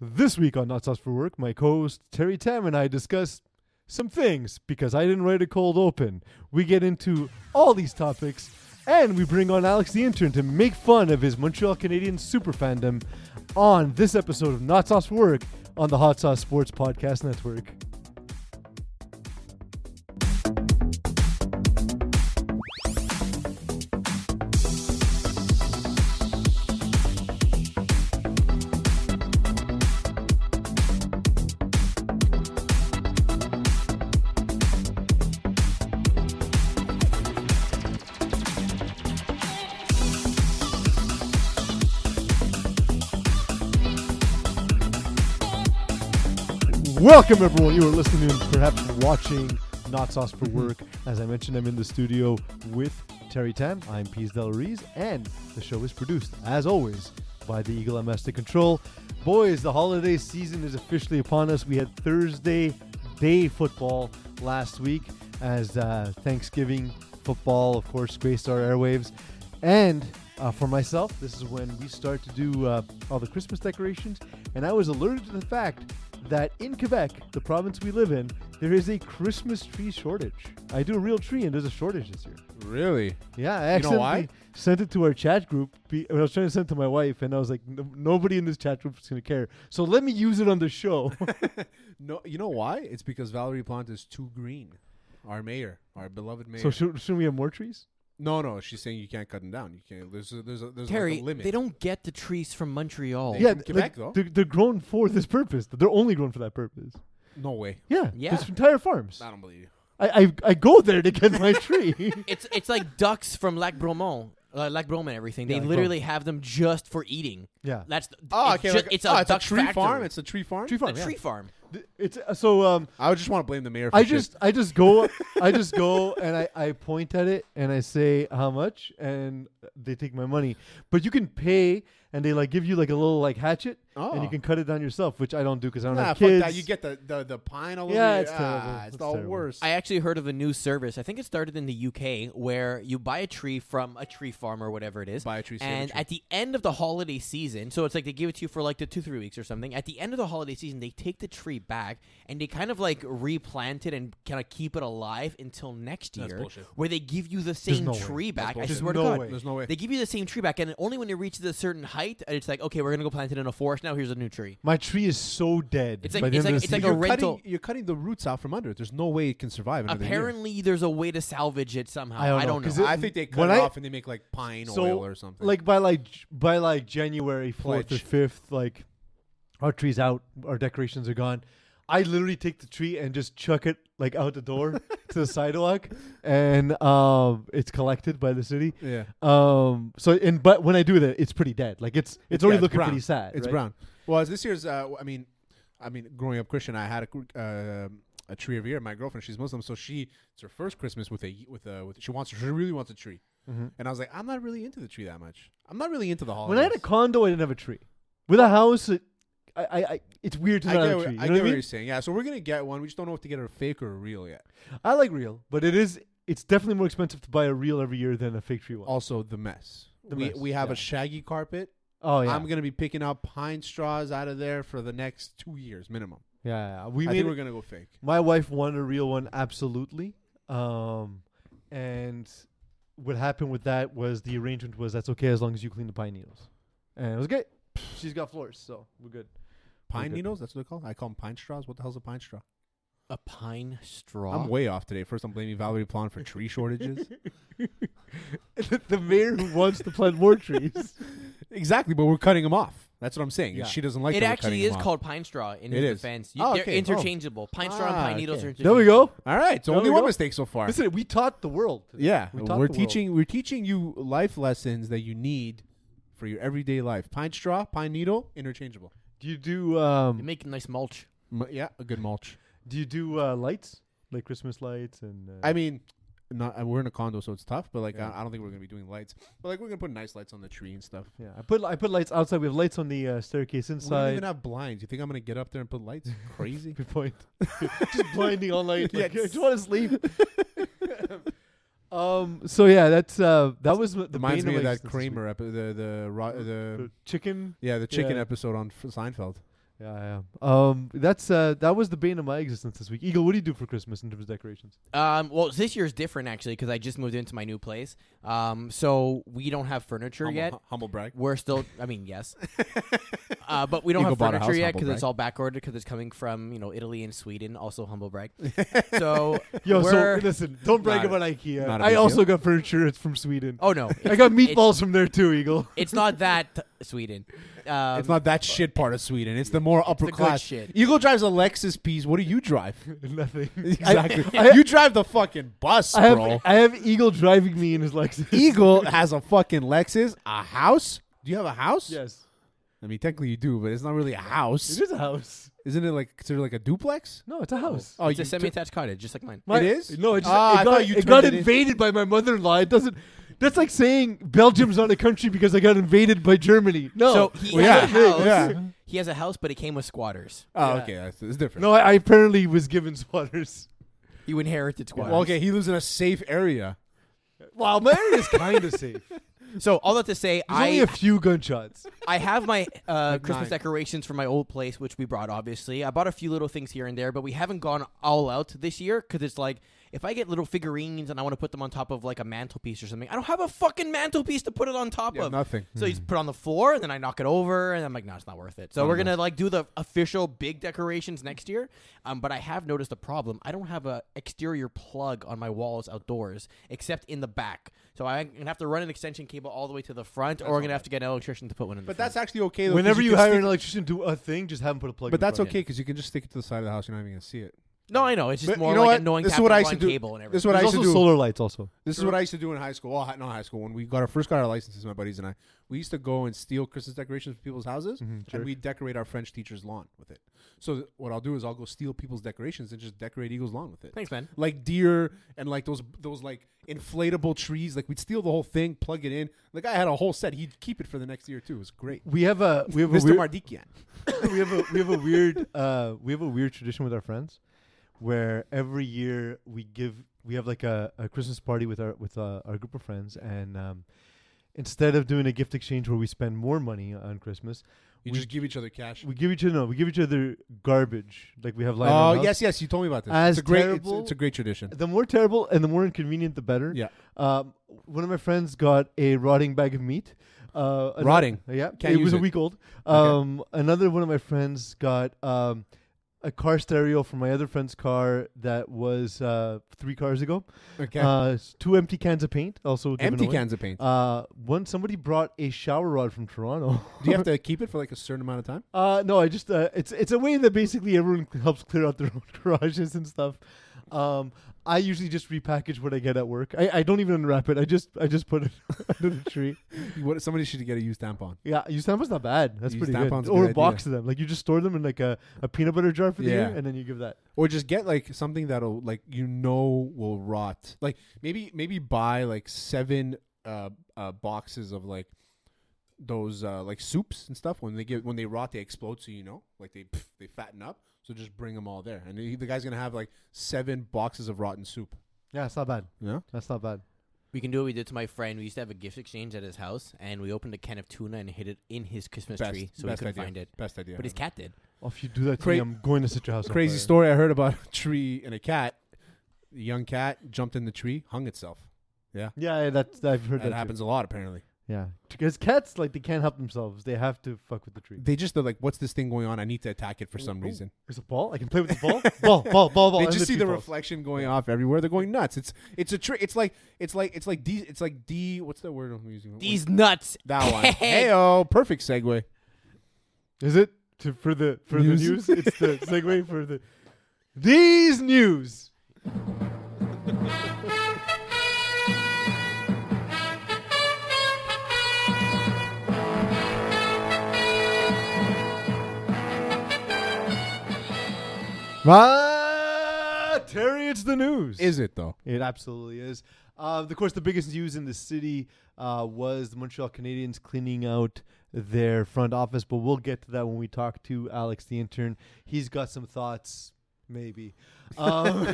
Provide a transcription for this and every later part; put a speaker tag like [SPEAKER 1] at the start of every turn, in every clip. [SPEAKER 1] This week on Not Sauce for Work, my co host Terry Tam and I discuss some things because I didn't write a cold open. We get into all these topics and we bring on Alex the intern to make fun of his Montreal Canadiens super fandom on this episode of Not Sauce for Work on the Hot Sauce Sports Podcast Network. Welcome, everyone. You are listening and perhaps watching Not Sauce for Work. As I mentioned, I'm in the studio with Terry Tam. I'm Pease Del Reese, and the show is produced, as always, by the Eagle MS to Control. Boys, the holiday season is officially upon us. We had Thursday day football last week as uh, Thanksgiving football, of course, graced our airwaves. And uh, for myself, this is when we start to do uh, all the Christmas decorations. And I was alerted to the fact that in Quebec, the province we live in, there is a Christmas tree shortage. I do a real tree, and there's a shortage this year.
[SPEAKER 2] Really?
[SPEAKER 1] Yeah, I
[SPEAKER 2] You know
[SPEAKER 1] accidentally
[SPEAKER 2] why?
[SPEAKER 1] sent it to our chat group. Be- I was trying to send it to my wife, and I was like, "No- nobody in this chat group is going to care. So let me use it on the show.
[SPEAKER 2] No. You know why? It's because Valerie Plante is too green. Our mayor, our beloved mayor.
[SPEAKER 1] so should, shouldn't we have more trees?
[SPEAKER 2] no, no, she's saying you can't cut them down. You can't. There's a, there's a, there's
[SPEAKER 3] Terry,
[SPEAKER 2] like a limit.
[SPEAKER 3] they don't get the trees from Montreal.
[SPEAKER 2] They-
[SPEAKER 1] yeah,
[SPEAKER 2] in
[SPEAKER 1] th-
[SPEAKER 2] Quebec,
[SPEAKER 1] like,
[SPEAKER 2] though.
[SPEAKER 1] they're, they're grown for this purpose. They're only grown for that purpose.
[SPEAKER 2] No way.
[SPEAKER 1] Yeah,
[SPEAKER 3] Yeah.
[SPEAKER 1] This entire farms.
[SPEAKER 2] I don't believe you.
[SPEAKER 1] I, I I go there to get my tree.
[SPEAKER 3] It's it's like ducks from Lac Bromont, uh, Lac Bromont, and everything. They
[SPEAKER 1] Yeah, Lac
[SPEAKER 3] literally have them just for eating.
[SPEAKER 1] yeah,
[SPEAKER 3] That's th-
[SPEAKER 2] Oh,
[SPEAKER 3] it's,
[SPEAKER 2] okay.
[SPEAKER 3] just,
[SPEAKER 2] like-
[SPEAKER 3] it's a
[SPEAKER 2] oh, it's a
[SPEAKER 3] duck
[SPEAKER 2] tree farm.
[SPEAKER 3] factory.
[SPEAKER 2] It's a tree farm.
[SPEAKER 1] tree farm.
[SPEAKER 3] a
[SPEAKER 1] yeah.
[SPEAKER 3] tree farm.
[SPEAKER 1] Th- It's uh, so um.
[SPEAKER 2] I would just want to blame the mayor. For
[SPEAKER 1] I
[SPEAKER 2] shit.
[SPEAKER 1] just I just go I just go and I, I point at it and I say how much and they take my money. But you can pay and they like give you like a little like hatchet and you
[SPEAKER 2] Oh.
[SPEAKER 1] can cut it down yourself, which I don't do because I don't
[SPEAKER 2] nah,
[SPEAKER 1] have
[SPEAKER 2] Ah, fuck
[SPEAKER 1] kids.
[SPEAKER 2] that. You get the the, the pine all
[SPEAKER 1] Yeah,
[SPEAKER 2] over.
[SPEAKER 1] it's
[SPEAKER 2] you.
[SPEAKER 1] terrible.
[SPEAKER 2] Ah,
[SPEAKER 1] It's
[SPEAKER 2] It's the
[SPEAKER 1] terrible.
[SPEAKER 2] worst.
[SPEAKER 3] I actually heard of a new service. I think it started in the UK where you buy a tree from a tree farm or whatever it is.
[SPEAKER 2] Buy a tree, save a
[SPEAKER 3] And
[SPEAKER 2] tree.
[SPEAKER 3] at the end of the holiday season, so it's like they give it to you for like the two three weeks or something. At the end of the holiday season, they take the tree back and they kind of like replant it and kind of keep it alive until next year,
[SPEAKER 2] bullshit.
[SPEAKER 3] where they give you the same
[SPEAKER 1] no way.
[SPEAKER 3] tree back. I
[SPEAKER 2] bullshit.
[SPEAKER 3] swear
[SPEAKER 1] There's
[SPEAKER 3] to
[SPEAKER 1] no
[SPEAKER 3] God,
[SPEAKER 1] way.
[SPEAKER 2] There's no way.
[SPEAKER 3] they give you the same tree back, and only when it reaches a certain height, it's like okay, we're gonna go plant it in a forest now. Here's a new tree.
[SPEAKER 1] my tree is so dead.
[SPEAKER 3] It's like-
[SPEAKER 1] by the
[SPEAKER 3] it's
[SPEAKER 1] end of
[SPEAKER 3] like-
[SPEAKER 1] the
[SPEAKER 3] it's like
[SPEAKER 1] season.
[SPEAKER 3] a
[SPEAKER 2] you're
[SPEAKER 3] rental-
[SPEAKER 2] cutting, you're cutting the roots out from under it. There's no way it can survive. another year.
[SPEAKER 3] Apparently, there's a way to salvage it somehow.
[SPEAKER 1] I don't know, 'cause
[SPEAKER 3] know.
[SPEAKER 1] it-
[SPEAKER 2] I think they cut
[SPEAKER 1] when
[SPEAKER 2] it
[SPEAKER 1] I-
[SPEAKER 2] off and they make like pine oil or something.
[SPEAKER 1] Like by like j- by like January fourth or
[SPEAKER 2] Pledge.
[SPEAKER 1] fifth, like our tree's out, our decorations are gone. I literally take the tree and just chuck it like out the door to the sidewalk, and um, it's collected by the city.
[SPEAKER 2] Yeah.
[SPEAKER 1] Um. So and but when I do that, it's pretty dead. Like it's it's
[SPEAKER 2] Yeah,
[SPEAKER 1] already
[SPEAKER 2] it's
[SPEAKER 1] looking
[SPEAKER 2] brown.
[SPEAKER 1] pretty sad.
[SPEAKER 2] It's
[SPEAKER 1] right?
[SPEAKER 2] brown. Well, as this year's, uh, I mean, I mean, growing up Christian, I had a cr- uh, a tree every year. My girlfriend, she's Muslim, so she it's her first Christmas with a with a with. She wants she really wants a tree, and I was like, I'm not really into the tree that much. I'm not really into the holidays.
[SPEAKER 1] When I had a condo, I didn't have a tree. With a house, it, I, I, I it's weird to
[SPEAKER 2] I
[SPEAKER 1] not
[SPEAKER 2] get,
[SPEAKER 1] have a
[SPEAKER 2] what-
[SPEAKER 1] tree. You
[SPEAKER 2] I
[SPEAKER 1] know
[SPEAKER 2] get
[SPEAKER 1] what I
[SPEAKER 2] what
[SPEAKER 1] mean?
[SPEAKER 2] you're saying. Yeah, so we're gonna get one. We just don't know if to get her a fake or a real yet.
[SPEAKER 1] I like real, but it is it's definitely more expensive to buy a real every year than a fake tree one.
[SPEAKER 2] Also, the mess.
[SPEAKER 1] The
[SPEAKER 2] we
[SPEAKER 1] mess,
[SPEAKER 2] we have
[SPEAKER 1] yeah.
[SPEAKER 2] a shaggy carpet.
[SPEAKER 1] Oh yeah,
[SPEAKER 2] I'm gonna be picking up pine straws out of there for the next two years minimum.
[SPEAKER 1] yeah, yeah. We
[SPEAKER 2] I
[SPEAKER 1] made
[SPEAKER 2] think
[SPEAKER 1] it-
[SPEAKER 2] we're gonna go fake.
[SPEAKER 1] My wife won a real one, absolutely. Um, and what happened with that was the arrangement was that's okay as long as you clean the pine needles, and it was good. She's got floors, so we're good.
[SPEAKER 2] Pine
[SPEAKER 1] good.
[SPEAKER 2] needles? That's what they call. Them? I call them pine straws. What the hell's a pine straw?
[SPEAKER 3] a pine straw.
[SPEAKER 2] I'm way off today. First, I'm blaming Valerie Plante for tree shortages.
[SPEAKER 1] the mayor who wants to plant more trees.
[SPEAKER 2] exactly, but we're cutting them off. That's what I'm saying.
[SPEAKER 1] Yeah.
[SPEAKER 2] She doesn't like.
[SPEAKER 3] it
[SPEAKER 2] that we're
[SPEAKER 3] actually
[SPEAKER 2] cutting
[SPEAKER 3] is
[SPEAKER 2] 'em off.
[SPEAKER 3] called pine straw in
[SPEAKER 2] It
[SPEAKER 3] his
[SPEAKER 2] is.
[SPEAKER 3] defense.
[SPEAKER 2] Oh,
[SPEAKER 3] they're
[SPEAKER 2] okay. Oh.
[SPEAKER 3] interchangeable. Pine straw and
[SPEAKER 2] Ah,
[SPEAKER 3] pine needles
[SPEAKER 2] okay.
[SPEAKER 3] are
[SPEAKER 1] There
[SPEAKER 3] interchangeable.
[SPEAKER 1] we go.
[SPEAKER 2] All right, so
[SPEAKER 1] There
[SPEAKER 2] only
[SPEAKER 1] we
[SPEAKER 2] one
[SPEAKER 1] go.
[SPEAKER 2] mistake so far.
[SPEAKER 1] Listen, we taught the world. today.
[SPEAKER 2] yeah,
[SPEAKER 1] we
[SPEAKER 2] we
[SPEAKER 1] taught
[SPEAKER 2] are
[SPEAKER 1] the world.
[SPEAKER 2] teaching. We're teaching you life lessons that you need for your everyday life. Pine straw, pine needle, interchangeable.
[SPEAKER 1] Do you do
[SPEAKER 3] You
[SPEAKER 2] Mm-hmm.
[SPEAKER 1] um?
[SPEAKER 3] make a nice mulch.
[SPEAKER 2] M- yeah, a good mulch.
[SPEAKER 1] Do you do uh, lights like Christmas lights and? Uh,
[SPEAKER 2] I mean, not uh, we're in a condo, so it's tough. But like,
[SPEAKER 1] Yeah.
[SPEAKER 2] I, I don't think we're gonna be doing lights. But like, we're gonna put nice lights on the tree and stuff.
[SPEAKER 1] yeah, I put I put lights outside. We have lights on the uh, staircase
[SPEAKER 2] We don't
[SPEAKER 1] inside.
[SPEAKER 2] even have blinds. You think I'm gonna get up there and put lights? Crazy.
[SPEAKER 1] Good point. just blinding all night. Like,
[SPEAKER 2] Yes.
[SPEAKER 1] I just want to sleep. um. So yeah, that's uh. That was the
[SPEAKER 2] Reminds
[SPEAKER 1] main
[SPEAKER 2] me of that um,
[SPEAKER 1] relationship this week.
[SPEAKER 2] Kramer episode, the the, ro- the
[SPEAKER 1] The chicken.
[SPEAKER 2] yeah the chicken
[SPEAKER 1] Yeah.
[SPEAKER 2] episode on F- Seinfeld.
[SPEAKER 1] Yeah, I am. Um, that's uh, that was the bane of my existence this week. Eagle, what do you do for Christmas in terms of decorations?
[SPEAKER 3] Um, well, this year's different actually because I just moved into my new place. Um, so we don't have furniture
[SPEAKER 2] humble,
[SPEAKER 3] yet.
[SPEAKER 2] hu- humble brag.
[SPEAKER 3] We're still, I mean, yes, uh, but we don't
[SPEAKER 2] Eagle
[SPEAKER 3] have
[SPEAKER 2] bought a
[SPEAKER 3] furniture
[SPEAKER 2] house,
[SPEAKER 3] yet
[SPEAKER 2] humble
[SPEAKER 3] because it's
[SPEAKER 2] brag.
[SPEAKER 3] all back ordered because it's coming from you know Italy and Sweden. Also, humble brag. so
[SPEAKER 1] Yo,
[SPEAKER 3] we're-
[SPEAKER 1] so listen, don't brag
[SPEAKER 2] Not a-
[SPEAKER 1] about IKEA.
[SPEAKER 2] not a
[SPEAKER 1] I
[SPEAKER 2] big
[SPEAKER 1] also
[SPEAKER 2] deal.
[SPEAKER 1] got furniture. It's from Sweden.
[SPEAKER 3] oh no,
[SPEAKER 1] I got meatballs from there too, Eagle.
[SPEAKER 3] it's not that Sweden. Um,
[SPEAKER 2] it's not that shit part of Sweden. It's the more upper
[SPEAKER 3] the good
[SPEAKER 2] class
[SPEAKER 3] shit.
[SPEAKER 2] Eagle drives a Lexus piece. What do you drive?
[SPEAKER 1] Nothing.
[SPEAKER 2] exactly.
[SPEAKER 1] I-
[SPEAKER 2] you drive the fucking bus,
[SPEAKER 1] I have
[SPEAKER 2] bro.
[SPEAKER 1] I have Eagle driving me in his Lexus.
[SPEAKER 2] Eagle has a fucking Lexus, a house. Do you have a house?
[SPEAKER 1] yes,
[SPEAKER 2] I mean, technically you do, but it's not really a house.
[SPEAKER 1] it is a house.
[SPEAKER 2] Isn't it like considered like a duplex?
[SPEAKER 1] No, it's a house.
[SPEAKER 2] Oh,
[SPEAKER 3] it's
[SPEAKER 2] you
[SPEAKER 3] a semi-attached cottage, just like mine.
[SPEAKER 1] My-
[SPEAKER 2] it is?
[SPEAKER 1] No, it just
[SPEAKER 2] Ah,
[SPEAKER 1] it
[SPEAKER 2] I
[SPEAKER 1] got,
[SPEAKER 2] thought you
[SPEAKER 1] it got
[SPEAKER 2] turned it in-
[SPEAKER 1] invaded by my mother-in-law. It doesn't. That's like saying Belgium's not a country because I got invaded by Germany. No,
[SPEAKER 3] So he
[SPEAKER 2] Well,
[SPEAKER 3] has
[SPEAKER 2] yeah,
[SPEAKER 3] a house.
[SPEAKER 2] yeah.
[SPEAKER 3] He has a house, but it came with squatters.
[SPEAKER 2] Oh,
[SPEAKER 1] Yeah.
[SPEAKER 2] okay, that's, it's different.
[SPEAKER 1] no, I, I apparently was given squatters.
[SPEAKER 3] You inherited squatters.
[SPEAKER 2] well, okay, he lives in a safe area.
[SPEAKER 1] Wow, my area's kind of safe. There's
[SPEAKER 3] So all that to say, I
[SPEAKER 1] only a few gunshots.
[SPEAKER 3] I have my uh,
[SPEAKER 2] nine.
[SPEAKER 3] Christmas decorations from my old place, which we brought, obviously. I bought a few little things here and there, but we haven't gone all out this year because it's like if I get little figurines and I want to put them on top of like a mantelpiece or something, I don't have a fucking mantelpiece to put it on top
[SPEAKER 2] Yeah,
[SPEAKER 3] of.
[SPEAKER 2] nothing.
[SPEAKER 3] So you just put it on the floor and then I knock it over and I'm like, no, it's Hmm. not worth it. So we're gonna like do the official big decorations next year. Um, but I have noticed a problem. I don't have a exterior plug on my walls outdoors, except in the back. So I'm gonna have to run an extension cable all the way to the front, or I'm gonna have to get an electrician to put one in.
[SPEAKER 2] But
[SPEAKER 3] the front.
[SPEAKER 2] that's actually okay. Though, 'cause
[SPEAKER 1] Whenever you,
[SPEAKER 2] can
[SPEAKER 1] hire
[SPEAKER 2] stick-
[SPEAKER 1] an electrician to do a thing, just have him put a plug.
[SPEAKER 2] but that's
[SPEAKER 1] in the
[SPEAKER 2] okay because you can just stick it to the side of the house. You're not even gonna see it.
[SPEAKER 3] No, I know. It's just
[SPEAKER 2] But
[SPEAKER 3] more
[SPEAKER 2] you know
[SPEAKER 3] like
[SPEAKER 2] what?
[SPEAKER 3] annoying
[SPEAKER 2] This
[SPEAKER 3] to
[SPEAKER 2] is
[SPEAKER 3] have
[SPEAKER 2] what
[SPEAKER 3] to
[SPEAKER 2] I used
[SPEAKER 3] run
[SPEAKER 2] to do.
[SPEAKER 3] cable and everything.
[SPEAKER 2] This is what I
[SPEAKER 1] There's
[SPEAKER 2] used
[SPEAKER 1] also
[SPEAKER 2] to do.
[SPEAKER 1] solar lights. Also,
[SPEAKER 2] This is what I used to do in high school. Well, hi- not high school. When we got our first got our licenses, my buddies and I, we used to go and steal Christmas decorations from people's houses,
[SPEAKER 1] Mm-hmm.
[SPEAKER 2] and we decorate our French teacher's lawn with it. So th- what I'll do is I'll go steal people's decorations and just decorate Eagle's lawn with it.
[SPEAKER 3] Thanks, man.
[SPEAKER 2] Like deer and like those those like inflatable trees. Like we'd steal the whole thing, plug it in. Like I had a whole set. He'd keep it for the next year too. It was great.
[SPEAKER 1] we have a we have a
[SPEAKER 2] Mr.
[SPEAKER 1] weird,
[SPEAKER 2] Mardikian.
[SPEAKER 1] we have a we have a weird uh, we have a weird tradition with our friends, where every year we give we have like a, a Christmas party with our with uh, our group of friends, and um, instead of doing a gift exchange where we spend more money on Christmas,
[SPEAKER 2] You
[SPEAKER 1] we
[SPEAKER 2] just give each other cash.
[SPEAKER 1] we give each other no, we give each other garbage like we have lying.
[SPEAKER 2] Oh
[SPEAKER 1] around.
[SPEAKER 2] yes, yes. You told me about this.
[SPEAKER 1] As
[SPEAKER 2] it's a great, it's-
[SPEAKER 1] terrible-
[SPEAKER 2] It's, a great tradition.
[SPEAKER 1] The more terrible and the more inconvenient, the better.
[SPEAKER 2] Yeah.
[SPEAKER 1] Um, one of my friends got a rotting bag of meat. Uh, ano-
[SPEAKER 2] Rotting.
[SPEAKER 1] Yeah.
[SPEAKER 2] Can't
[SPEAKER 1] it was
[SPEAKER 2] use
[SPEAKER 1] a
[SPEAKER 2] it.
[SPEAKER 1] week old.
[SPEAKER 2] Okay.
[SPEAKER 1] Um, Another one of my friends got um, a car stereo from my other friend's car that was uh, three cars ago.
[SPEAKER 2] Okay.
[SPEAKER 1] Uh, s- two empty cans of paint. Also given
[SPEAKER 2] Empty
[SPEAKER 1] away.
[SPEAKER 2] cans of paint.
[SPEAKER 1] Uh, one somebody brought a shower rod from Toronto.
[SPEAKER 2] Do you have to keep it for like a certain amount of time?
[SPEAKER 1] Uh, no, I just uh, it's it's a way that basically everyone cl- helps clear out their own garages and stuff. Um, I usually just repackage what I get at work. I, I don't even unwrap it. I just I just put it under the tree.
[SPEAKER 2] What somebody should get a used tampon.
[SPEAKER 1] Yeah, used tampon's not bad. That's
[SPEAKER 2] Used
[SPEAKER 1] pretty good.
[SPEAKER 2] tampon's a
[SPEAKER 1] Or
[SPEAKER 2] good
[SPEAKER 1] a
[SPEAKER 2] idea.
[SPEAKER 1] box of them. Like you just store them in like a, a peanut butter jar for the year,
[SPEAKER 2] Yeah.
[SPEAKER 1] and then you give that.
[SPEAKER 2] Or just get like something that'll like you know will rot. Like maybe maybe buy like seven uh, uh boxes of like those uh like soups and stuff when they get when they rot they explode so you know like they pff, they fatten up so just bring them all there and the the guy's gonna have like seven boxes of rotten soup
[SPEAKER 1] Yeah, it's not bad.
[SPEAKER 2] yeah
[SPEAKER 1] That's not bad.
[SPEAKER 3] we can do what we did to my friend. We used to have a gift exchange at his house, and we opened a can of tuna and hid it in his Christmas
[SPEAKER 2] best,
[SPEAKER 3] tree, so he
[SPEAKER 2] best
[SPEAKER 3] couldn't
[SPEAKER 2] idea
[SPEAKER 3] find it.
[SPEAKER 2] best idea
[SPEAKER 3] But his
[SPEAKER 2] ever.
[SPEAKER 3] cat did.
[SPEAKER 1] Oh, if you do that to
[SPEAKER 2] Cra-
[SPEAKER 1] me, I'm going to set your house on
[SPEAKER 2] crazy
[SPEAKER 1] fire.
[SPEAKER 2] story I heard about a tree and a cat the young cat jumped in the tree hung itself yeah
[SPEAKER 1] Yeah, yeah that's I've heard that,
[SPEAKER 2] that
[SPEAKER 1] too.
[SPEAKER 2] happens a lot apparently
[SPEAKER 1] Yeah, because cats like they can't help themselves. They have to fuck with the tree.
[SPEAKER 2] they just they're like, what's this thing going on? I need to attack it for some
[SPEAKER 1] Ooh,
[SPEAKER 2] reason.
[SPEAKER 1] There's a ball. I can play with the ball. ball, ball, ball, ball.
[SPEAKER 2] They
[SPEAKER 1] and
[SPEAKER 2] just see
[SPEAKER 1] tree
[SPEAKER 2] the
[SPEAKER 1] falls.
[SPEAKER 2] reflection going off everywhere. They're going nuts. It's it's a trick. It's like it's like it's like D. It's like D. What's that word I'm using?
[SPEAKER 3] These nuts.
[SPEAKER 2] that one. hey oh, perfect segue.
[SPEAKER 1] Is it to, for the for
[SPEAKER 2] News?
[SPEAKER 1] the news? It's the segue for the these news. Ah, Terry, it's the news.
[SPEAKER 2] Is it though?
[SPEAKER 1] It absolutely is. Uh, of course, the biggest news in the city uh, was the Montreal Canadiens cleaning out their front office, but we'll get to that when we talk to Alex, the intern. He's got some thoughts, maybe. Um,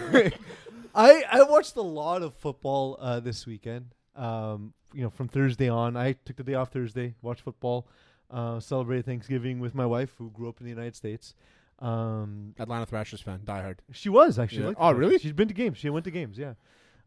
[SPEAKER 1] I I watched a lot of football uh, this weekend. Um, you know, from Thursday on, I took the day off Thursday, watched football. uh, celebrated Thanksgiving with my wife, who grew up in the United States. Um,
[SPEAKER 2] Atlanta Thrashers fan, diehard.
[SPEAKER 1] she was actually.
[SPEAKER 2] Yeah.
[SPEAKER 1] like
[SPEAKER 2] Oh, really?
[SPEAKER 1] She's been to games. She went to games. Yeah.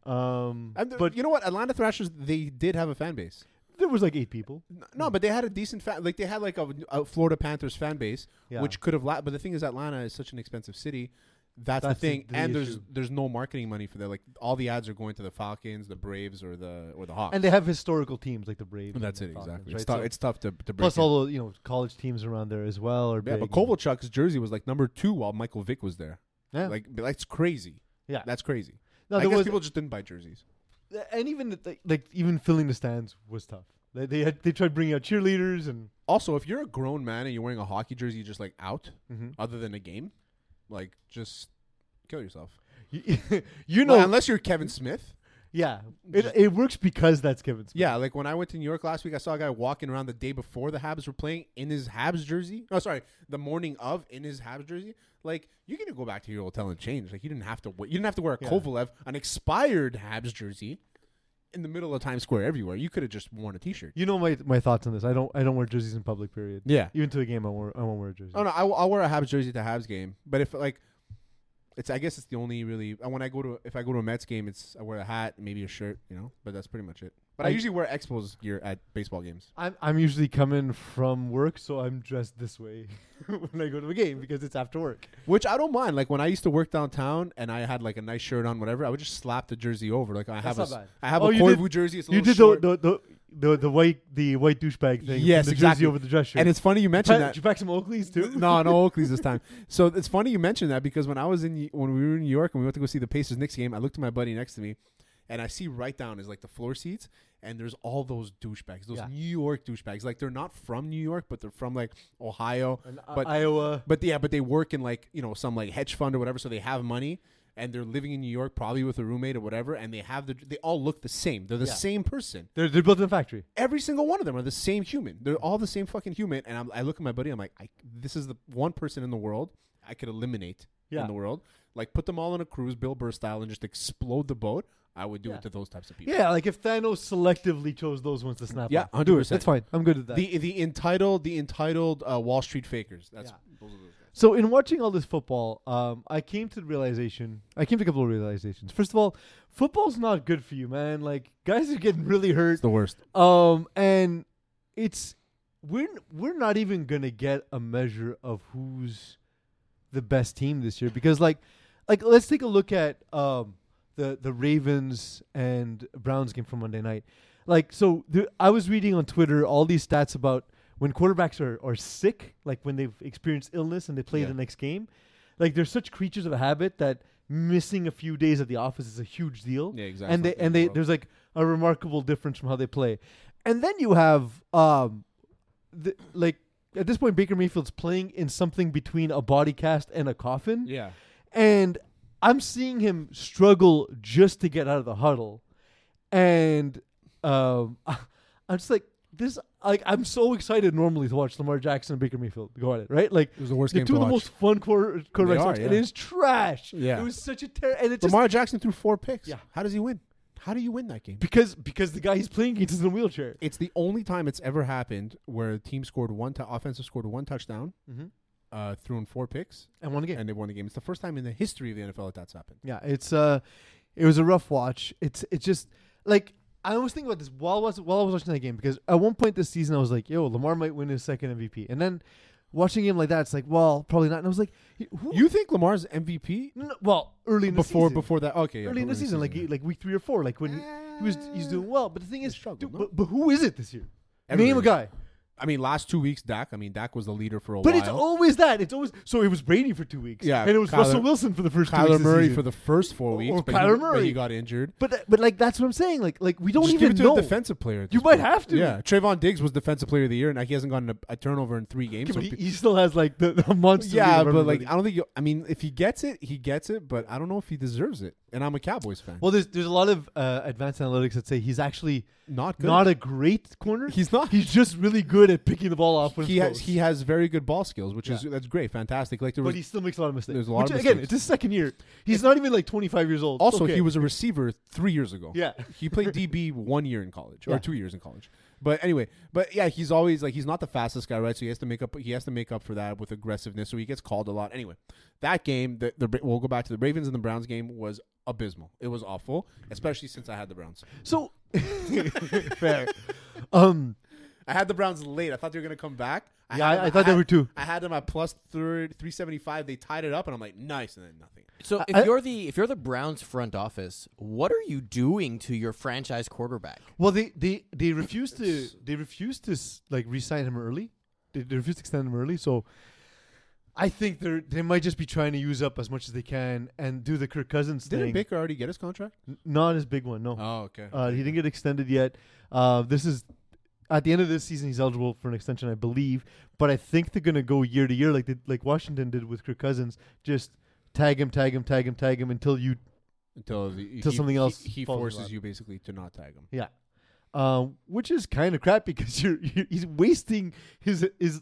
[SPEAKER 1] Um,
[SPEAKER 2] And th-
[SPEAKER 1] but
[SPEAKER 2] you know what? Atlanta Thrashers they did have a fan base.
[SPEAKER 1] there was like eight people.
[SPEAKER 2] N- No, but they had a decent fan. Like they had like a, a Florida Panthers fan base,
[SPEAKER 1] Yeah.
[SPEAKER 2] which could have. La- but the thing is, Atlanta is such an expensive city. That's,
[SPEAKER 1] That's
[SPEAKER 2] the
[SPEAKER 1] the-
[SPEAKER 2] thing,
[SPEAKER 1] the
[SPEAKER 2] and there's
[SPEAKER 1] issue.
[SPEAKER 2] there's no marketing money for that. Like all the ads are going to the Falcons, the Braves, or the or the Hawks.
[SPEAKER 1] and they have historical teams like the Braves.
[SPEAKER 2] And that's
[SPEAKER 1] and
[SPEAKER 2] it
[SPEAKER 1] the Falcons,
[SPEAKER 2] exactly.
[SPEAKER 1] right?
[SPEAKER 2] It's, tou-
[SPEAKER 1] So-
[SPEAKER 2] it's tough to to break
[SPEAKER 1] plus
[SPEAKER 2] in.
[SPEAKER 1] all the you know college teams around there as well. Or
[SPEAKER 2] yeah,
[SPEAKER 1] big,
[SPEAKER 2] but Kovalchuk's jersey was like number two while Michael Vick was there.
[SPEAKER 1] Yeah.
[SPEAKER 2] Like that's crazy.
[SPEAKER 1] Yeah.
[SPEAKER 2] that's crazy.
[SPEAKER 1] No,
[SPEAKER 2] I
[SPEAKER 1] there
[SPEAKER 2] guess
[SPEAKER 1] was
[SPEAKER 2] people just didn't buy jerseys.
[SPEAKER 1] and even the- like, like even filling the stands was tough. They they, had, they tried bringing out cheerleaders and
[SPEAKER 2] Also, if you're a grown man and you're wearing a hockey jersey, just like out other than a game, like just kill yourself.
[SPEAKER 1] you, you know
[SPEAKER 2] Well, unless you're Kevin Smith.
[SPEAKER 1] yeah it, it works because that's Kevin Smith.
[SPEAKER 2] Yeah, like when I went to New York last week, I saw a guy walking around the day before the Habs were playing in his Habs jersey. Oh, sorry, the morning of in his Habs jersey. Like you can go back to your hotel and change. Like you didn't have to. Wait. You didn't have to wear a
[SPEAKER 1] Yeah.
[SPEAKER 2] Kovalev, an expired Habs jersey, in the middle of Times Square everywhere. You could have just worn a T-shirt.
[SPEAKER 1] You know my my thoughts on this. I don't I don't wear jerseys in public. Period.
[SPEAKER 2] Yeah.
[SPEAKER 1] Even to the game, I won't I won't wear a jersey.
[SPEAKER 2] Oh no, I, I'll wear a Habs jersey to Habs game. But if like, it's I guess it's the only really. uh, When I go to if I go to a Mets game, it's I wear a hat, maybe a shirt, you know. But that's pretty much it. But I,
[SPEAKER 1] I-
[SPEAKER 2] usually wear Expos gear at baseball games.
[SPEAKER 1] I'm I'm usually coming from work, so I'm dressed this way when I go to a game because it's after work.
[SPEAKER 2] Which I don't mind. Like when I used to work downtown and I had like a nice shirt on, whatever, I would just slap the jersey over. Like I have a,
[SPEAKER 1] That's
[SPEAKER 2] s-
[SPEAKER 1] not bad.
[SPEAKER 2] I have
[SPEAKER 1] Oh,
[SPEAKER 2] a
[SPEAKER 1] you did-
[SPEAKER 2] Koivu jersey. It's a
[SPEAKER 1] You
[SPEAKER 2] little
[SPEAKER 1] did the,
[SPEAKER 2] short.
[SPEAKER 1] the the the the white the white douchebag thing.
[SPEAKER 2] Yes,
[SPEAKER 1] the
[SPEAKER 2] exactly.
[SPEAKER 1] Jersey over the dress shirt.
[SPEAKER 2] and it's funny you mentioned
[SPEAKER 1] Pa-
[SPEAKER 2] that.
[SPEAKER 1] did you pack some Oakleys too?
[SPEAKER 2] no, no Oakleys this time. So it's funny you mentioned that because when I was in when we were in New York and we went to go see the Pacers Knicks game, I looked at my buddy next to me, and I see right down is like the floor seats, and there's all those douchebags, those
[SPEAKER 1] Yeah.
[SPEAKER 2] New York douchebags. Like they're not from New York, but they're from like Ohio, but
[SPEAKER 1] uh, Iowa.
[SPEAKER 2] but yeah, but they work in like you know some like hedge fund or whatever, so they have money and they're living in New York probably with a roommate or whatever, and they have the they all look the same. They're the
[SPEAKER 1] Yeah.
[SPEAKER 2] same person.
[SPEAKER 1] They're, they're built in a factory.
[SPEAKER 2] Every single one of them are the same human. They're all the same fucking human. And I'm, I look at my buddy. I'm like, I, this is the one person in the world I could eliminate
[SPEAKER 1] Yeah.
[SPEAKER 2] in the world. Like put them all on a cruise, Bill Burr style, and just explode the boat. I would do
[SPEAKER 1] Yeah.
[SPEAKER 2] it to those types of people.
[SPEAKER 1] Yeah, like if Thanos selectively chose those ones to snap.
[SPEAKER 2] Yeah,
[SPEAKER 1] on.
[SPEAKER 2] 100%.
[SPEAKER 1] That's fine. I'm good at that.
[SPEAKER 2] The the entitled the entitled uh, Wall Street fakers. That's those are those guys.
[SPEAKER 1] so in watching all this football, um, I came to the realization. I came to a couple of realizations. First of all, football's not good for you, man. Like guys are getting really hurt.
[SPEAKER 2] It's the worst.
[SPEAKER 1] Um, and it's we're we're not even gonna get a measure of who's the best team this year because like like let's take a look at um the the Ravens and Browns game from Monday night. Like so, there, I was reading on Twitter all these stats about when quarterbacks are are sick, like when they've experienced illness and they play
[SPEAKER 2] Yeah.
[SPEAKER 1] the next game. Like they're such creatures of habit that missing a few days at the office is a huge deal.
[SPEAKER 2] Yeah, exactly.
[SPEAKER 1] And they
[SPEAKER 2] Nothing in
[SPEAKER 1] and
[SPEAKER 2] the
[SPEAKER 1] they
[SPEAKER 2] world.
[SPEAKER 1] there's like a remarkable difference from how they play. And then you have um the, like at this point Baker Mayfield's playing in something between a body cast and a coffin.
[SPEAKER 2] Yeah.
[SPEAKER 1] And I'm seeing him struggle just to get out of the huddle. And um I'm just like this like I'm so excited normally to watch Lamar Jackson and Baker Mayfield go at it, right? Like
[SPEAKER 2] It was the worst
[SPEAKER 1] the
[SPEAKER 2] game
[SPEAKER 1] two
[SPEAKER 2] to
[SPEAKER 1] of the
[SPEAKER 2] watch.
[SPEAKER 1] most fun quarter, quarterbacks.
[SPEAKER 2] are,
[SPEAKER 1] I've seen. It
[SPEAKER 2] yeah.
[SPEAKER 1] is trash.
[SPEAKER 2] Yeah.
[SPEAKER 1] it was such a terror, and it just
[SPEAKER 2] Lamar Jackson threw four picks.
[SPEAKER 1] Yeah.
[SPEAKER 2] How does he win? How do you win that game?
[SPEAKER 1] because because the guy he's playing against is in a wheelchair.
[SPEAKER 2] It's the only time it's ever happened where a team scored one t- offensive scored one touchdown,
[SPEAKER 1] Mhm.
[SPEAKER 2] uh, threw in four picks,
[SPEAKER 1] and won the game.
[SPEAKER 2] and they won the game. It's the first time in the history of the NFL that that's happened.
[SPEAKER 1] yeah, it's uh, it was a rough watch. It's it's just like I was thinking about this while I was while I was watching that game because at one point this season I was like, yo, Lamar might win his second MVP, and then watching him like that, it's like, well, probably not. And I was like, who?
[SPEAKER 2] You think Lamar's MVP
[SPEAKER 1] No, no, well, early in the
[SPEAKER 2] before
[SPEAKER 1] season.
[SPEAKER 2] before that? Okay, yeah,
[SPEAKER 1] early in the season, like like week three or four, like when he was he's doing well. But the thing is,
[SPEAKER 2] struggled,
[SPEAKER 1] dude,
[SPEAKER 2] no?
[SPEAKER 1] but, but who is it this year? Name a
[SPEAKER 2] Everybody.
[SPEAKER 1] guy.
[SPEAKER 2] I mean, last two weeks, Dak. I mean, Dak was the leader for a
[SPEAKER 1] But
[SPEAKER 2] while.
[SPEAKER 1] it's always that. It's always so. It was Brady for two weeks.
[SPEAKER 2] Yeah,
[SPEAKER 1] and it was
[SPEAKER 2] Kyler-
[SPEAKER 1] Russell Wilson for the first. two weeks
[SPEAKER 2] Kyler
[SPEAKER 1] this
[SPEAKER 2] Murray
[SPEAKER 1] season.
[SPEAKER 2] for the first four
[SPEAKER 1] Or-
[SPEAKER 2] weeks,
[SPEAKER 1] or
[SPEAKER 2] but,
[SPEAKER 1] Kyler
[SPEAKER 2] he, but
[SPEAKER 1] Murray.
[SPEAKER 2] he got injured.
[SPEAKER 1] But that- but like that's what I'm saying. Like like we don't
[SPEAKER 2] Just
[SPEAKER 1] even
[SPEAKER 2] give it to
[SPEAKER 1] know.
[SPEAKER 2] a defensive player. at
[SPEAKER 1] You
[SPEAKER 2] this
[SPEAKER 1] might
[SPEAKER 2] point.
[SPEAKER 1] have to.
[SPEAKER 2] Yeah, Trayvon Diggs was defensive player of the year, and he hasn't gotten a, a turnover in three games.
[SPEAKER 1] Yeah,
[SPEAKER 2] so
[SPEAKER 1] but he,
[SPEAKER 2] pe-
[SPEAKER 1] he still has like the, the monster.
[SPEAKER 2] Yeah,
[SPEAKER 1] lead of
[SPEAKER 2] but like
[SPEAKER 1] everybody.
[SPEAKER 2] I don't think. You, I mean, if he gets it, he gets it. But I don't know if he deserves it. And I'm a Cowboys fan.
[SPEAKER 1] well, there's there's a lot of uh, advanced analytics that say he's actually
[SPEAKER 2] not good.
[SPEAKER 1] not a great corner.
[SPEAKER 2] He's not.
[SPEAKER 1] He's just really good at picking the ball off when
[SPEAKER 2] he
[SPEAKER 1] it's
[SPEAKER 2] has
[SPEAKER 1] close.
[SPEAKER 2] he has very good ball skills, which is
[SPEAKER 1] Yeah.
[SPEAKER 2] that's great, fantastic. Like there
[SPEAKER 1] but
[SPEAKER 2] was
[SPEAKER 1] he still makes a lot of mistakes.
[SPEAKER 2] There's a lot
[SPEAKER 1] Which,
[SPEAKER 2] of
[SPEAKER 1] again,
[SPEAKER 2] mistakes.
[SPEAKER 1] it's his second year. He's not even like 25 years old.
[SPEAKER 2] also
[SPEAKER 1] Okay.
[SPEAKER 2] he was a receiver three years ago.
[SPEAKER 1] Yeah.
[SPEAKER 2] he played DB one year in college or
[SPEAKER 1] Yeah.
[SPEAKER 2] two years in college. But anyway, but yeah, he's always like he's not the fastest guy, right? So he has to make up he has to make up for that with aggressiveness. So he gets called a lot. Anyway, that game, the, the Bra- we'll go back to the Ravens and the Browns game was abysmal. It was awful, especially since I had the Browns.
[SPEAKER 1] So fair. Um,
[SPEAKER 2] I had the Browns late. I thought they were gonna come back. I
[SPEAKER 1] Yeah,
[SPEAKER 2] had
[SPEAKER 1] I- I thought they
[SPEAKER 2] had-
[SPEAKER 1] were too.
[SPEAKER 2] I had them at plus third three seventy five. They tied it up, and I'm like, nice, and then nothing.
[SPEAKER 3] So if
[SPEAKER 2] uh,
[SPEAKER 1] I-
[SPEAKER 3] you're the if you're the Browns front office, what are you doing to your franchise quarterback?
[SPEAKER 1] well, they they they refused to they refused to s- like re-sign him early. They, they refused to extend him early. So I think they are they might just be trying to use up as much as they can and do the Kirk Cousins
[SPEAKER 2] Didn't
[SPEAKER 1] thing.
[SPEAKER 2] Baker already get his contract?
[SPEAKER 1] N- Not his big one. No.
[SPEAKER 2] Oh, okay.
[SPEAKER 1] Uh, he didn't get extended yet. Uh, this is at the end of this season. He's eligible for an extension, I believe. But I think they're gonna go year to year, like they, like Washington did with Kirk Cousins. Just tag him, tag him, tag him, tag him until you.
[SPEAKER 2] until the,
[SPEAKER 1] Till
[SPEAKER 2] he-
[SPEAKER 1] something
[SPEAKER 2] he-
[SPEAKER 1] else
[SPEAKER 2] He,
[SPEAKER 1] falls
[SPEAKER 2] forces
[SPEAKER 1] about.
[SPEAKER 2] you basically to not tag him.
[SPEAKER 1] Yeah, um, which is kind of crap because you're, you're he's wasting his his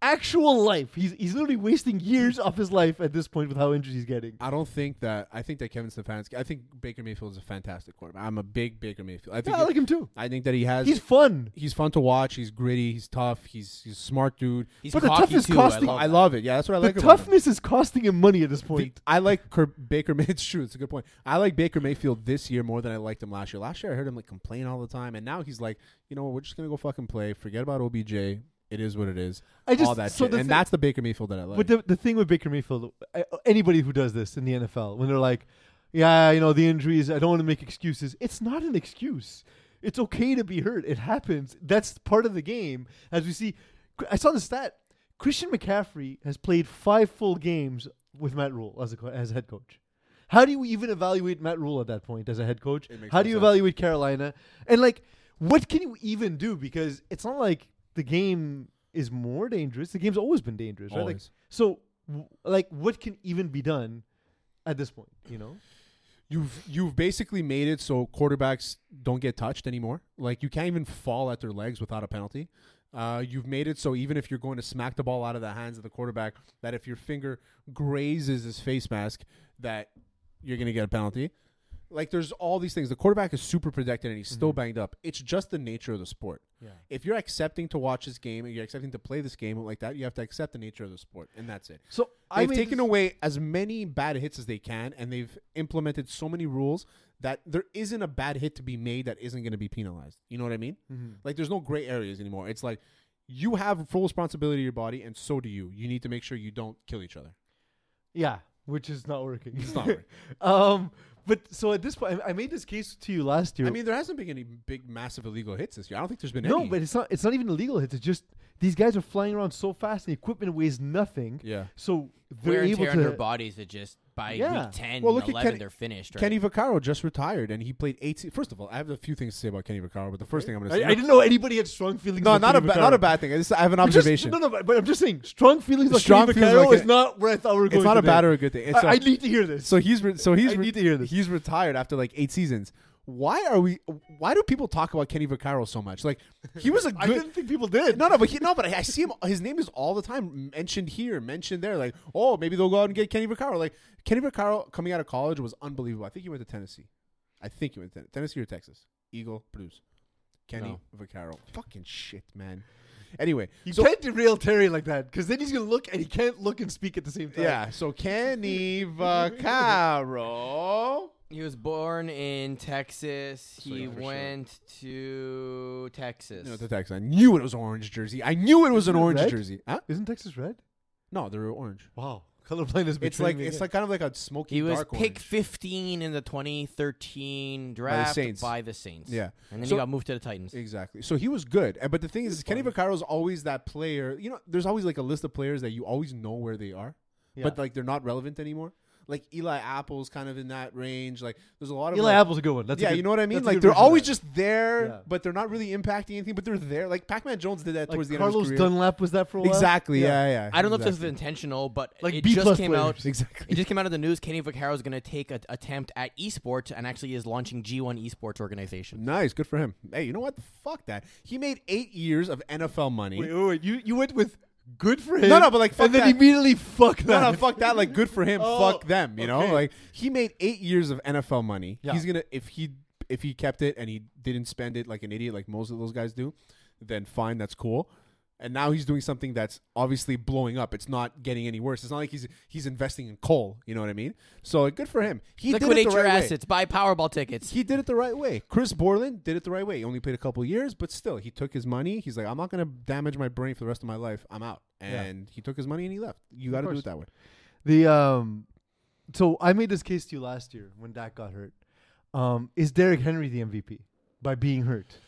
[SPEAKER 1] actual life. He's he's literally wasting years off his life at this point with how injured he's getting.
[SPEAKER 2] I don't think that. I think that Kevin Stefanski. I think Baker Mayfield is a fantastic quarterback. I'm a big Baker Mayfield. I think.
[SPEAKER 1] Yeah, I like him too.
[SPEAKER 2] I think that he has.
[SPEAKER 1] He's
[SPEAKER 2] He's,
[SPEAKER 1] fun.
[SPEAKER 2] fun to watch. He's gritty. He's tough. He's he's a smart dude.
[SPEAKER 3] He's
[SPEAKER 1] But the
[SPEAKER 3] cocky
[SPEAKER 1] toughest
[SPEAKER 3] too.
[SPEAKER 1] costing-
[SPEAKER 3] I love
[SPEAKER 2] I
[SPEAKER 3] that.
[SPEAKER 2] love it. Yeah, that's what I
[SPEAKER 1] The
[SPEAKER 2] like. about him.
[SPEAKER 1] toughness is costing him money at this
[SPEAKER 2] The-
[SPEAKER 1] point.
[SPEAKER 2] I like Kirk Baker. May- It's true. It's a good point. I like Baker Mayfield this year more than I liked him last year. Last year I heard him like complain all the time, and now he's like, you know what? We're just gonna go fucking play. Forget about OBJ. It is what it is.
[SPEAKER 1] I just-
[SPEAKER 2] all that
[SPEAKER 1] so
[SPEAKER 2] shit,
[SPEAKER 1] the
[SPEAKER 2] and
[SPEAKER 1] thing-
[SPEAKER 2] that's the Baker Mayfield that I like.
[SPEAKER 1] But the, the thing with Baker Mayfield, I- anybody who does this in the NFL, when they're like, yeah, you know, the injuries, I don't want to make excuses. It's not an excuse. It's okay to be hurt. It happens. That's part of the game. As we see, I saw the stat Christian McCaffrey has played five full games with Matt Rule as a, co- as a head coach. How do you even evaluate Matt Rule at that point as a head coach?
[SPEAKER 2] makes
[SPEAKER 1] How
[SPEAKER 2] no
[SPEAKER 1] do you
[SPEAKER 2] sense.
[SPEAKER 1] evaluate Carolina? And like, what can you even do? Because it's not like the game is more dangerous. The game's always been dangerous, right? Like,
[SPEAKER 2] Always.
[SPEAKER 1] so, w- like, what can even be done at this point? You know,
[SPEAKER 2] You've you've basically made it so quarterbacks don't get touched anymore. Like you can't even fall at their legs without a penalty. Uh, you've made it so even if you're going to smack the ball out of the hands of the quarterback, that if your finger grazes his face mask, that you're gonna get a penalty. Like there's all these things. The quarterback is super protected and he's still banged up. It's just the nature of the sport.
[SPEAKER 1] Yeah.
[SPEAKER 2] If you're accepting to watch this game and you're accepting to play this game like that, you have to accept the nature of the sport, and that's it.
[SPEAKER 1] so
[SPEAKER 2] They've
[SPEAKER 1] made
[SPEAKER 2] taken
[SPEAKER 1] this-
[SPEAKER 2] away as many bad hits as they can, and they've implemented so many rules that there isn't a bad hit to be made that isn't going to be penalized. You know what I mean? Like, there's no gray areas anymore. It's like you have full responsibility of your body, and so do you. You need to make sure you don't kill each other.
[SPEAKER 1] Yeah, which is not working. It's
[SPEAKER 2] not working.
[SPEAKER 1] um, but so at this point, I, I made this case to you last year.
[SPEAKER 2] I mean, there hasn't been any big, massive illegal hits this year. I don't think there's been
[SPEAKER 1] no,
[SPEAKER 2] any.
[SPEAKER 1] but it's not. It's not even illegal hits. It's just these guys are flying around so fast, and the equipment weighs nothing.
[SPEAKER 2] Yeah.
[SPEAKER 1] So they're
[SPEAKER 3] wear and
[SPEAKER 1] able
[SPEAKER 3] tear
[SPEAKER 1] to.
[SPEAKER 3] on their bodies that just by
[SPEAKER 1] Yeah.
[SPEAKER 3] week 10
[SPEAKER 2] Well,
[SPEAKER 3] and
[SPEAKER 2] look at
[SPEAKER 3] 11
[SPEAKER 2] Kenny-
[SPEAKER 3] they're finished right?
[SPEAKER 2] Kenny Vaccaro just retired, and he played 18. First of all, I have a few things to say about Kenny Vaccaro, but the first thing I'm going to
[SPEAKER 1] I,
[SPEAKER 2] say.
[SPEAKER 1] I didn't know anybody had strong feelings.
[SPEAKER 2] no,
[SPEAKER 1] about
[SPEAKER 2] not a,
[SPEAKER 1] Kenny
[SPEAKER 2] ba-
[SPEAKER 1] Vaccaro.
[SPEAKER 2] not a bad thing. This, I have an
[SPEAKER 1] I'm just-
[SPEAKER 2] observation.
[SPEAKER 1] no, no, but, but I'm just saying, strong feelings about
[SPEAKER 2] Strong
[SPEAKER 1] Kenny
[SPEAKER 2] feelings
[SPEAKER 1] Vaccaro
[SPEAKER 2] about
[SPEAKER 1] is
[SPEAKER 2] Ken-
[SPEAKER 1] not where I thought we were going.
[SPEAKER 2] not a
[SPEAKER 1] today.
[SPEAKER 2] bad or a good thing. It's
[SPEAKER 1] I,
[SPEAKER 2] a-
[SPEAKER 1] I need to hear this.
[SPEAKER 2] So he's re- so he's
[SPEAKER 1] I
[SPEAKER 2] re-
[SPEAKER 1] need to hear this.
[SPEAKER 2] He's retired after like eight seasons. Why are we? Why do people talk about Kenny Vaccaro so much? Like he was a
[SPEAKER 1] I
[SPEAKER 2] good.
[SPEAKER 1] didn't think people did.
[SPEAKER 2] no, no, but he, no, but I, I see him. His name is all the time mentioned here, mentioned there. Like, oh, maybe they'll go out and get Kenny Vaccaro. Like Kenny Vaccaro coming out of college was unbelievable. I think he went to Tennessee. I think he went to Ten- Tennessee or Texas. Eagle produce. Kenny Vaccaro. Fucking shit, man. Anyway,
[SPEAKER 1] You
[SPEAKER 2] so-
[SPEAKER 1] can't derail Terry like that because then he's gonna look and he can't look and speak at the same time.
[SPEAKER 2] yeah. So Kenny Vaccaro.
[SPEAKER 3] He was born in Texas.
[SPEAKER 2] So
[SPEAKER 3] he
[SPEAKER 2] yeah, for sure.
[SPEAKER 3] went to Texas.
[SPEAKER 2] No, the Texans. I knew it was orange jersey. I knew it was an
[SPEAKER 1] Isn't it
[SPEAKER 2] orange
[SPEAKER 1] red?
[SPEAKER 2] jersey. Huh?
[SPEAKER 1] Isn't Texas red?
[SPEAKER 2] No, they were orange.
[SPEAKER 1] Wow, colorblind is
[SPEAKER 2] It's like it's like kind of like a smoky
[SPEAKER 3] he was
[SPEAKER 2] dark
[SPEAKER 3] pick
[SPEAKER 2] orange.
[SPEAKER 3] 15 in the 2013 draft
[SPEAKER 2] Saints.
[SPEAKER 3] by the Saints.
[SPEAKER 2] Yeah.
[SPEAKER 3] And then
[SPEAKER 2] So-
[SPEAKER 3] he got moved to the Titans.
[SPEAKER 2] Exactly. So he was good. Uh, But the thing is, Kenny Vaccaro's always that player. You know, there's always like a list of players that you always know where they are, but like they're not relevant anymore. Like Eli Apple's kind of in that range. Like there's a lot of
[SPEAKER 1] Eli
[SPEAKER 2] like-
[SPEAKER 1] Apple's a good one. That's a
[SPEAKER 2] yeah,
[SPEAKER 1] good-
[SPEAKER 2] you know what I mean.
[SPEAKER 1] that's a
[SPEAKER 2] Like
[SPEAKER 1] good
[SPEAKER 2] they're
[SPEAKER 1] version of
[SPEAKER 2] always
[SPEAKER 1] that.
[SPEAKER 2] just there,
[SPEAKER 1] Yeah.
[SPEAKER 2] but they're not really impacting anything. But they're there. Like Pac-Man Jones did that
[SPEAKER 1] like
[SPEAKER 2] towards the end of
[SPEAKER 1] Carlos
[SPEAKER 2] his career.
[SPEAKER 1] Dunlap was that for a while.
[SPEAKER 2] Exactly. Yeah, yeah.
[SPEAKER 3] I don't know if this is
[SPEAKER 2] exactly.
[SPEAKER 3] intentional, but
[SPEAKER 1] Like
[SPEAKER 3] it
[SPEAKER 1] B plus
[SPEAKER 3] just came out.
[SPEAKER 1] players.
[SPEAKER 2] Exactly.
[SPEAKER 3] It just came out of the news. Kenny Vaccaro is going to take an attempt at esports and actually is launching G1 esports organization.
[SPEAKER 2] Nice, good for him. Hey, you know what? Fuck that. He made eight years of NFL money.
[SPEAKER 1] Wait, wait, wait, you you went with good for him.
[SPEAKER 2] No, no, but, like, fuck
[SPEAKER 1] and then
[SPEAKER 2] that.
[SPEAKER 1] immediately fuck that.
[SPEAKER 2] no, no, fuck that. Like, good for him.
[SPEAKER 1] Oh,
[SPEAKER 2] fuck them. You know,
[SPEAKER 1] okay.
[SPEAKER 2] like he made eight years of NFL money.
[SPEAKER 1] Yeah.
[SPEAKER 2] He's gonna if he if he kept it and he didn't spend it like an idiot, like most of those guys do, then fine, that's cool. And now he's doing something that's obviously blowing up. It's not getting any worse. It's not like he's he's investing in coal. You know what I mean? So like, good for him. He
[SPEAKER 3] Liquidate
[SPEAKER 2] did it the
[SPEAKER 3] your
[SPEAKER 2] right way.
[SPEAKER 3] assets. Buy Powerball tickets.
[SPEAKER 2] He did it the right way. Chris Borland did it the right way. He only played a couple years, but still, he took his money. He's like, I'm not going to damage my brain for the rest of my life. I'm out.
[SPEAKER 1] Yeah.
[SPEAKER 2] And he took his money and he left. You got to do
[SPEAKER 1] course.
[SPEAKER 2] it that way.
[SPEAKER 1] The um, so I made this case to you last year when Dak got hurt. Um, is Derrick Henry the MVP by being hurt?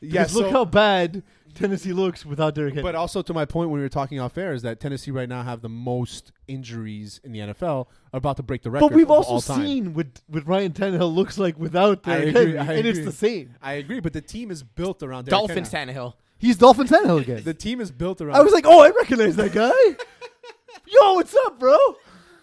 [SPEAKER 2] Yes.
[SPEAKER 1] Because look how bad Tennessee looks without Derrick Henry.
[SPEAKER 2] but also to my point when we were talking off air is that Tennessee right now have the most injuries in the NFL, are about to break the record.
[SPEAKER 1] But we've
[SPEAKER 2] of all
[SPEAKER 1] also
[SPEAKER 2] time.
[SPEAKER 1] seen what what Ryan Tannehill looks like without
[SPEAKER 2] I
[SPEAKER 1] Derrick
[SPEAKER 2] agree,
[SPEAKER 1] Henry,
[SPEAKER 2] I
[SPEAKER 1] and it's
[SPEAKER 2] agree.
[SPEAKER 1] the same.
[SPEAKER 2] I agree, but the team is built around Derrick
[SPEAKER 3] Dolphins
[SPEAKER 2] Henry.
[SPEAKER 3] Tannehill.
[SPEAKER 1] He's Dolphin Tannehill again.
[SPEAKER 2] The team is built around.
[SPEAKER 1] I was like, oh, I recognize that guy. Yo, what's up, bro?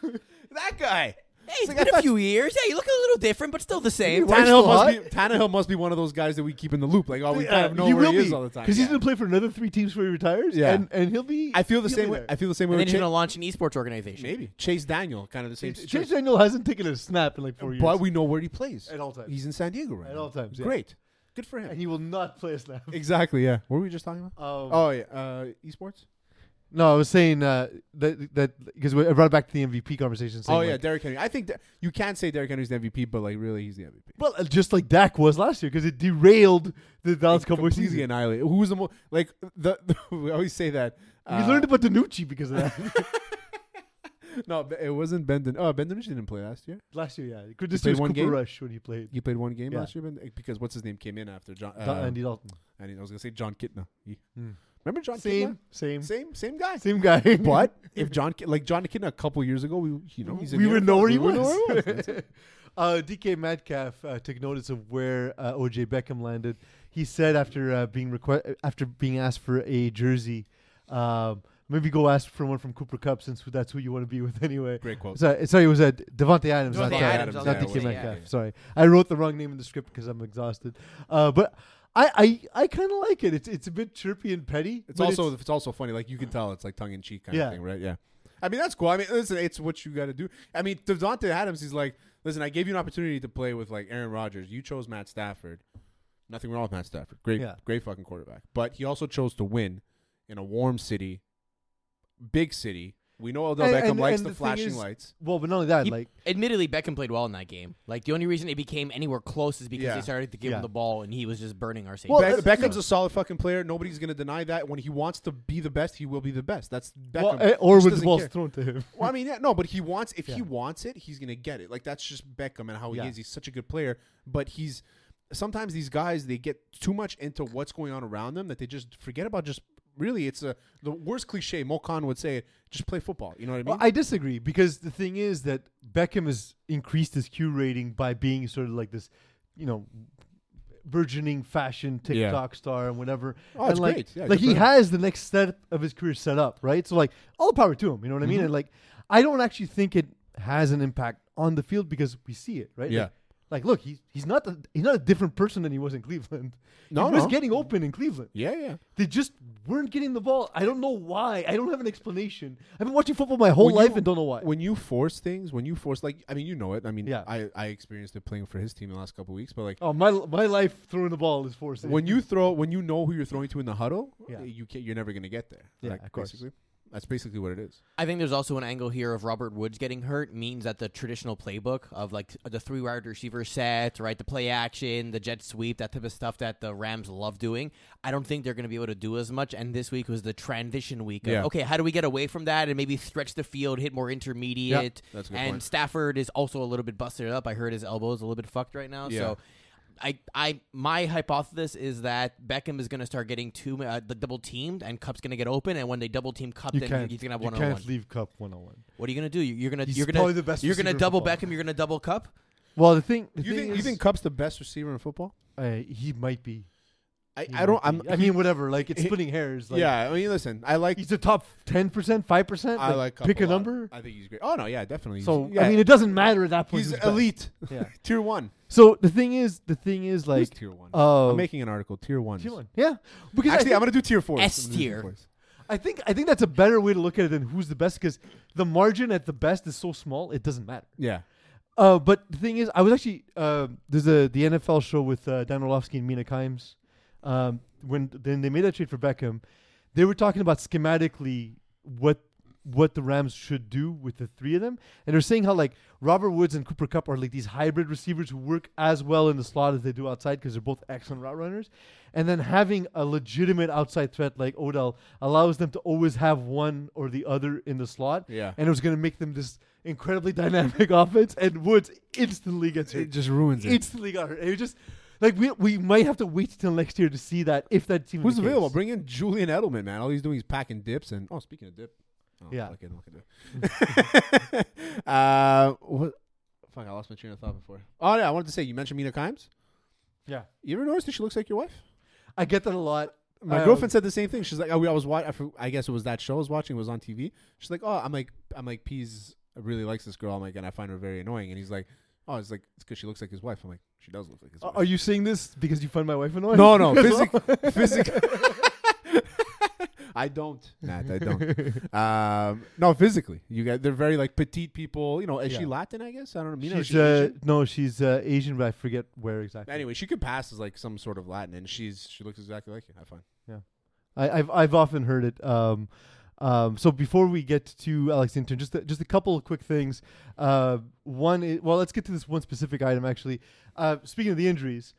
[SPEAKER 3] That guy. Hey, it's
[SPEAKER 2] like, I
[SPEAKER 3] been
[SPEAKER 2] thought-
[SPEAKER 3] a few years. Yeah, you look a little different, but still the same.
[SPEAKER 1] Why-
[SPEAKER 2] Tannehill
[SPEAKER 1] Still
[SPEAKER 2] must, be, Tannehill must be one of those guys that we keep in the loop. Like, oh, we kind of know
[SPEAKER 1] Uh, he
[SPEAKER 2] where
[SPEAKER 1] will
[SPEAKER 2] he is
[SPEAKER 1] be
[SPEAKER 2] all the time.
[SPEAKER 1] because he's
[SPEAKER 2] Yeah.
[SPEAKER 1] gonna play for another three teams before he retires.
[SPEAKER 2] Yeah.
[SPEAKER 1] and, and he'll be.
[SPEAKER 2] I feel the
[SPEAKER 1] he'll
[SPEAKER 2] same
[SPEAKER 1] be
[SPEAKER 2] way.
[SPEAKER 1] there.
[SPEAKER 2] I feel the same way.
[SPEAKER 3] And then
[SPEAKER 2] with
[SPEAKER 3] he's going to
[SPEAKER 2] Chase-
[SPEAKER 3] launch an esports organization.
[SPEAKER 2] Maybe Chase Daniel, kind of the same.
[SPEAKER 1] Chase
[SPEAKER 2] situation.
[SPEAKER 1] Daniel hasn't taken a snap in like four years,
[SPEAKER 2] but we know where he plays
[SPEAKER 1] At all times.
[SPEAKER 2] He's in San Diego right
[SPEAKER 1] At
[SPEAKER 2] now.
[SPEAKER 1] all times, yeah.
[SPEAKER 2] Great, good for him.
[SPEAKER 1] and he will not play a snap.
[SPEAKER 2] exactly. Yeah. What were we just talking about?
[SPEAKER 1] Um,
[SPEAKER 2] Oh yeah, uh, esports.
[SPEAKER 1] No, I was saying uh, that that because I brought it back to the MVP conversation. saying,
[SPEAKER 2] Oh yeah,
[SPEAKER 1] like,
[SPEAKER 2] Derrick Henry. I think that you can say Derrick Henry's the MVP, but like really, he's the MVP.
[SPEAKER 1] well, uh, just like Dak was last year because it derailed the Dallas Cowboys
[SPEAKER 2] completely
[SPEAKER 1] season.
[SPEAKER 2] annihilated. Who was the most like the, We always say that.
[SPEAKER 1] we
[SPEAKER 2] uh,
[SPEAKER 1] learned about Danucci because of that
[SPEAKER 2] No, it wasn't Ben. Den- oh, Ben DiNucci didn't play last year.
[SPEAKER 1] last year. Yeah, could
[SPEAKER 2] played one
[SPEAKER 1] Cooper
[SPEAKER 2] game?
[SPEAKER 1] Rush when he played
[SPEAKER 2] He played one game
[SPEAKER 1] Yeah.
[SPEAKER 2] last year Ben, eh, because what's his name came in after John.
[SPEAKER 1] Da-
[SPEAKER 2] Uh,
[SPEAKER 1] Andy Dalton.
[SPEAKER 2] and I was gonna say John Kitna. He-
[SPEAKER 1] Mm.
[SPEAKER 2] Remember John
[SPEAKER 1] Same,
[SPEAKER 2] Kitna?
[SPEAKER 1] same,
[SPEAKER 2] Same, same guy.
[SPEAKER 1] same guy.
[SPEAKER 2] But if John, Ki- like John Kitna, a couple years ago, we you know he's in
[SPEAKER 1] we
[SPEAKER 2] the
[SPEAKER 1] would
[SPEAKER 2] NFL.
[SPEAKER 1] know where he
[SPEAKER 2] We would know
[SPEAKER 1] was.
[SPEAKER 2] where he was.
[SPEAKER 1] uh, DK Metcalf uh, took notice of where uh, OJ Beckham landed. He said after uh, being requ- after being asked for a jersey, um, maybe go ask for one from Cooper Cup since that's who you want to be with anyway.
[SPEAKER 2] Great quote.
[SPEAKER 1] Sorry, sorry, it was uh, Devontae Adams,
[SPEAKER 3] Devontae
[SPEAKER 1] not, sorry,
[SPEAKER 3] Adams, I was
[SPEAKER 1] not
[SPEAKER 3] gonna
[SPEAKER 1] DK
[SPEAKER 3] say,
[SPEAKER 1] Metcalf.
[SPEAKER 2] yeah.
[SPEAKER 1] Sorry, I wrote the wrong name in the script because I'm exhausted. Uh, but I, I, I kind of like it. It's it's a bit chirpy and petty.
[SPEAKER 2] It's
[SPEAKER 1] but
[SPEAKER 2] also it's, also funny. Like you can tell it's like tongue in cheek kind
[SPEAKER 1] Yeah.
[SPEAKER 2] of thing, right? Yeah. I mean that's cool. I mean listen, it's what you got to do. I mean Devontae Adams, he's like, listen, I gave you an opportunity to play with like Aaron Rodgers. You chose Matt Stafford. Nothing wrong with Matt Stafford. Great,
[SPEAKER 1] Yeah.
[SPEAKER 2] great fucking quarterback. But he also chose to win in a warm city, big city. We know Odell
[SPEAKER 1] And-
[SPEAKER 2] Beckham
[SPEAKER 1] and-
[SPEAKER 2] likes
[SPEAKER 1] and
[SPEAKER 2] the,
[SPEAKER 1] the thing
[SPEAKER 2] flashing
[SPEAKER 1] is-
[SPEAKER 2] lights.
[SPEAKER 1] well, but not only that,
[SPEAKER 3] He-
[SPEAKER 1] like
[SPEAKER 3] Admittedly, Beckham played well in that game. Like the only reason it became anywhere close is because
[SPEAKER 2] Yeah.
[SPEAKER 3] they started to give
[SPEAKER 1] Yeah.
[SPEAKER 3] him the ball and he was just burning our safety.
[SPEAKER 1] Well,
[SPEAKER 2] Beck-
[SPEAKER 1] that's the
[SPEAKER 2] Beckham's
[SPEAKER 1] thing.
[SPEAKER 2] a solid fucking player. Nobody's gonna deny that. When he wants to be the best, he will be the best. That's Beckham.
[SPEAKER 1] well, eh, or
[SPEAKER 2] He
[SPEAKER 1] with
[SPEAKER 2] just
[SPEAKER 1] the
[SPEAKER 2] doesn't
[SPEAKER 1] balls
[SPEAKER 2] care.
[SPEAKER 1] thrown to him.
[SPEAKER 2] Well, I mean, yeah, no, but he wants if
[SPEAKER 1] Yeah.
[SPEAKER 2] he wants it, he's gonna get it. Like that's just Beckham and how he
[SPEAKER 1] Yeah.
[SPEAKER 2] is. He's such a good player, but he's sometimes these guys they get too much into what's going on around them that they just forget about. Just really, it's a the worst cliche. Mo Khan would say, it, "Just play football." You know what I mean?
[SPEAKER 1] Well, I disagree because the thing is that Beckham has increased his Q rating by being sort of like this, you know, burgeoning fashion
[SPEAKER 2] Yeah.
[SPEAKER 1] TikTok star and whatever.
[SPEAKER 2] Oh,
[SPEAKER 1] and
[SPEAKER 2] it's
[SPEAKER 1] like,
[SPEAKER 2] great. Yeah,
[SPEAKER 1] like
[SPEAKER 2] good
[SPEAKER 1] he
[SPEAKER 2] for him.
[SPEAKER 1] has the next step of his career set up, right? So like all power to him. You know what I mean?
[SPEAKER 2] Mm-hmm.
[SPEAKER 1] And like I don't actually think it has an impact on the field because we see it, right?
[SPEAKER 2] Yeah.
[SPEAKER 1] Like, like, look, he's he's not the, he's not a different person than he was in Cleveland.
[SPEAKER 2] No,
[SPEAKER 1] he was
[SPEAKER 2] no.
[SPEAKER 1] getting open in Cleveland.
[SPEAKER 2] yeah, yeah.
[SPEAKER 1] They just weren't getting the ball. I don't know why. I don't have an explanation. I've been watching football my whole
[SPEAKER 2] When
[SPEAKER 1] life
[SPEAKER 2] you-
[SPEAKER 1] and don't know why.
[SPEAKER 2] When you force things, when you force, like, I mean, you know it. I mean,
[SPEAKER 1] Yeah.
[SPEAKER 2] I I experienced it playing for his team the last couple weeks, but like.
[SPEAKER 1] Oh my! My life throwing the ball is forced.
[SPEAKER 2] When you throw, when you know who you're throwing to in the huddle, eh,
[SPEAKER 1] Yeah.
[SPEAKER 2] you can, you're never going to get there.
[SPEAKER 1] Yeah,
[SPEAKER 2] Like,
[SPEAKER 1] of course.
[SPEAKER 2] basically. that's basically what it is.
[SPEAKER 3] I think there's also an angle here of Robert Woods getting hurt means that the traditional playbook of like the three wide receiver set, right, the play action, the jet sweep, that type of stuff that the Rams love doing, I don't think they're going to be able to do as much. And this week was the transition week. Of,
[SPEAKER 2] Yeah.
[SPEAKER 3] Okay, how do we get away from that and maybe stretch the field, hit more intermediate?
[SPEAKER 2] that's a good
[SPEAKER 3] and
[SPEAKER 2] point.
[SPEAKER 3] Stafford is also a little bit busted up. I heard his elbow is a little bit fucked right now.
[SPEAKER 2] Yeah.
[SPEAKER 3] So. I, I my hypothesis is that Beckham is going to start getting too uh, the double teamed and Cup's going to get open and when they double team Cup then he's going to have one on one.
[SPEAKER 1] leave Cup one on one.
[SPEAKER 3] What are you gonna do? You- You're gonna
[SPEAKER 1] He's
[SPEAKER 3] you're gonna
[SPEAKER 1] probably the best
[SPEAKER 3] you're gonna
[SPEAKER 1] receiver in
[SPEAKER 3] double
[SPEAKER 1] football.
[SPEAKER 3] Beckham. You're gonna double Cup.
[SPEAKER 1] Well, the thing, the
[SPEAKER 2] You
[SPEAKER 1] thing
[SPEAKER 2] think,
[SPEAKER 1] is,
[SPEAKER 2] you think Cup's the best receiver in football?
[SPEAKER 1] uh, he might be.
[SPEAKER 2] I,
[SPEAKER 1] He
[SPEAKER 2] I don't.
[SPEAKER 1] might
[SPEAKER 2] I'm,
[SPEAKER 1] be. I mean, whatever. Like it's
[SPEAKER 2] he-
[SPEAKER 1] splitting hairs. Like,
[SPEAKER 2] yeah, I mean, listen, I like.
[SPEAKER 1] he's the top ten percent, five percent.
[SPEAKER 2] I like Kupp
[SPEAKER 1] pick a
[SPEAKER 2] lot.
[SPEAKER 1] number.
[SPEAKER 2] I think he's great. Oh no, yeah, definitely. He's-
[SPEAKER 1] so
[SPEAKER 2] yeah,
[SPEAKER 1] I mean, it doesn't matter at that point.
[SPEAKER 2] he's
[SPEAKER 1] who's best.
[SPEAKER 2] elite,
[SPEAKER 1] Yeah.
[SPEAKER 2] tier one.
[SPEAKER 1] So the thing is, the thing is,
[SPEAKER 2] Who's
[SPEAKER 1] like,
[SPEAKER 2] tier one.
[SPEAKER 1] uh,
[SPEAKER 2] I'm making an article. Tier one.
[SPEAKER 1] tier one. Yeah, because
[SPEAKER 2] Actually,
[SPEAKER 1] I
[SPEAKER 2] I'm
[SPEAKER 1] think,
[SPEAKER 2] gonna do tier four.
[SPEAKER 3] S tier.
[SPEAKER 1] I think I think that's a better way to look at it than who's the best because the margin at the best is so small it doesn't matter.
[SPEAKER 2] Yeah.
[SPEAKER 1] Uh, but the thing is, I was actually uh, there's a the NFL show with uh, Dan Orlovsky and Mina Kimes. Um, when then they made that trade for Beckham, they were talking about schematically what what the Rams should do with the three of them, and they're saying how like Robert Woods and Cooper Cup are like these hybrid receivers who work as well in the slot as they do outside because they're both excellent route runners, and then having a legitimate outside threat like Odell allows them to always have one or the other in the slot,
[SPEAKER 2] Yeah.
[SPEAKER 1] and it was going to make them this incredibly dynamic offense. And Woods instantly gets hurt.
[SPEAKER 2] just ruins
[SPEAKER 1] Instantly got hurt. It was just like we we might have to wait till next year to see that if that team.
[SPEAKER 2] Who's
[SPEAKER 1] the
[SPEAKER 2] available?
[SPEAKER 1] Case.
[SPEAKER 2] Bring in Julian Edelman, man. All he's doing is packing dips and oh, speaking of dip, oh,
[SPEAKER 1] Yeah.
[SPEAKER 2] fucking look at that. uh, what? Fuck, I lost my train of thought before. Oh yeah, I wanted to say you mentioned Mina Kimes.
[SPEAKER 1] Yeah,
[SPEAKER 2] You ever noticed that she looks like your wife?
[SPEAKER 1] I get that a lot.
[SPEAKER 2] My
[SPEAKER 1] Um,
[SPEAKER 2] girlfriend said the same thing. She's like, I, I was watching. I, for- I guess it was that show I was watching. It was on TV. She's like, oh, I'm like, I'm like, Pease really likes this girl. I'm like, and I find her very annoying. And he's like, oh, it's like it's because she looks like his wife. I'm like, she does look like his
[SPEAKER 1] Are
[SPEAKER 2] wife.
[SPEAKER 1] are you saying this because you find my wife annoying?
[SPEAKER 2] No, no, physic, physic- I don't, Matt. I don't. Um, no, physically, you guys. They're very like petite people. You know, is she
[SPEAKER 1] Yeah.
[SPEAKER 2] Latin? I guess I don't know. Mina, or
[SPEAKER 1] she's
[SPEAKER 2] she's
[SPEAKER 1] uh,
[SPEAKER 2] Asian?
[SPEAKER 1] no, she's uh, Asian, but I forget where exactly.
[SPEAKER 2] Anyway, she could pass as like some sort of Latin, and she's she looks exactly like you. I find.
[SPEAKER 1] I, I've I've often heard it. Um, um, so before we get to Alex Intern, just a, just a couple of quick things. Uh, one, is, well, let's get to this one specific item actually. Uh, speaking of the injuries,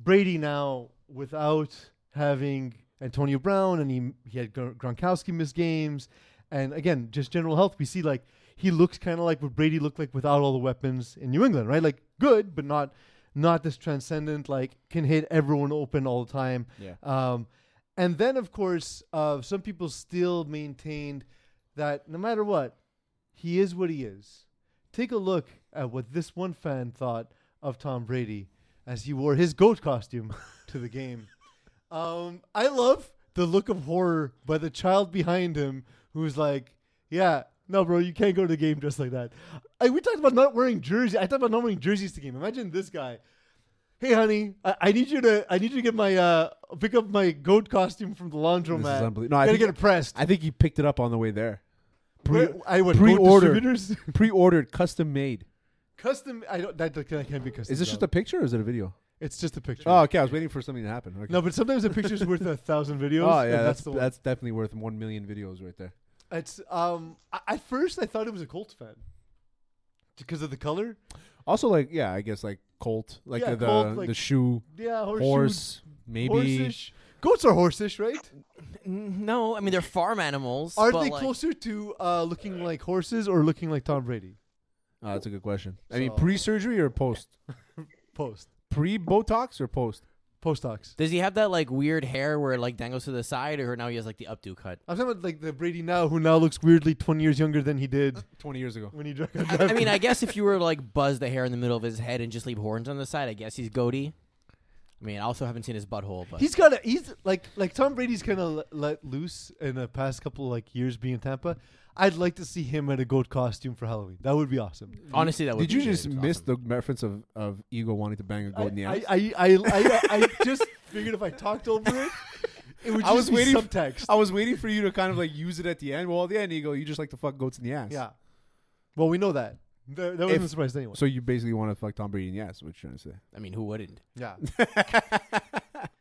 [SPEAKER 1] Brady now without having Antonio Brown, and he he had Gr- Gronkowski miss games, and again just general health. We see like he looks kind of like what Brady looked like without all the weapons in New England, right? Like good, but not not this transcendent. Like can hit everyone open all the time.
[SPEAKER 2] Yeah.
[SPEAKER 1] Um, and then, of course, uh, some people still maintained that no matter what, he is what he is. Take a look at what this one fan thought of Tom Brady as he wore his goat costume to the game. Um, I love the look of horror by the child behind him who's like, Yeah, no, bro, you can't go to the game dressed like that. I, we talked about not wearing jerseys. I talked about not wearing jerseys to the game. Imagine this guy hey honey I, I need you to i need you to get my uh pick up my goat costume from the laundromat
[SPEAKER 2] This is unbelievable. No, I
[SPEAKER 1] gotta
[SPEAKER 2] think-
[SPEAKER 1] get it pressed
[SPEAKER 2] I think he picked it up on the way there.
[SPEAKER 1] Where- i would
[SPEAKER 2] pre-order.
[SPEAKER 1] distributors
[SPEAKER 2] Pre-ordered, custom made.
[SPEAKER 1] custom i don't that, that can't be custom
[SPEAKER 2] Is this just a picture or is it a video?
[SPEAKER 1] it's just a picture
[SPEAKER 2] Oh, okay. I was waiting for something to happen. Okay.
[SPEAKER 1] no but sometimes a picture's worth a thousand videos
[SPEAKER 2] oh,
[SPEAKER 1] and
[SPEAKER 2] yeah. That's
[SPEAKER 1] that's, the
[SPEAKER 2] that's definitely worth one million videos right there.
[SPEAKER 1] one it's um I, at first i thought it was a colts fan because of the color
[SPEAKER 2] Also, like, yeah, I guess like Colt, like
[SPEAKER 1] Yeah,
[SPEAKER 2] the the,
[SPEAKER 1] Colt, like,
[SPEAKER 2] the shoe,
[SPEAKER 1] yeah horseshoe,
[SPEAKER 2] horse, maybe.
[SPEAKER 1] horseish goats are horseish right
[SPEAKER 3] No, I mean they're farm animals.
[SPEAKER 1] are
[SPEAKER 3] but,
[SPEAKER 1] they
[SPEAKER 3] like,
[SPEAKER 1] closer to uh looking like horses or looking like tom brady
[SPEAKER 2] Oh, that's a good question. I mean,
[SPEAKER 1] So-
[SPEAKER 2] pre-surgery or post?
[SPEAKER 1] post
[SPEAKER 2] Pre Botox or post?
[SPEAKER 1] post-docs
[SPEAKER 3] Does he have that like weird hair where it like dangles to the side, or now he has like the updo cut?
[SPEAKER 1] I'm talking about like the Brady now, who now looks weirdly 20 years younger than he did
[SPEAKER 2] Twenty years ago.
[SPEAKER 1] when he dra- got
[SPEAKER 3] I, I
[SPEAKER 1] drafted.
[SPEAKER 3] mean, I guess if you were to, like buzz the hair in the middle of his head and just leave horns on the side, I guess he's goatee. I mean, I also haven't seen his butthole, but
[SPEAKER 1] he's got a he's like like Tom Brady's kind of let loose in the past couple like years being in Tampa. I'd like to see him in a goat costume for Halloween. That would be awesome.
[SPEAKER 3] honestly, that would
[SPEAKER 2] Did you
[SPEAKER 3] be
[SPEAKER 2] just
[SPEAKER 3] good.
[SPEAKER 2] miss
[SPEAKER 3] Awesome.
[SPEAKER 2] the reference of, of Ego wanting to bang a goat in the
[SPEAKER 1] I
[SPEAKER 2] ass?
[SPEAKER 1] I, I, I, I just figured if I talked over it, it would just
[SPEAKER 2] I was
[SPEAKER 1] be
[SPEAKER 2] waiting for-
[SPEAKER 1] subtext.
[SPEAKER 2] I was waiting for you to kind of like use it at the end. Well, at the end, Ego, you just like to fuck goats in the ass.
[SPEAKER 1] yeah. Well, we know that. That, that
[SPEAKER 2] If-
[SPEAKER 1] wasn't a surprise to anyone.
[SPEAKER 2] So you basically want to fuck Tom Brady in the ass? What you trying to
[SPEAKER 3] I mean, who wouldn't?
[SPEAKER 1] Yeah,
[SPEAKER 2] say?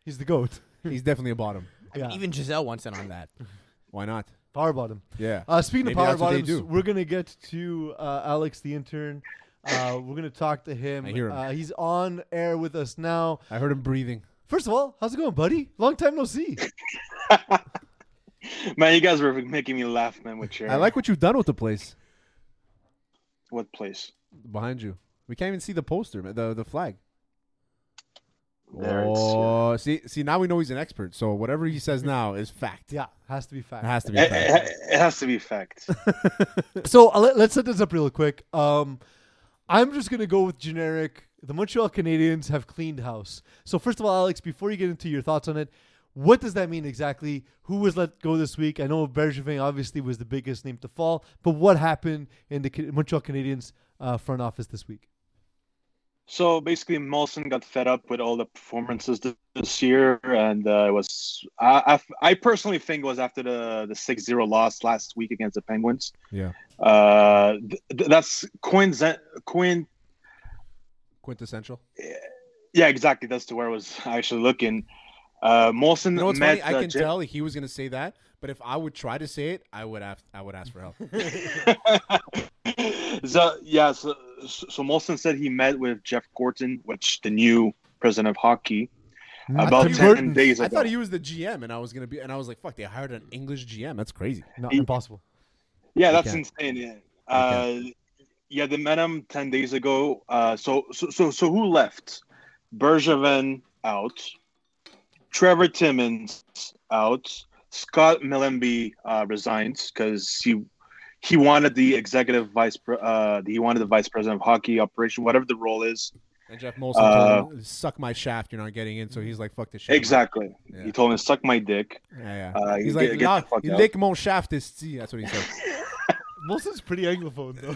[SPEAKER 1] he's the goat.
[SPEAKER 2] He's definitely a bottom.
[SPEAKER 3] I mean,
[SPEAKER 1] Yeah.
[SPEAKER 3] even Giselle wants in on that.
[SPEAKER 2] Why not?
[SPEAKER 1] Power bottom.
[SPEAKER 2] Yeah.
[SPEAKER 1] Uh, speaking
[SPEAKER 2] Maybe
[SPEAKER 1] of power
[SPEAKER 2] that's what they
[SPEAKER 1] bottoms,
[SPEAKER 2] do.
[SPEAKER 1] we're gonna get to uh, Alex the intern. Uh, we're gonna talk to him.
[SPEAKER 2] I hear him.
[SPEAKER 1] Uh, he's on air with us now.
[SPEAKER 2] I heard him breathing.
[SPEAKER 1] First of all, how's it going, buddy? Long time no see.
[SPEAKER 4] man, you guys were making me laugh, man. With your
[SPEAKER 2] I like what you've done with the place
[SPEAKER 4] what place?
[SPEAKER 2] behind you. We can't even see the poster, man, the the flag.
[SPEAKER 4] There it's-
[SPEAKER 2] oh, see, see, now we know he's an expert. So whatever he says now is fact.
[SPEAKER 1] Yeah, has to be
[SPEAKER 2] it
[SPEAKER 1] fact.
[SPEAKER 2] has to be
[SPEAKER 4] It,
[SPEAKER 2] fact.
[SPEAKER 4] it- it has to be fact.
[SPEAKER 1] so uh, let, us set this up real quick. Um, I'm just gonna go with generic. The Montreal Canadiens have cleaned house. So first of all, Alex, before you get into your thoughts on it, what does that mean exactly? Who was let go this week? I know Bergevin obviously was the biggest name to fall, but what happened in the Ca- Montreal Canadiens uh, front office this week?
[SPEAKER 4] So basically, Molson got fed up with all the performances th- this year, and uh, it was I, I f- I personally think it was after the the six zero loss last week against the Penguins.
[SPEAKER 2] Yeah.
[SPEAKER 4] Uh, th- th- that's coinc- coin
[SPEAKER 2] quintessential.
[SPEAKER 4] Yeah, exactly. That's to where I was actually looking. Uh, Molson
[SPEAKER 2] You know what's
[SPEAKER 4] met.
[SPEAKER 2] funny? I
[SPEAKER 4] uh,
[SPEAKER 2] can
[SPEAKER 4] Jim-
[SPEAKER 2] tell he was gonna say that, but if I would try to say it, I would ask. I would ask for help.
[SPEAKER 4] so yeah, so, so Molson said he met with Jeff Gorton, which the new president of hockey,
[SPEAKER 1] Mm.
[SPEAKER 4] about
[SPEAKER 2] Jeff
[SPEAKER 4] ten
[SPEAKER 2] Gorton.
[SPEAKER 4] days
[SPEAKER 2] I
[SPEAKER 4] ago.
[SPEAKER 2] thought he was the GM, and I was gonna be, and I was like, "Fuck!" They hired an English GM. That's crazy.
[SPEAKER 1] Not
[SPEAKER 4] he-
[SPEAKER 1] impossible.
[SPEAKER 4] yeah,
[SPEAKER 2] they
[SPEAKER 4] that's insane. Yeah. Uh, yeah, they met him ten days ago. Uh, so so so so who left? Bergevin out, Trevor Timmins out, Scott Millenby uh, resigned because he he wanted the executive vice pre- uh, he wanted the vice president of hockey operation, whatever the role is.
[SPEAKER 2] And Jeff Molson
[SPEAKER 4] Uh,
[SPEAKER 2] told him, "Suck my shaft. You're not getting in." So he's like, "Fuck this shit."
[SPEAKER 4] Exactly.
[SPEAKER 2] Yeah.
[SPEAKER 4] He told him to suck my dick.
[SPEAKER 2] Yeah, yeah.
[SPEAKER 4] Uh,
[SPEAKER 2] he's
[SPEAKER 4] you
[SPEAKER 2] like,
[SPEAKER 4] get- get
[SPEAKER 2] "La-
[SPEAKER 4] the fuck
[SPEAKER 2] you
[SPEAKER 4] out."
[SPEAKER 2] lick mon shaft is tea. That's what he said.
[SPEAKER 1] Molson's pretty anglophone though.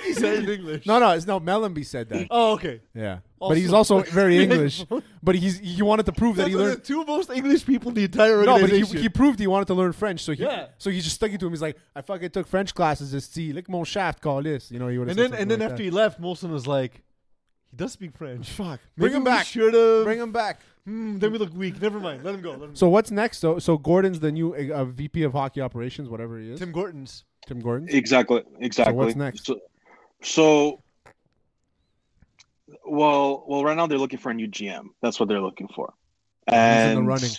[SPEAKER 1] he said in English.
[SPEAKER 2] no, no, it's no. Mellenby said that.
[SPEAKER 1] Oh, okay.
[SPEAKER 2] Yeah,
[SPEAKER 1] Also-
[SPEAKER 2] but he's also very
[SPEAKER 1] Yeah.
[SPEAKER 2] English. But he's he wanted to prove that
[SPEAKER 1] That's
[SPEAKER 2] he
[SPEAKER 1] like
[SPEAKER 2] learned.
[SPEAKER 1] the two most English people in the entire
[SPEAKER 2] No, but he,
[SPEAKER 1] organization.
[SPEAKER 2] he proved he wanted to learn French, so he
[SPEAKER 1] Yeah.
[SPEAKER 2] so he just stuck it to him. He's like, I fucking took French classes as C. Lick mon shaft, call this. You know, he would.
[SPEAKER 1] and then and then after he left, Molson was like, he does speak French. Fuck.
[SPEAKER 2] Bring him back.
[SPEAKER 1] Should have.
[SPEAKER 2] bring him back.
[SPEAKER 1] Hmm, then we look weak. Never mind. Let him go. Let him go.
[SPEAKER 2] So what's next? So so Gordon's the new uh, uh, VP of hockey operations, whatever he is.
[SPEAKER 1] Tim
[SPEAKER 2] Tim,
[SPEAKER 1] Gortons.
[SPEAKER 2] Gordon.
[SPEAKER 4] Exactly. Exactly.
[SPEAKER 2] next?
[SPEAKER 4] So, so- well, well, right now they're looking for a new GM. That's what they're looking for.
[SPEAKER 2] in
[SPEAKER 4] And
[SPEAKER 2] the running.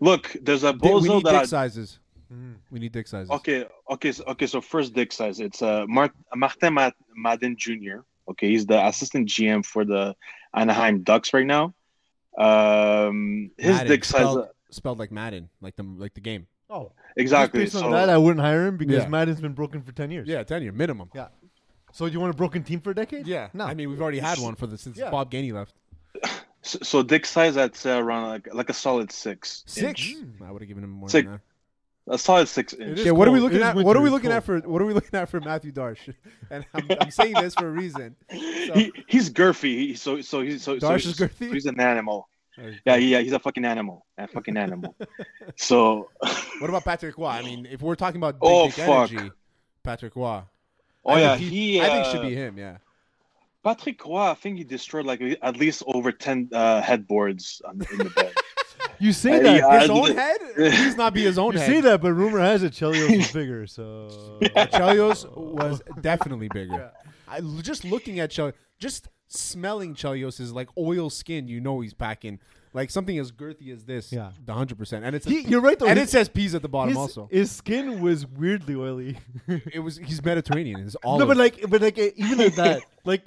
[SPEAKER 4] Look, there's a
[SPEAKER 2] Di- we
[SPEAKER 4] bozo
[SPEAKER 2] need dick
[SPEAKER 4] that. I,
[SPEAKER 2] sizes.
[SPEAKER 1] Hmm.
[SPEAKER 2] We need dick sizes.
[SPEAKER 4] okay, okay, so, okay. So first, dick size. It's uh, Mart- Martin Ma- Madden Jr. Okay, he's the assistant GM for the Anaheim Ducks right now. Um, his
[SPEAKER 2] Madden,
[SPEAKER 4] dick size.
[SPEAKER 2] spelled, spelled like Madden, like the like the game.
[SPEAKER 1] Oh,
[SPEAKER 4] Exactly.
[SPEAKER 1] Just based
[SPEAKER 4] so
[SPEAKER 1] on that, I wouldn't hire him because
[SPEAKER 2] Yeah.
[SPEAKER 1] Madden's been broken for ten years.
[SPEAKER 2] Yeah, ten year minimum.
[SPEAKER 1] Yeah. So you want a broken team for a decade? No.
[SPEAKER 2] I mean, we've already had one for the since
[SPEAKER 1] Yeah.
[SPEAKER 2] Bob Gainey left.
[SPEAKER 4] So, so dick size that's uh, around like, like a solid six.
[SPEAKER 2] Six.
[SPEAKER 4] inch.
[SPEAKER 2] Mm. I would have given him more.
[SPEAKER 4] Six.
[SPEAKER 2] Than that.
[SPEAKER 4] A solid six inch.
[SPEAKER 1] is
[SPEAKER 2] Yeah, what are we
[SPEAKER 1] cold.
[SPEAKER 2] looking
[SPEAKER 1] It is
[SPEAKER 2] at? What
[SPEAKER 1] winter.
[SPEAKER 2] are we
[SPEAKER 1] It's
[SPEAKER 2] looking at for? What are we looking at for Matthew Darsh? And I'm, I'm saying this for a reason.
[SPEAKER 4] He, he's girthy. He, so so he's so, so
[SPEAKER 2] Darsh is
[SPEAKER 4] he's,
[SPEAKER 2] girthy?
[SPEAKER 4] He's an animal. Yeah, yeah, he's a fucking animal. A fucking animal. so,
[SPEAKER 2] What about Patrick Waugh? I mean, if we're talking about big
[SPEAKER 4] Oh,
[SPEAKER 2] dick
[SPEAKER 4] fuck.
[SPEAKER 2] energy, Patrick Waugh.
[SPEAKER 4] oh
[SPEAKER 2] I
[SPEAKER 4] yeah,
[SPEAKER 2] think
[SPEAKER 4] he.
[SPEAKER 2] I think it
[SPEAKER 4] uh,
[SPEAKER 2] should be him. Yeah.
[SPEAKER 4] Patrick Roy. I think he destroyed like at least over ten uh, headboards on, in the bed.
[SPEAKER 1] You say
[SPEAKER 4] Hey,
[SPEAKER 1] that.
[SPEAKER 4] uh,
[SPEAKER 2] His
[SPEAKER 4] I-
[SPEAKER 2] own head? Please not be his own
[SPEAKER 1] you
[SPEAKER 2] head.
[SPEAKER 1] say that, but rumor has it Chelios is bigger. So
[SPEAKER 2] Chelios was definitely bigger. I, just looking at Chelios, just smelling Chelios is like oil skin. You know he's packing like something as girthy as this.
[SPEAKER 1] Yeah.
[SPEAKER 2] the hundred percent. And it's a-
[SPEAKER 1] He- you're right, though.
[SPEAKER 2] And
[SPEAKER 1] His-
[SPEAKER 2] it says peas at the bottom
[SPEAKER 1] his,
[SPEAKER 2] also.
[SPEAKER 1] his skin was weirdly oily.
[SPEAKER 2] It was he's Mediterranean. It's all
[SPEAKER 1] no, but like, but like, uh, even at that, like,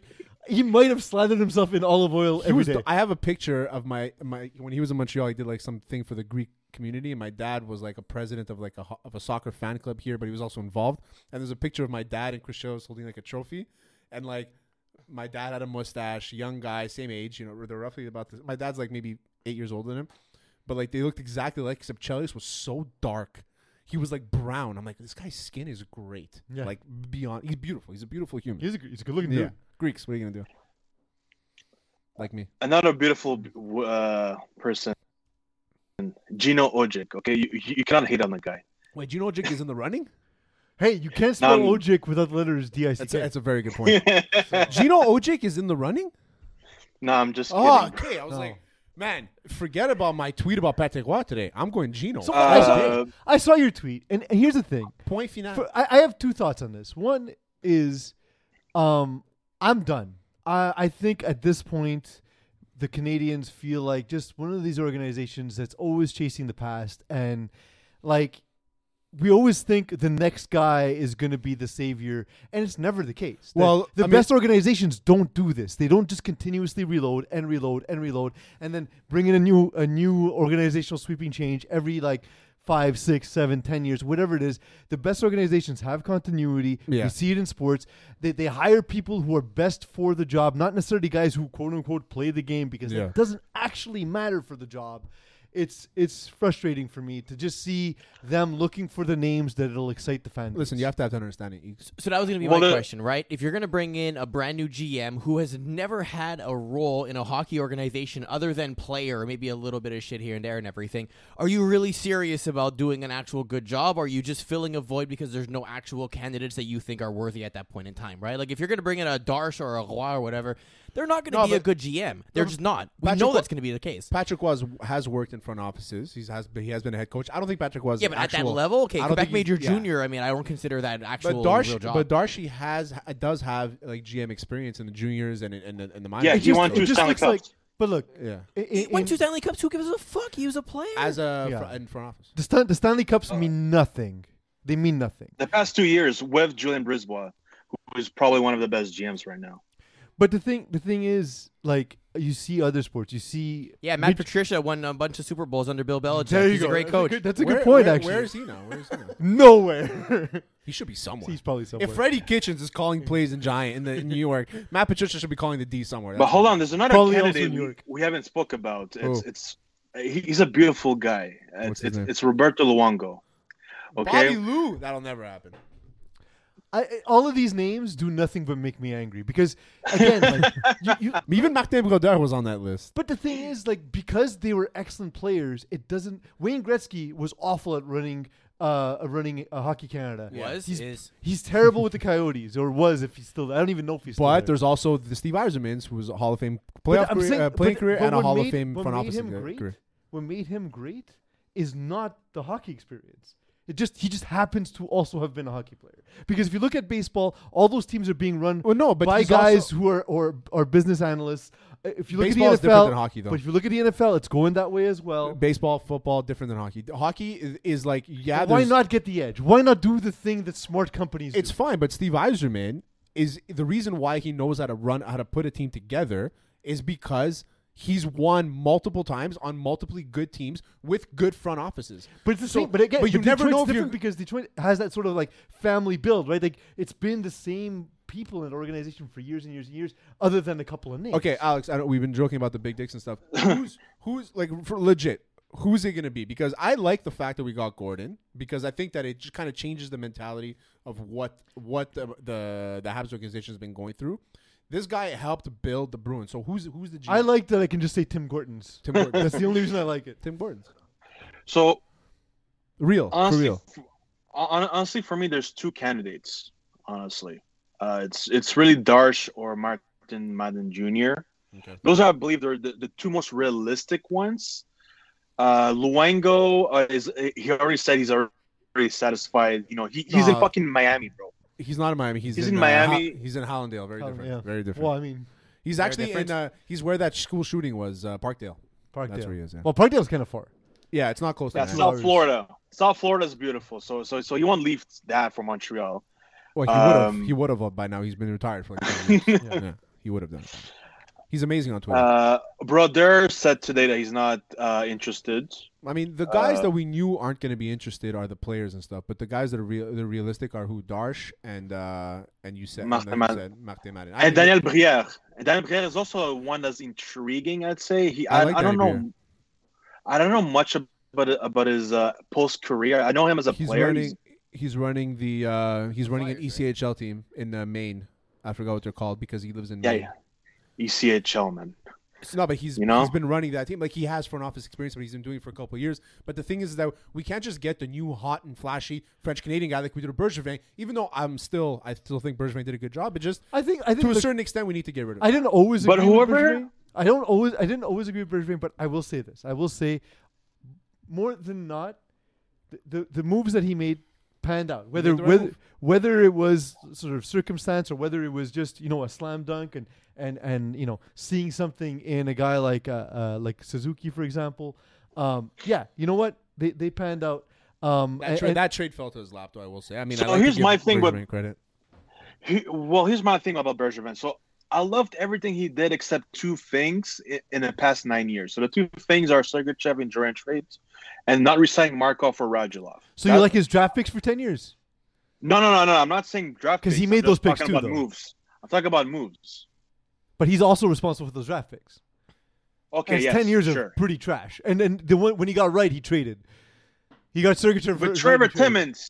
[SPEAKER 1] he might have slathered himself in olive oil
[SPEAKER 2] he
[SPEAKER 1] every
[SPEAKER 2] was
[SPEAKER 1] day.
[SPEAKER 2] the- I have a picture of my my when he was in Montreal. He did like something for the Greek community, and my dad was like a president of like a ho- of a soccer fan club here, but he was also involved. And there's a picture of my dad and Christos holding like a trophy, and like my dad had a mustache, young guy, same age, you know, they're roughly about this. My dad's like maybe eight years older than him, but like they looked exactly like. Except Chelios was so dark. He was like brown. I'm like, this guy's skin is great.
[SPEAKER 1] Yeah.
[SPEAKER 2] Like beyond, he's beautiful. He's a beautiful human.
[SPEAKER 1] he's, a, he's a good looking
[SPEAKER 2] yeah.
[SPEAKER 1] dude.
[SPEAKER 2] Greeks, what are you gonna do? Like me.
[SPEAKER 4] Another beautiful uh, person, Gino Ojic. Okay, you, you you cannot hate on the guy.
[SPEAKER 2] Wait, do you know Jake is in the running?
[SPEAKER 1] Hey, you can't spell
[SPEAKER 4] None.
[SPEAKER 1] Ojik without the letters D I C
[SPEAKER 2] That's a,
[SPEAKER 1] K.
[SPEAKER 2] that's a very good point. Gino Ojic is in the running?
[SPEAKER 4] no, I'm just kidding.
[SPEAKER 2] Oh, okay. I was
[SPEAKER 1] No.
[SPEAKER 2] like, man, forget about my tweet about Patrick Waugh today. I'm going Gino.
[SPEAKER 1] So
[SPEAKER 4] Uh,
[SPEAKER 1] I, saw, I saw your tweet, and, and here's the thing.
[SPEAKER 2] point final.
[SPEAKER 1] For- I, I have two thoughts on this. One is, um, I'm done. I, I think at this point, the Canadians feel like just one of these organizations that's always chasing the past, and like we always think the next guy is going to be the savior, and it's never the case. The-
[SPEAKER 2] Well,
[SPEAKER 1] the
[SPEAKER 2] I mean-
[SPEAKER 1] best organizations don't do this. They don't just continuously reload and reload and reload, and then bring in a new a new organizational sweeping change every like five, six, seven, ten years, whatever it is. The best organizations have continuity.
[SPEAKER 2] Yeah.
[SPEAKER 1] We see it in sports. They they hire people who are best for the job, not necessarily guys who quote unquote play the game because
[SPEAKER 2] Yeah.
[SPEAKER 1] it doesn't actually matter for the job. It's it's frustrating for me to just see them looking for the names that it'll excite the fan.
[SPEAKER 2] Listen,
[SPEAKER 1] base.
[SPEAKER 2] you have to have to understand it. You-
[SPEAKER 3] So that was going to be
[SPEAKER 4] Well,
[SPEAKER 3] my
[SPEAKER 4] the-
[SPEAKER 3] question, right? If you're going to bring in a brand new GM who has never had a role in a hockey organization other than player, maybe a little bit of shit here and there and everything, are you really serious about doing an actual good job? Or are you just filling a void because there's no actual candidates that you think are worthy at that point in time, right? Like if you're going to bring in a Darsh or a Roy or whatever, They're not going to
[SPEAKER 2] No,
[SPEAKER 3] be a
[SPEAKER 2] but-
[SPEAKER 3] good GM. They're just not. We
[SPEAKER 2] Patrick
[SPEAKER 3] know
[SPEAKER 2] Wa-
[SPEAKER 3] that's going to be the case.
[SPEAKER 2] Patrick was has worked in front offices. He's has he has been a head coach. I don't think Patrick was.
[SPEAKER 3] Yeah, but
[SPEAKER 2] actual,
[SPEAKER 3] at that level, okay,
[SPEAKER 2] I don't
[SPEAKER 3] Quebec
[SPEAKER 2] think
[SPEAKER 3] Major
[SPEAKER 2] he's- yeah.
[SPEAKER 3] Junior. I mean, I don't consider that an
[SPEAKER 2] But
[SPEAKER 3] actual real
[SPEAKER 2] Darshi,
[SPEAKER 3] job.
[SPEAKER 2] but Darshi has does have like GM experience in the juniors and in, and the, and the minors.
[SPEAKER 4] Yeah,
[SPEAKER 1] It
[SPEAKER 4] he
[SPEAKER 1] just-
[SPEAKER 4] won
[SPEAKER 1] it
[SPEAKER 4] two
[SPEAKER 1] just
[SPEAKER 4] Stanley
[SPEAKER 1] looks like-
[SPEAKER 4] Cups.
[SPEAKER 1] But look,
[SPEAKER 2] yeah,
[SPEAKER 1] i- i-
[SPEAKER 3] he went
[SPEAKER 1] in-
[SPEAKER 3] to Stanley Cups. Who gives a fuck? He was a player.
[SPEAKER 2] as a
[SPEAKER 1] Yeah.
[SPEAKER 2] fr- in front office.
[SPEAKER 1] the, Stan- the Stanley
[SPEAKER 3] Oh.
[SPEAKER 1] Cups mean nothing. They mean nothing.
[SPEAKER 4] The past two years with Julian Brisbois, who is probably one of the best GMs right now.
[SPEAKER 1] But the thing, the thing is, like you see other sports, you see
[SPEAKER 3] yeah, Matt
[SPEAKER 1] Mitch-
[SPEAKER 3] Patricia won a bunch of Super Bowls under Bill Belichick.
[SPEAKER 1] There you
[SPEAKER 3] He's
[SPEAKER 1] go.
[SPEAKER 3] a great
[SPEAKER 1] That's
[SPEAKER 3] coach.
[SPEAKER 1] good- that's a
[SPEAKER 2] Where-
[SPEAKER 1] good point,
[SPEAKER 2] where-
[SPEAKER 1] actually.
[SPEAKER 2] Where is he now? Where is he now?
[SPEAKER 1] Nowhere.
[SPEAKER 2] he should be somewhere.
[SPEAKER 1] He's probably somewhere.
[SPEAKER 2] If Freddie Kitchens is calling plays in Giant in the in New York, Matt Patricia should be calling the D somewhere.
[SPEAKER 4] But hold on, there's another
[SPEAKER 1] Probably also
[SPEAKER 4] candidate
[SPEAKER 1] New
[SPEAKER 4] we,
[SPEAKER 1] York.
[SPEAKER 4] we haven't spoke about. It's
[SPEAKER 2] Who?
[SPEAKER 4] it's he- he's a beautiful guy.
[SPEAKER 2] What's
[SPEAKER 4] It's
[SPEAKER 2] his
[SPEAKER 4] it's,
[SPEAKER 2] name?
[SPEAKER 4] it's Roberto Luongo.
[SPEAKER 2] Bobby
[SPEAKER 4] Okay,
[SPEAKER 2] Lou, that'll never happen.
[SPEAKER 1] I, I- all of these names do nothing but make me angry because again, like, you, you,
[SPEAKER 2] Even Martin Brodeur was on that list.
[SPEAKER 1] But the thing is, like, because they were excellent players, it doesn't. Wayne Gretzky was awful at running, uh, at running uh, Hockey Canada.
[SPEAKER 3] Was,
[SPEAKER 1] he's,
[SPEAKER 3] is.
[SPEAKER 1] he's terrible with the Coyotes, or was if he's still. I don't even know if he's. Still
[SPEAKER 2] But
[SPEAKER 1] there.
[SPEAKER 2] there's also the Steve Eisermans, who was a Hall of Fame
[SPEAKER 1] But
[SPEAKER 2] playoff
[SPEAKER 1] I'm
[SPEAKER 2] career,
[SPEAKER 1] saying-
[SPEAKER 2] uh, playing
[SPEAKER 1] but-
[SPEAKER 2] career
[SPEAKER 1] but
[SPEAKER 2] and a
[SPEAKER 1] what
[SPEAKER 2] Hall
[SPEAKER 1] made-
[SPEAKER 2] of Fame
[SPEAKER 1] what
[SPEAKER 2] front
[SPEAKER 1] made
[SPEAKER 2] office
[SPEAKER 1] him
[SPEAKER 2] exec-
[SPEAKER 1] great,
[SPEAKER 2] career.
[SPEAKER 1] What made him great is not the hockey experience. It just he just happens to also have been a hockey player. Because if you look at baseball, all those teams are being run
[SPEAKER 2] Well, Oh, no, but
[SPEAKER 1] by
[SPEAKER 2] he's
[SPEAKER 1] guys
[SPEAKER 2] also-
[SPEAKER 1] who are or are business analysts. Uh, If you look
[SPEAKER 2] Baseball is
[SPEAKER 1] at the
[SPEAKER 2] different
[SPEAKER 1] NFL,
[SPEAKER 2] than hockey, though.
[SPEAKER 1] but if you look at the NFL, it's going that way as well.
[SPEAKER 2] Baseball, football, different than hockey. Hockey is, is like yeah,
[SPEAKER 1] Why
[SPEAKER 2] there's-
[SPEAKER 1] not get the edge? Why not do the thing that smart companies
[SPEAKER 2] It's
[SPEAKER 1] do?
[SPEAKER 2] fine, but Steve Eiserman is the reason why he knows how to run, how to put a team together, is because he's won multiple times on multiply good teams with good front offices.
[SPEAKER 1] But it's the
[SPEAKER 2] So-
[SPEAKER 1] same. But again,
[SPEAKER 2] but you never
[SPEAKER 1] Detroit's
[SPEAKER 2] know if you're-
[SPEAKER 1] different because Detroit has that sort of like family build, right? Like it's been the same people in an organization for years and years and years, other than a couple of names.
[SPEAKER 2] Okay, Alex, I don't, we've been joking about the big dicks and stuff. Who's who's like for legit? Who's it gonna be? Because I like the fact that we got Gordon because I think that it just kind of changes the mentality of what what the the, the Habs organization has been going through. This guy helped build the Bruins. So who's who's the GM?
[SPEAKER 1] I like that I can just say Tim Gortons.
[SPEAKER 2] Tim Gordon.
[SPEAKER 1] That's the only reason I like it.
[SPEAKER 2] Tim Gordon's
[SPEAKER 4] so
[SPEAKER 2] real for
[SPEAKER 4] honestly,
[SPEAKER 2] real.
[SPEAKER 4] f- hon- honestly, for me, there's two candidates. Honestly, uh, it's it's really Darsh or Martin Madden Jr.
[SPEAKER 2] Okay.
[SPEAKER 4] Those are, I believe, are the, the two most realistic ones. Uh, Luengo uh, is he already said he's already satisfied. You know, he, he's in
[SPEAKER 2] Nah.
[SPEAKER 4] fucking Miami, bro.
[SPEAKER 2] He's not in Miami. He's,
[SPEAKER 4] He's
[SPEAKER 2] in,
[SPEAKER 4] in
[SPEAKER 2] uh, Ho-
[SPEAKER 4] Miami.
[SPEAKER 2] he's in Hollandale. Very
[SPEAKER 1] Um,
[SPEAKER 2] different.
[SPEAKER 1] yeah.
[SPEAKER 2] Very different.
[SPEAKER 1] Well, I mean,
[SPEAKER 2] he's
[SPEAKER 3] Very
[SPEAKER 2] actually
[SPEAKER 3] different.
[SPEAKER 2] in. Uh, he's where that school shooting was. Uh, Parkdale.
[SPEAKER 1] Parkdale.
[SPEAKER 2] That's where he is. Yeah.
[SPEAKER 1] Well, Parkdale's kind of far.
[SPEAKER 2] yeah, it's not close.
[SPEAKER 4] Yeah,
[SPEAKER 2] to Miami.
[SPEAKER 1] not-
[SPEAKER 4] South Florida. South Florida is beautiful. So so so you won't leave that for Montreal.
[SPEAKER 2] Well, he would have.
[SPEAKER 4] Um,
[SPEAKER 2] he would have uh, by now. He's been retired for like. 10 years. yeah. he would have done. it. He's amazing on Twitter.
[SPEAKER 4] Uh, Broder said today that he's not uh, interested.
[SPEAKER 2] I mean, the guys
[SPEAKER 4] uh,
[SPEAKER 2] that we knew aren't going to be interested are the players and stuff, but the guys that are real, the realistic are who Darsh and uh, and you said
[SPEAKER 4] Martin
[SPEAKER 2] and,
[SPEAKER 4] Madden.
[SPEAKER 2] Martin Madden. I
[SPEAKER 4] And
[SPEAKER 2] think-
[SPEAKER 4] Daniel Briere. And Daniel Briere is also one that's intriguing. I'd say he.
[SPEAKER 2] I
[SPEAKER 4] I, I,
[SPEAKER 2] like
[SPEAKER 4] don't
[SPEAKER 2] Daniel
[SPEAKER 4] know. I don't know much about about his uh, post career. I know him as a
[SPEAKER 2] he's
[SPEAKER 4] player.
[SPEAKER 2] running. He's running the. Uh, he's running an
[SPEAKER 3] Flyers, right?
[SPEAKER 2] ECHL team in uh, Maine. I forgot what they're called because he lives in
[SPEAKER 4] Yeah,
[SPEAKER 2] Maine.
[SPEAKER 4] yeah. ECHL man.
[SPEAKER 2] So, no, but he's
[SPEAKER 4] You know?
[SPEAKER 2] he's been running that team. Like he has front office experience, but he's been doing it for a couple of years. But the thing is that we can't just get the new hot and flashy French Canadian guy like we did with Bergevin. Even though I'm still, I still think Bergevin did a good job. But just
[SPEAKER 1] I think. I think.
[SPEAKER 2] to a
[SPEAKER 1] look,
[SPEAKER 2] certain extent, we need to get rid of.
[SPEAKER 1] I
[SPEAKER 2] him.
[SPEAKER 1] didn't always.
[SPEAKER 4] But
[SPEAKER 1] agree with
[SPEAKER 4] whoever-
[SPEAKER 1] Bergevin. I don't always. I didn't always agree with Bergevin, but I will say this. I will say, more than not, the the, the moves that he made panned out. Whether
[SPEAKER 2] the right
[SPEAKER 1] whether
[SPEAKER 2] move.
[SPEAKER 1] whether it was sort of circumstance or whether it was just you know a slam dunk and and and you know seeing something in a guy like uh, uh like Suzuki for example. Um, yeah, you know what they they panned out. Um,
[SPEAKER 2] That,
[SPEAKER 1] and-
[SPEAKER 2] trade,
[SPEAKER 1] and-
[SPEAKER 2] that trade fell to his lap, though. I will say. I mean, I
[SPEAKER 4] So
[SPEAKER 2] like to
[SPEAKER 4] here's
[SPEAKER 2] give
[SPEAKER 4] my thing with-
[SPEAKER 2] Bergevin credit.
[SPEAKER 4] He, well, here's my thing about Bergevin. So I loved everything he did except two things i- in the past nine years. So the two things are Sergachev and Duran trades, and not resigning Markov or Radulov.
[SPEAKER 1] so you like his draft picks for ten years?
[SPEAKER 4] No, no, no, no. I'm not saying draft
[SPEAKER 1] 'Cause he
[SPEAKER 4] picks.
[SPEAKER 1] made
[SPEAKER 4] I'm
[SPEAKER 1] those
[SPEAKER 4] just
[SPEAKER 1] picks
[SPEAKER 4] talking
[SPEAKER 1] too,
[SPEAKER 4] about
[SPEAKER 1] though.
[SPEAKER 4] moves. I'm talking about moves.
[SPEAKER 1] But he's also responsible for those draft picks.
[SPEAKER 4] Okay,
[SPEAKER 1] And it's
[SPEAKER 4] yes,
[SPEAKER 1] ten years
[SPEAKER 4] sure.
[SPEAKER 1] of pretty trash. And then the one when he got right, he traded. He got Sergachev.
[SPEAKER 4] But
[SPEAKER 1] for-
[SPEAKER 4] Trevor
[SPEAKER 1] Sergachev.
[SPEAKER 4] Timmons,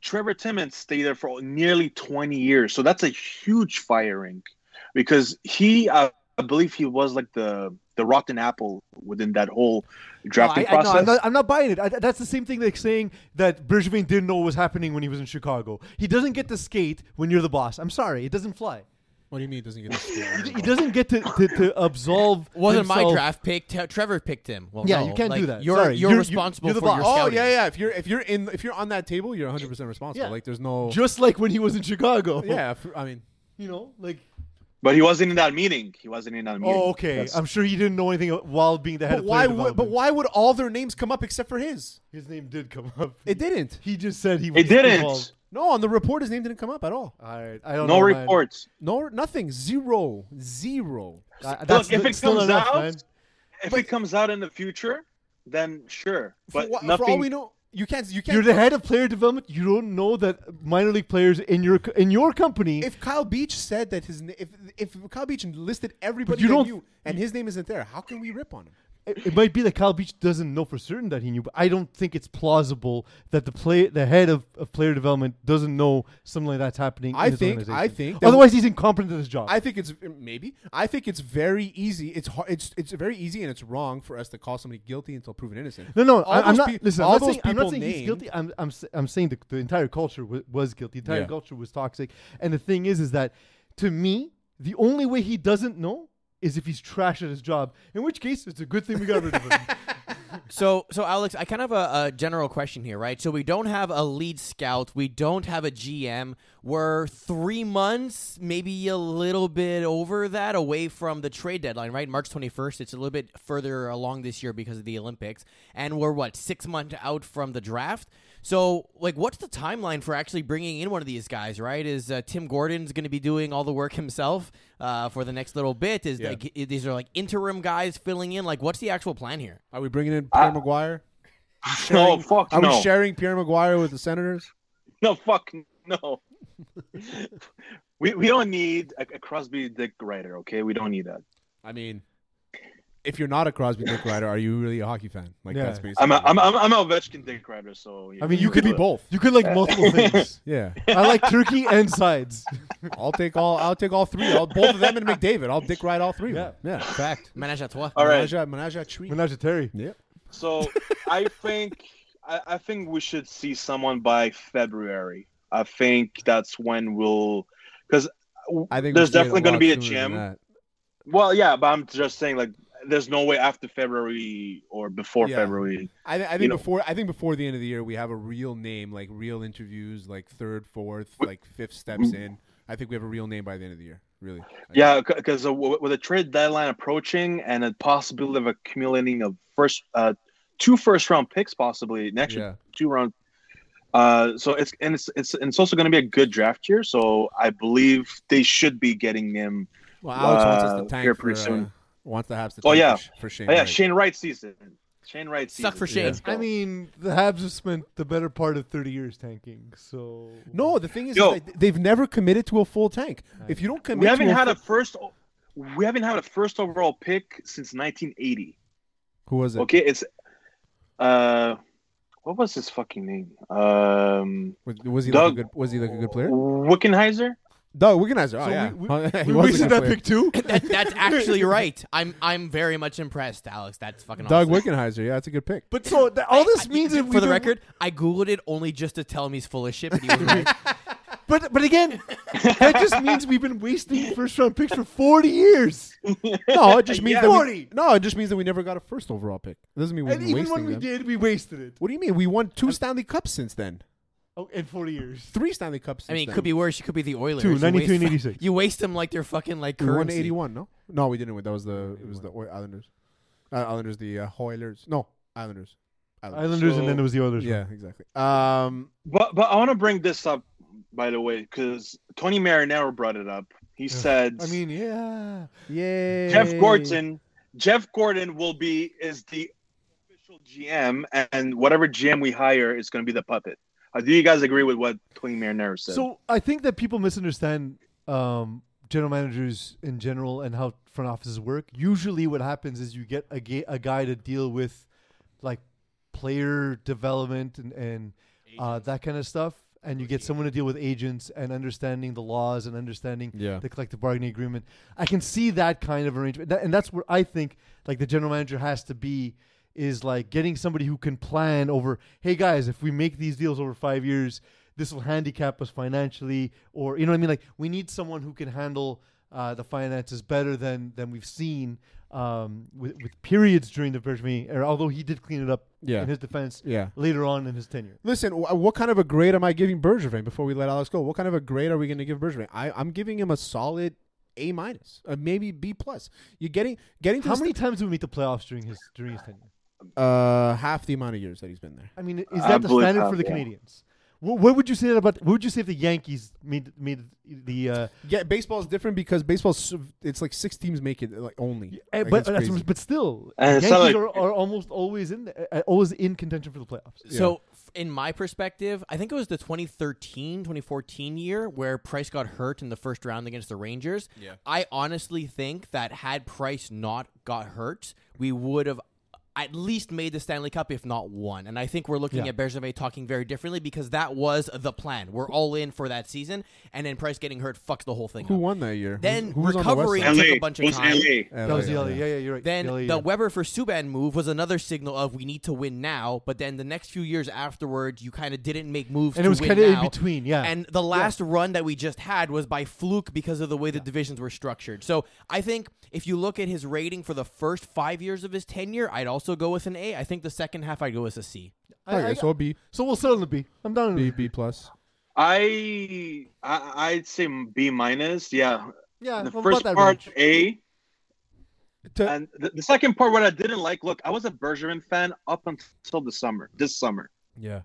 [SPEAKER 4] Trevor Timmons stayed there for nearly 20 years. So that's a huge firing because he, uh, I believe he was like the the rotten apple within that whole
[SPEAKER 1] No,
[SPEAKER 4] drafting
[SPEAKER 1] I, I, no,
[SPEAKER 4] process.
[SPEAKER 1] I'm, not, I'm not buying it. I, that's the same thing like saying that Bergevin didn't know what was happening when he was in Chicago. He doesn't get to skate when you're the boss. I'm sorry, it doesn't fly.
[SPEAKER 2] What do you mean he doesn't get the
[SPEAKER 1] He doesn't get to, to, to absolve.
[SPEAKER 3] Wasn't my
[SPEAKER 1] himself.
[SPEAKER 3] draft pick. Te- Trevor picked him. Well,
[SPEAKER 1] Yeah,
[SPEAKER 3] no,
[SPEAKER 1] you can't
[SPEAKER 3] like,
[SPEAKER 1] do that.
[SPEAKER 3] You're
[SPEAKER 1] Sorry.
[SPEAKER 3] you're
[SPEAKER 1] You're- you-
[SPEAKER 3] responsible
[SPEAKER 1] you're the
[SPEAKER 3] for
[SPEAKER 1] boss.
[SPEAKER 3] your
[SPEAKER 2] Oh
[SPEAKER 3] scouting.
[SPEAKER 2] yeah, yeah. If you're if you're in if you're on that table, you're 100 percent responsible.
[SPEAKER 1] Yeah.
[SPEAKER 2] Like there's no
[SPEAKER 1] Just like when he was in Chicago.
[SPEAKER 2] yeah. If, I mean,
[SPEAKER 1] You know, like.
[SPEAKER 4] But he wasn't in that meeting. He wasn't in that meeting.
[SPEAKER 1] Oh, okay.
[SPEAKER 4] That's-
[SPEAKER 1] I'm sure he didn't know anything while being the head
[SPEAKER 2] but
[SPEAKER 1] of
[SPEAKER 2] why
[SPEAKER 1] player
[SPEAKER 2] would but
[SPEAKER 1] development.
[SPEAKER 2] why would all their names come up except for his?
[SPEAKER 1] His name did come up.
[SPEAKER 2] It didn't.
[SPEAKER 1] He just said he was
[SPEAKER 4] it didn't.
[SPEAKER 1] involved.
[SPEAKER 2] No, on the report, his name didn't come up at all.
[SPEAKER 1] All right. I don't
[SPEAKER 4] No
[SPEAKER 1] know, man.
[SPEAKER 4] reports.
[SPEAKER 2] No, nothing. Zero. Zero.
[SPEAKER 1] I- that's
[SPEAKER 4] Look, if
[SPEAKER 1] the-
[SPEAKER 4] it
[SPEAKER 1] still
[SPEAKER 4] comes
[SPEAKER 1] enough,
[SPEAKER 4] out,
[SPEAKER 1] man.
[SPEAKER 4] If it comes out in the future, then sure.
[SPEAKER 2] For,
[SPEAKER 4] But
[SPEAKER 2] what- for
[SPEAKER 4] nothing.
[SPEAKER 2] all we know, you can't. You can't.
[SPEAKER 1] You're the head of player development. You don't know that minor league players in your co- in your company.
[SPEAKER 2] if Kyle Beach said that his na- if if Kyle Beach listed everybody
[SPEAKER 1] you
[SPEAKER 2] you
[SPEAKER 1] don't-
[SPEAKER 2] knew and his name isn't there, how can we rip on him?
[SPEAKER 1] it, it might be that Kyle Beach doesn't know for certain that he knew, but I don't think it's plausible that the play the head of, of player development doesn't know something like that's happening.
[SPEAKER 2] I
[SPEAKER 1] in his
[SPEAKER 2] think-
[SPEAKER 1] organization.
[SPEAKER 2] I think that-
[SPEAKER 1] Otherwise, he's incompetent at his job.
[SPEAKER 2] I think it's eh, maybe. I think it's very easy. It's hard, it's it's very easy and it's wrong for us to call somebody guilty until proven innocent.
[SPEAKER 1] no, no,
[SPEAKER 2] All
[SPEAKER 1] I, am
[SPEAKER 2] those
[SPEAKER 1] not.
[SPEAKER 2] peo-
[SPEAKER 1] listen,
[SPEAKER 2] all
[SPEAKER 1] I'm not
[SPEAKER 2] those
[SPEAKER 1] saying, I'm not
[SPEAKER 2] people
[SPEAKER 1] saying he's
[SPEAKER 2] named-
[SPEAKER 1] guilty. I'm, I'm, s- I'm saying the, the entire culture was, was guilty. The entire
[SPEAKER 2] Yeah.
[SPEAKER 1] culture was toxic. And the thing is, is that to me, the only way he doesn't know is if he's trash at his job. In which case, it's a good thing we got rid of him.
[SPEAKER 3] So, so Alex, I kind of have a, a general question here, right? So we don't have a lead scout, we don't have a GM. We're three months, maybe a little bit over that, away from the trade deadline, right? March twenty first. It's a little bit further along this year because of the Olympics, and we're what six months out from the draft. So, like, what's the timeline for actually bringing in one of these guys? Right? Is uh, Tim Gordon's going to be doing all the work himself uh, for the next little bit? Is
[SPEAKER 2] Yeah.
[SPEAKER 3] like, these are like interim guys filling in? Like, what's the actual plan here?
[SPEAKER 2] Are we bringing in Pierre Maguire?
[SPEAKER 4] no, fuck
[SPEAKER 2] Are we
[SPEAKER 4] no.
[SPEAKER 2] sharing Pierre Maguire with the Senators?
[SPEAKER 4] no, fuck no. we, we don't need a, a Crosby Dick writer, okay? We don't need that.
[SPEAKER 2] I mean, if you're not a Crosby Dick Rider, are you really a hockey fan? Like
[SPEAKER 1] Yeah.
[SPEAKER 2] that's basically.
[SPEAKER 4] I'm a, I'm, I'm, I'm a Ovechkin Dick writer, so. Yeah.
[SPEAKER 1] I mean, you could be
[SPEAKER 2] both.
[SPEAKER 1] You could like multiple things.
[SPEAKER 2] Yeah,
[SPEAKER 1] I like turkey and sides.
[SPEAKER 2] I'll take all. I'll take all three. I'll both of them and McDavid. I'll Dick ride all three. Yeah, yeah. Fact.
[SPEAKER 3] Manage à toi.
[SPEAKER 4] All right.
[SPEAKER 2] Menage a- menage a tree.
[SPEAKER 1] Menage a Terry.
[SPEAKER 2] Yep.
[SPEAKER 4] So I think I, I think we should see someone by February. I think that's when we'll because
[SPEAKER 2] I think we
[SPEAKER 4] there's
[SPEAKER 2] should get
[SPEAKER 4] definitely going
[SPEAKER 2] lot
[SPEAKER 4] to be a
[SPEAKER 2] sooner than
[SPEAKER 4] gym.
[SPEAKER 2] that.
[SPEAKER 4] Well, yeah, but I'm just saying like there's no way after February or before
[SPEAKER 2] Yeah.
[SPEAKER 4] February.
[SPEAKER 2] I, th- I think
[SPEAKER 4] know.
[SPEAKER 2] before I think before the end of the year we have a real name, like real interviews, like third, fourth, like fifth steps in. I think we have a real name by the end of the year. Really. I
[SPEAKER 4] Yeah, because with a trade deadline approaching and a possibility of accumulating a first uh, two first round picks possibly next year,
[SPEAKER 2] Yeah.
[SPEAKER 4] two round. Uh, so it's and it's it's and it's also going to be a good draft year. So I believe they should be getting him.
[SPEAKER 2] Well, Alex wants us
[SPEAKER 4] Uh,
[SPEAKER 2] to
[SPEAKER 4] here
[SPEAKER 2] tank for,
[SPEAKER 4] pretty
[SPEAKER 2] uh,
[SPEAKER 4] soon.
[SPEAKER 2] wants the Habs to.
[SPEAKER 4] Oh,
[SPEAKER 2] tank
[SPEAKER 4] yeah.
[SPEAKER 2] for, Sh- for Shane.
[SPEAKER 4] Oh, yeah,
[SPEAKER 2] Wright.
[SPEAKER 4] Shane Wright season. Shane Wright season.
[SPEAKER 3] Suck for Shane.
[SPEAKER 4] Let's go.
[SPEAKER 1] I mean, the Habs have spent the better part of 30 years tanking, so.
[SPEAKER 2] No, the thing is,
[SPEAKER 4] Yo.
[SPEAKER 2] is that they've never committed to a full tank. If you don't commit,
[SPEAKER 4] we haven't
[SPEAKER 2] to
[SPEAKER 4] had
[SPEAKER 2] full-
[SPEAKER 4] a first. We haven't had a first overall pick since 1980.
[SPEAKER 2] Who was it?
[SPEAKER 4] Okay, it's uh, what was his fucking name? Um,
[SPEAKER 2] Was, was he like
[SPEAKER 4] Doug-
[SPEAKER 2] a good? Was he like a good player?
[SPEAKER 4] Wickenheiser.
[SPEAKER 2] Doug Wickenheiser. Oh
[SPEAKER 1] So
[SPEAKER 2] yeah.
[SPEAKER 1] we- we,
[SPEAKER 2] he
[SPEAKER 1] we
[SPEAKER 2] was a
[SPEAKER 1] wasted
[SPEAKER 2] good
[SPEAKER 1] that
[SPEAKER 2] player.
[SPEAKER 1] pick too.
[SPEAKER 3] That, that's actually right. I'm I'm very much impressed, Alex. That's fucking
[SPEAKER 2] Doug
[SPEAKER 3] awesome.
[SPEAKER 2] Wickenheiser. Yeah, that's a good pick.
[SPEAKER 1] But so that, all this
[SPEAKER 3] I-
[SPEAKER 1] means,
[SPEAKER 3] I-
[SPEAKER 1] is we
[SPEAKER 3] for the
[SPEAKER 1] don't-
[SPEAKER 3] record, I googled it only just to tell him he's full of shit, but he was right.
[SPEAKER 1] but but again, that just means we've been wasting first round picks for 40 years.
[SPEAKER 2] No, it just means
[SPEAKER 4] Yeah.
[SPEAKER 2] that we-
[SPEAKER 1] 40.
[SPEAKER 2] no, it just means that we never got a first overall pick. It doesn't mean we've
[SPEAKER 1] And
[SPEAKER 2] been
[SPEAKER 1] even
[SPEAKER 2] wasting
[SPEAKER 1] when we
[SPEAKER 2] them.
[SPEAKER 1] did, we wasted it.
[SPEAKER 2] What do you mean? We won two Stanley Cups since then.
[SPEAKER 1] Oh, in 40 years.
[SPEAKER 2] Three Stanley Cups. Since
[SPEAKER 3] I mean, it
[SPEAKER 2] then.
[SPEAKER 3] could be worse. You could be the Oilers.
[SPEAKER 1] Two,
[SPEAKER 3] You
[SPEAKER 1] 93
[SPEAKER 3] waste-
[SPEAKER 1] and 86.
[SPEAKER 3] You waste them like they're fucking like
[SPEAKER 2] we won
[SPEAKER 3] currency.
[SPEAKER 2] eighty one. No, no, we didn't win. That was the it was the Oi- Islanders. Uh, Islanders, the uh, Oilers. No, Islanders.
[SPEAKER 1] Islanders, and then it was the Oilers.
[SPEAKER 2] Yeah, exactly. Um,
[SPEAKER 4] But but I want to bring this up, by the way, because Tony Marinaro brought it up. He said,
[SPEAKER 1] I mean, yeah.
[SPEAKER 2] yeah.
[SPEAKER 4] Jeff Gordon, Jeff Gordon will be is the official GM, and whatever GM we hire is going to be the puppet. Uh, do you guys agree with what Tony Marinaro said?
[SPEAKER 1] So I think that people misunderstand um, general managers in general and how front offices work. Usually, what happens is you get a, ga- a guy to deal with like player development and, and uh, that kind of stuff, and you get someone to deal with agents and understanding the laws and understanding
[SPEAKER 2] Yeah.
[SPEAKER 1] the collective bargaining agreement. I can see that kind of arrangement, That- and that's where I think like the general manager has to be is like getting somebody who can plan over. Hey guys, if we make these deals over five years, this will handicap us financially, or you know what I mean. Like we need someone who can handle uh, the finances better than than we've seen um, with, with periods during the Bergevin era. Although he did clean it up
[SPEAKER 2] Yeah.
[SPEAKER 1] in his defense
[SPEAKER 2] Yeah.
[SPEAKER 1] later on in his tenure.
[SPEAKER 2] Listen, wh- what kind of a grade am I giving Bergevin before we let Alex go? What kind of a grade are we going to give Bergevin? I, I'm giving him a solid A minus, uh, maybe B plus. You're getting getting to
[SPEAKER 1] How
[SPEAKER 2] the
[SPEAKER 1] many times did we meet the playoffs during his during his tenure?
[SPEAKER 2] st- uh, half the amount of years that he's been there.
[SPEAKER 1] I mean, is
[SPEAKER 4] I
[SPEAKER 1] that the
[SPEAKER 4] believe
[SPEAKER 1] standard
[SPEAKER 4] that,
[SPEAKER 1] for the
[SPEAKER 4] yeah.
[SPEAKER 1] Canadians? What, what would you say about? What would you say if the Yankees made made the? Uh,
[SPEAKER 2] Yeah, baseball's different because baseball's it's like six teams make it like only.
[SPEAKER 1] eh,
[SPEAKER 2] Like,
[SPEAKER 1] but
[SPEAKER 2] it's
[SPEAKER 1] that's-
[SPEAKER 2] crazy.
[SPEAKER 1] but still,
[SPEAKER 4] And it's
[SPEAKER 1] Yankees
[SPEAKER 4] not
[SPEAKER 1] are,
[SPEAKER 4] like-
[SPEAKER 1] are almost always in the- uh, always in contention for the playoffs.
[SPEAKER 3] So, f- in my perspective, I think it was the 2013 2014 year where Price got hurt in the first round against the Rangers.
[SPEAKER 2] Yeah.
[SPEAKER 3] I honestly think that had Price not got hurt, we would have at least made the Stanley Cup, if not won. And I think we're looking
[SPEAKER 1] Yeah.
[SPEAKER 3] at Bergevin talking very differently because that was the plan. We're all in for that season, and then Price getting hurt fucks the whole thing
[SPEAKER 2] who
[SPEAKER 3] up.
[SPEAKER 2] won that year?
[SPEAKER 3] Then
[SPEAKER 2] who, who was on the West
[SPEAKER 3] recovering-
[SPEAKER 2] Side?
[SPEAKER 3] took
[SPEAKER 4] LA.
[SPEAKER 3] a bunch of
[SPEAKER 4] It was
[SPEAKER 3] time.
[SPEAKER 4] LA.
[SPEAKER 1] That was the
[SPEAKER 2] LA,
[SPEAKER 1] LA. Yeah, yeah, you're right.
[SPEAKER 3] Then
[SPEAKER 1] LA, yeah.
[SPEAKER 3] the Weber for Subban move was another signal of we need to win now. But then the next few years afterwards, you kind of didn't make moves.
[SPEAKER 1] And it
[SPEAKER 3] to
[SPEAKER 1] was
[SPEAKER 3] win
[SPEAKER 1] kinda in
[SPEAKER 3] now.
[SPEAKER 1] between, yeah.
[SPEAKER 3] And the last run that we just had was by fluke because of the way the divisions were structured. So I think if you look at his rating for the first five years of his tenure, I'd also go with an A. I think the second half I'd go with a C.
[SPEAKER 1] I-
[SPEAKER 2] Okay,
[SPEAKER 1] I-
[SPEAKER 2] so a B,
[SPEAKER 1] so we'll settle on the B. I'm down. on the
[SPEAKER 2] B,
[SPEAKER 1] B.
[SPEAKER 2] B plus.
[SPEAKER 4] I, I I'd say B minus. Yeah,
[SPEAKER 1] Yeah,
[SPEAKER 4] the
[SPEAKER 1] well,
[SPEAKER 4] first
[SPEAKER 1] about that
[SPEAKER 4] part
[SPEAKER 1] range.
[SPEAKER 4] A,
[SPEAKER 2] To-
[SPEAKER 4] and the, the second part what I didn't like. Look, I was a Bergerman fan up until the summer. This summer,
[SPEAKER 2] yeah,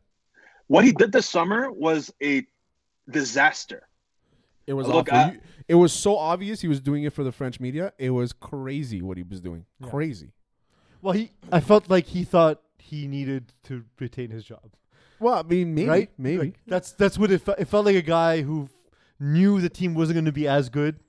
[SPEAKER 4] what he did this summer was a disaster.
[SPEAKER 2] it was
[SPEAKER 4] Look,
[SPEAKER 2] awful.
[SPEAKER 4] I-
[SPEAKER 2] You- it was so obvious he was doing it for the French media. It was crazy what he was doing. Crazy.
[SPEAKER 1] Well, he. I felt like he thought he needed to retain his job.
[SPEAKER 2] Well, I mean, maybe,
[SPEAKER 1] right?
[SPEAKER 2] maybe.
[SPEAKER 1] Like, that's that's what it felt. It felt like a guy who knew the team wasn't going to be as good,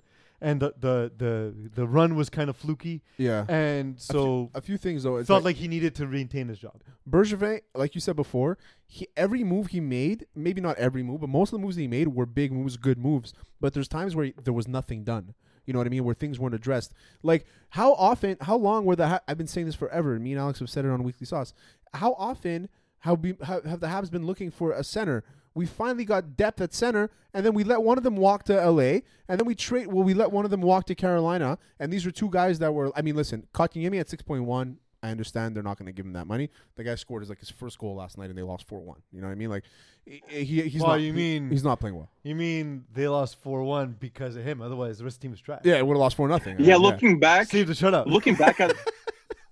[SPEAKER 1] and the the the, the run was kind of fluky,
[SPEAKER 2] yeah.
[SPEAKER 1] and so
[SPEAKER 2] a few things though. It's
[SPEAKER 1] felt like
[SPEAKER 2] like,
[SPEAKER 1] he needed to retain his job.
[SPEAKER 2] Bergevin, like you said before, he every move he made, maybe not every move, but most of the moves that he made were big moves, good moves. But there's times where there was nothing done. You know what I mean? Where things weren't addressed. Like how often, how long were the? Ha- I've been saying this forever. Me and Alex have said it on Weekly Sauce. How often have, be, have, have the Habs been looking for a center? We finally got depth at center, and then we let one of them walk to LA, and then we trade. Well, we let one of them walk to Carolina, and these were two guys that were. I mean, listen, Kotkaniemi at six point one. I understand they're not going to give him that money. The guy scored his like his first goal last night, and they lost four one. You know what I mean? Like, he, he- he's
[SPEAKER 1] Well,
[SPEAKER 2] not.
[SPEAKER 1] you
[SPEAKER 2] he-
[SPEAKER 1] mean-
[SPEAKER 2] he's not playing well?
[SPEAKER 1] You mean they lost four one because of him? Otherwise, the rest of the team is trash.
[SPEAKER 2] Yeah, it would have lost four nothing.
[SPEAKER 4] Yeah, looking back,
[SPEAKER 1] Save the shutout.
[SPEAKER 4] looking back at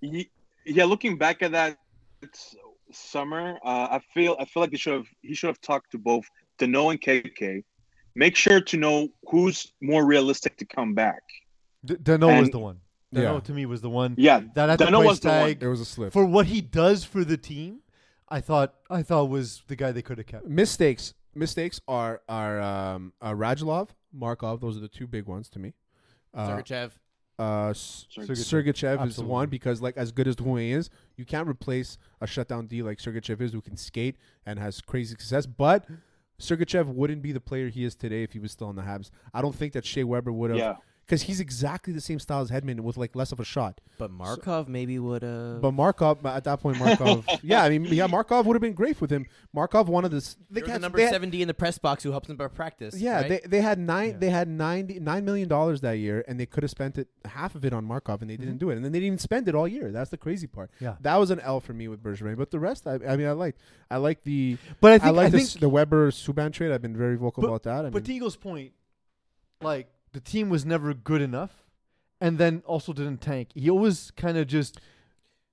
[SPEAKER 4] Ye- yeah looking back at that s- summer uh, i feel i feel like they should have he should have talked to both to know and kk make sure to know who's more realistic to come back
[SPEAKER 1] D- Dano was
[SPEAKER 4] And-
[SPEAKER 1] the one.
[SPEAKER 2] Yeah.
[SPEAKER 1] Dano to me was the one.
[SPEAKER 4] yeah
[SPEAKER 1] That at
[SPEAKER 4] Dano
[SPEAKER 1] the price
[SPEAKER 4] was the one.
[SPEAKER 1] tag
[SPEAKER 2] It was a slip.
[SPEAKER 1] for what he does for the team, I thought I thought was the guy they could have kept.
[SPEAKER 2] mistakes mistakes are are um uh, Radulov, Markov. Those are the two big ones to me. Uh,
[SPEAKER 3] Sergachev.
[SPEAKER 2] uh, S-
[SPEAKER 1] Sergachev.
[SPEAKER 2] Sergachev is the
[SPEAKER 1] Absolutely.
[SPEAKER 2] one because, like, as good as Drouin is, you can't replace a shutdown D like Sergachev is, who can skate and has crazy success. But Sergachev wouldn't be the player he is today if he was still in the Habs. I don't think that Shea Weber would have,
[SPEAKER 4] Yeah.
[SPEAKER 2] because he's exactly the same style as Hedman with like less of a shot.
[SPEAKER 3] But Markov maybe would uh, have.
[SPEAKER 2] But Markov at that point, Markov, yeah, I mean, yeah, Markov would have been great with him. Markov wanted this. They
[SPEAKER 3] There's a
[SPEAKER 2] had-
[SPEAKER 3] number
[SPEAKER 2] they had-
[SPEAKER 3] 70 in the press box who helps him by practice.
[SPEAKER 2] Yeah,
[SPEAKER 3] right?
[SPEAKER 2] they, they had nine they had ninety nine million dollars that year, and they could have spent it half of it on Markov, and they didn't do it, and then they didn't even spend it all year. That's the crazy part.
[SPEAKER 1] Mm-hmm. Yeah.
[SPEAKER 2] that was an L for me with Bergevin, but the rest, I, I mean, I liked. I like the,
[SPEAKER 1] But I
[SPEAKER 2] I,
[SPEAKER 1] think
[SPEAKER 2] like
[SPEAKER 1] I
[SPEAKER 2] the,
[SPEAKER 1] think
[SPEAKER 2] s- the Weber Subban trade. I've been very vocal
[SPEAKER 1] But-
[SPEAKER 2] about that. I
[SPEAKER 1] but
[SPEAKER 2] mean,
[SPEAKER 1] to Eagles' point, like the team was never good enough, and then also didn't tank. He always kind of just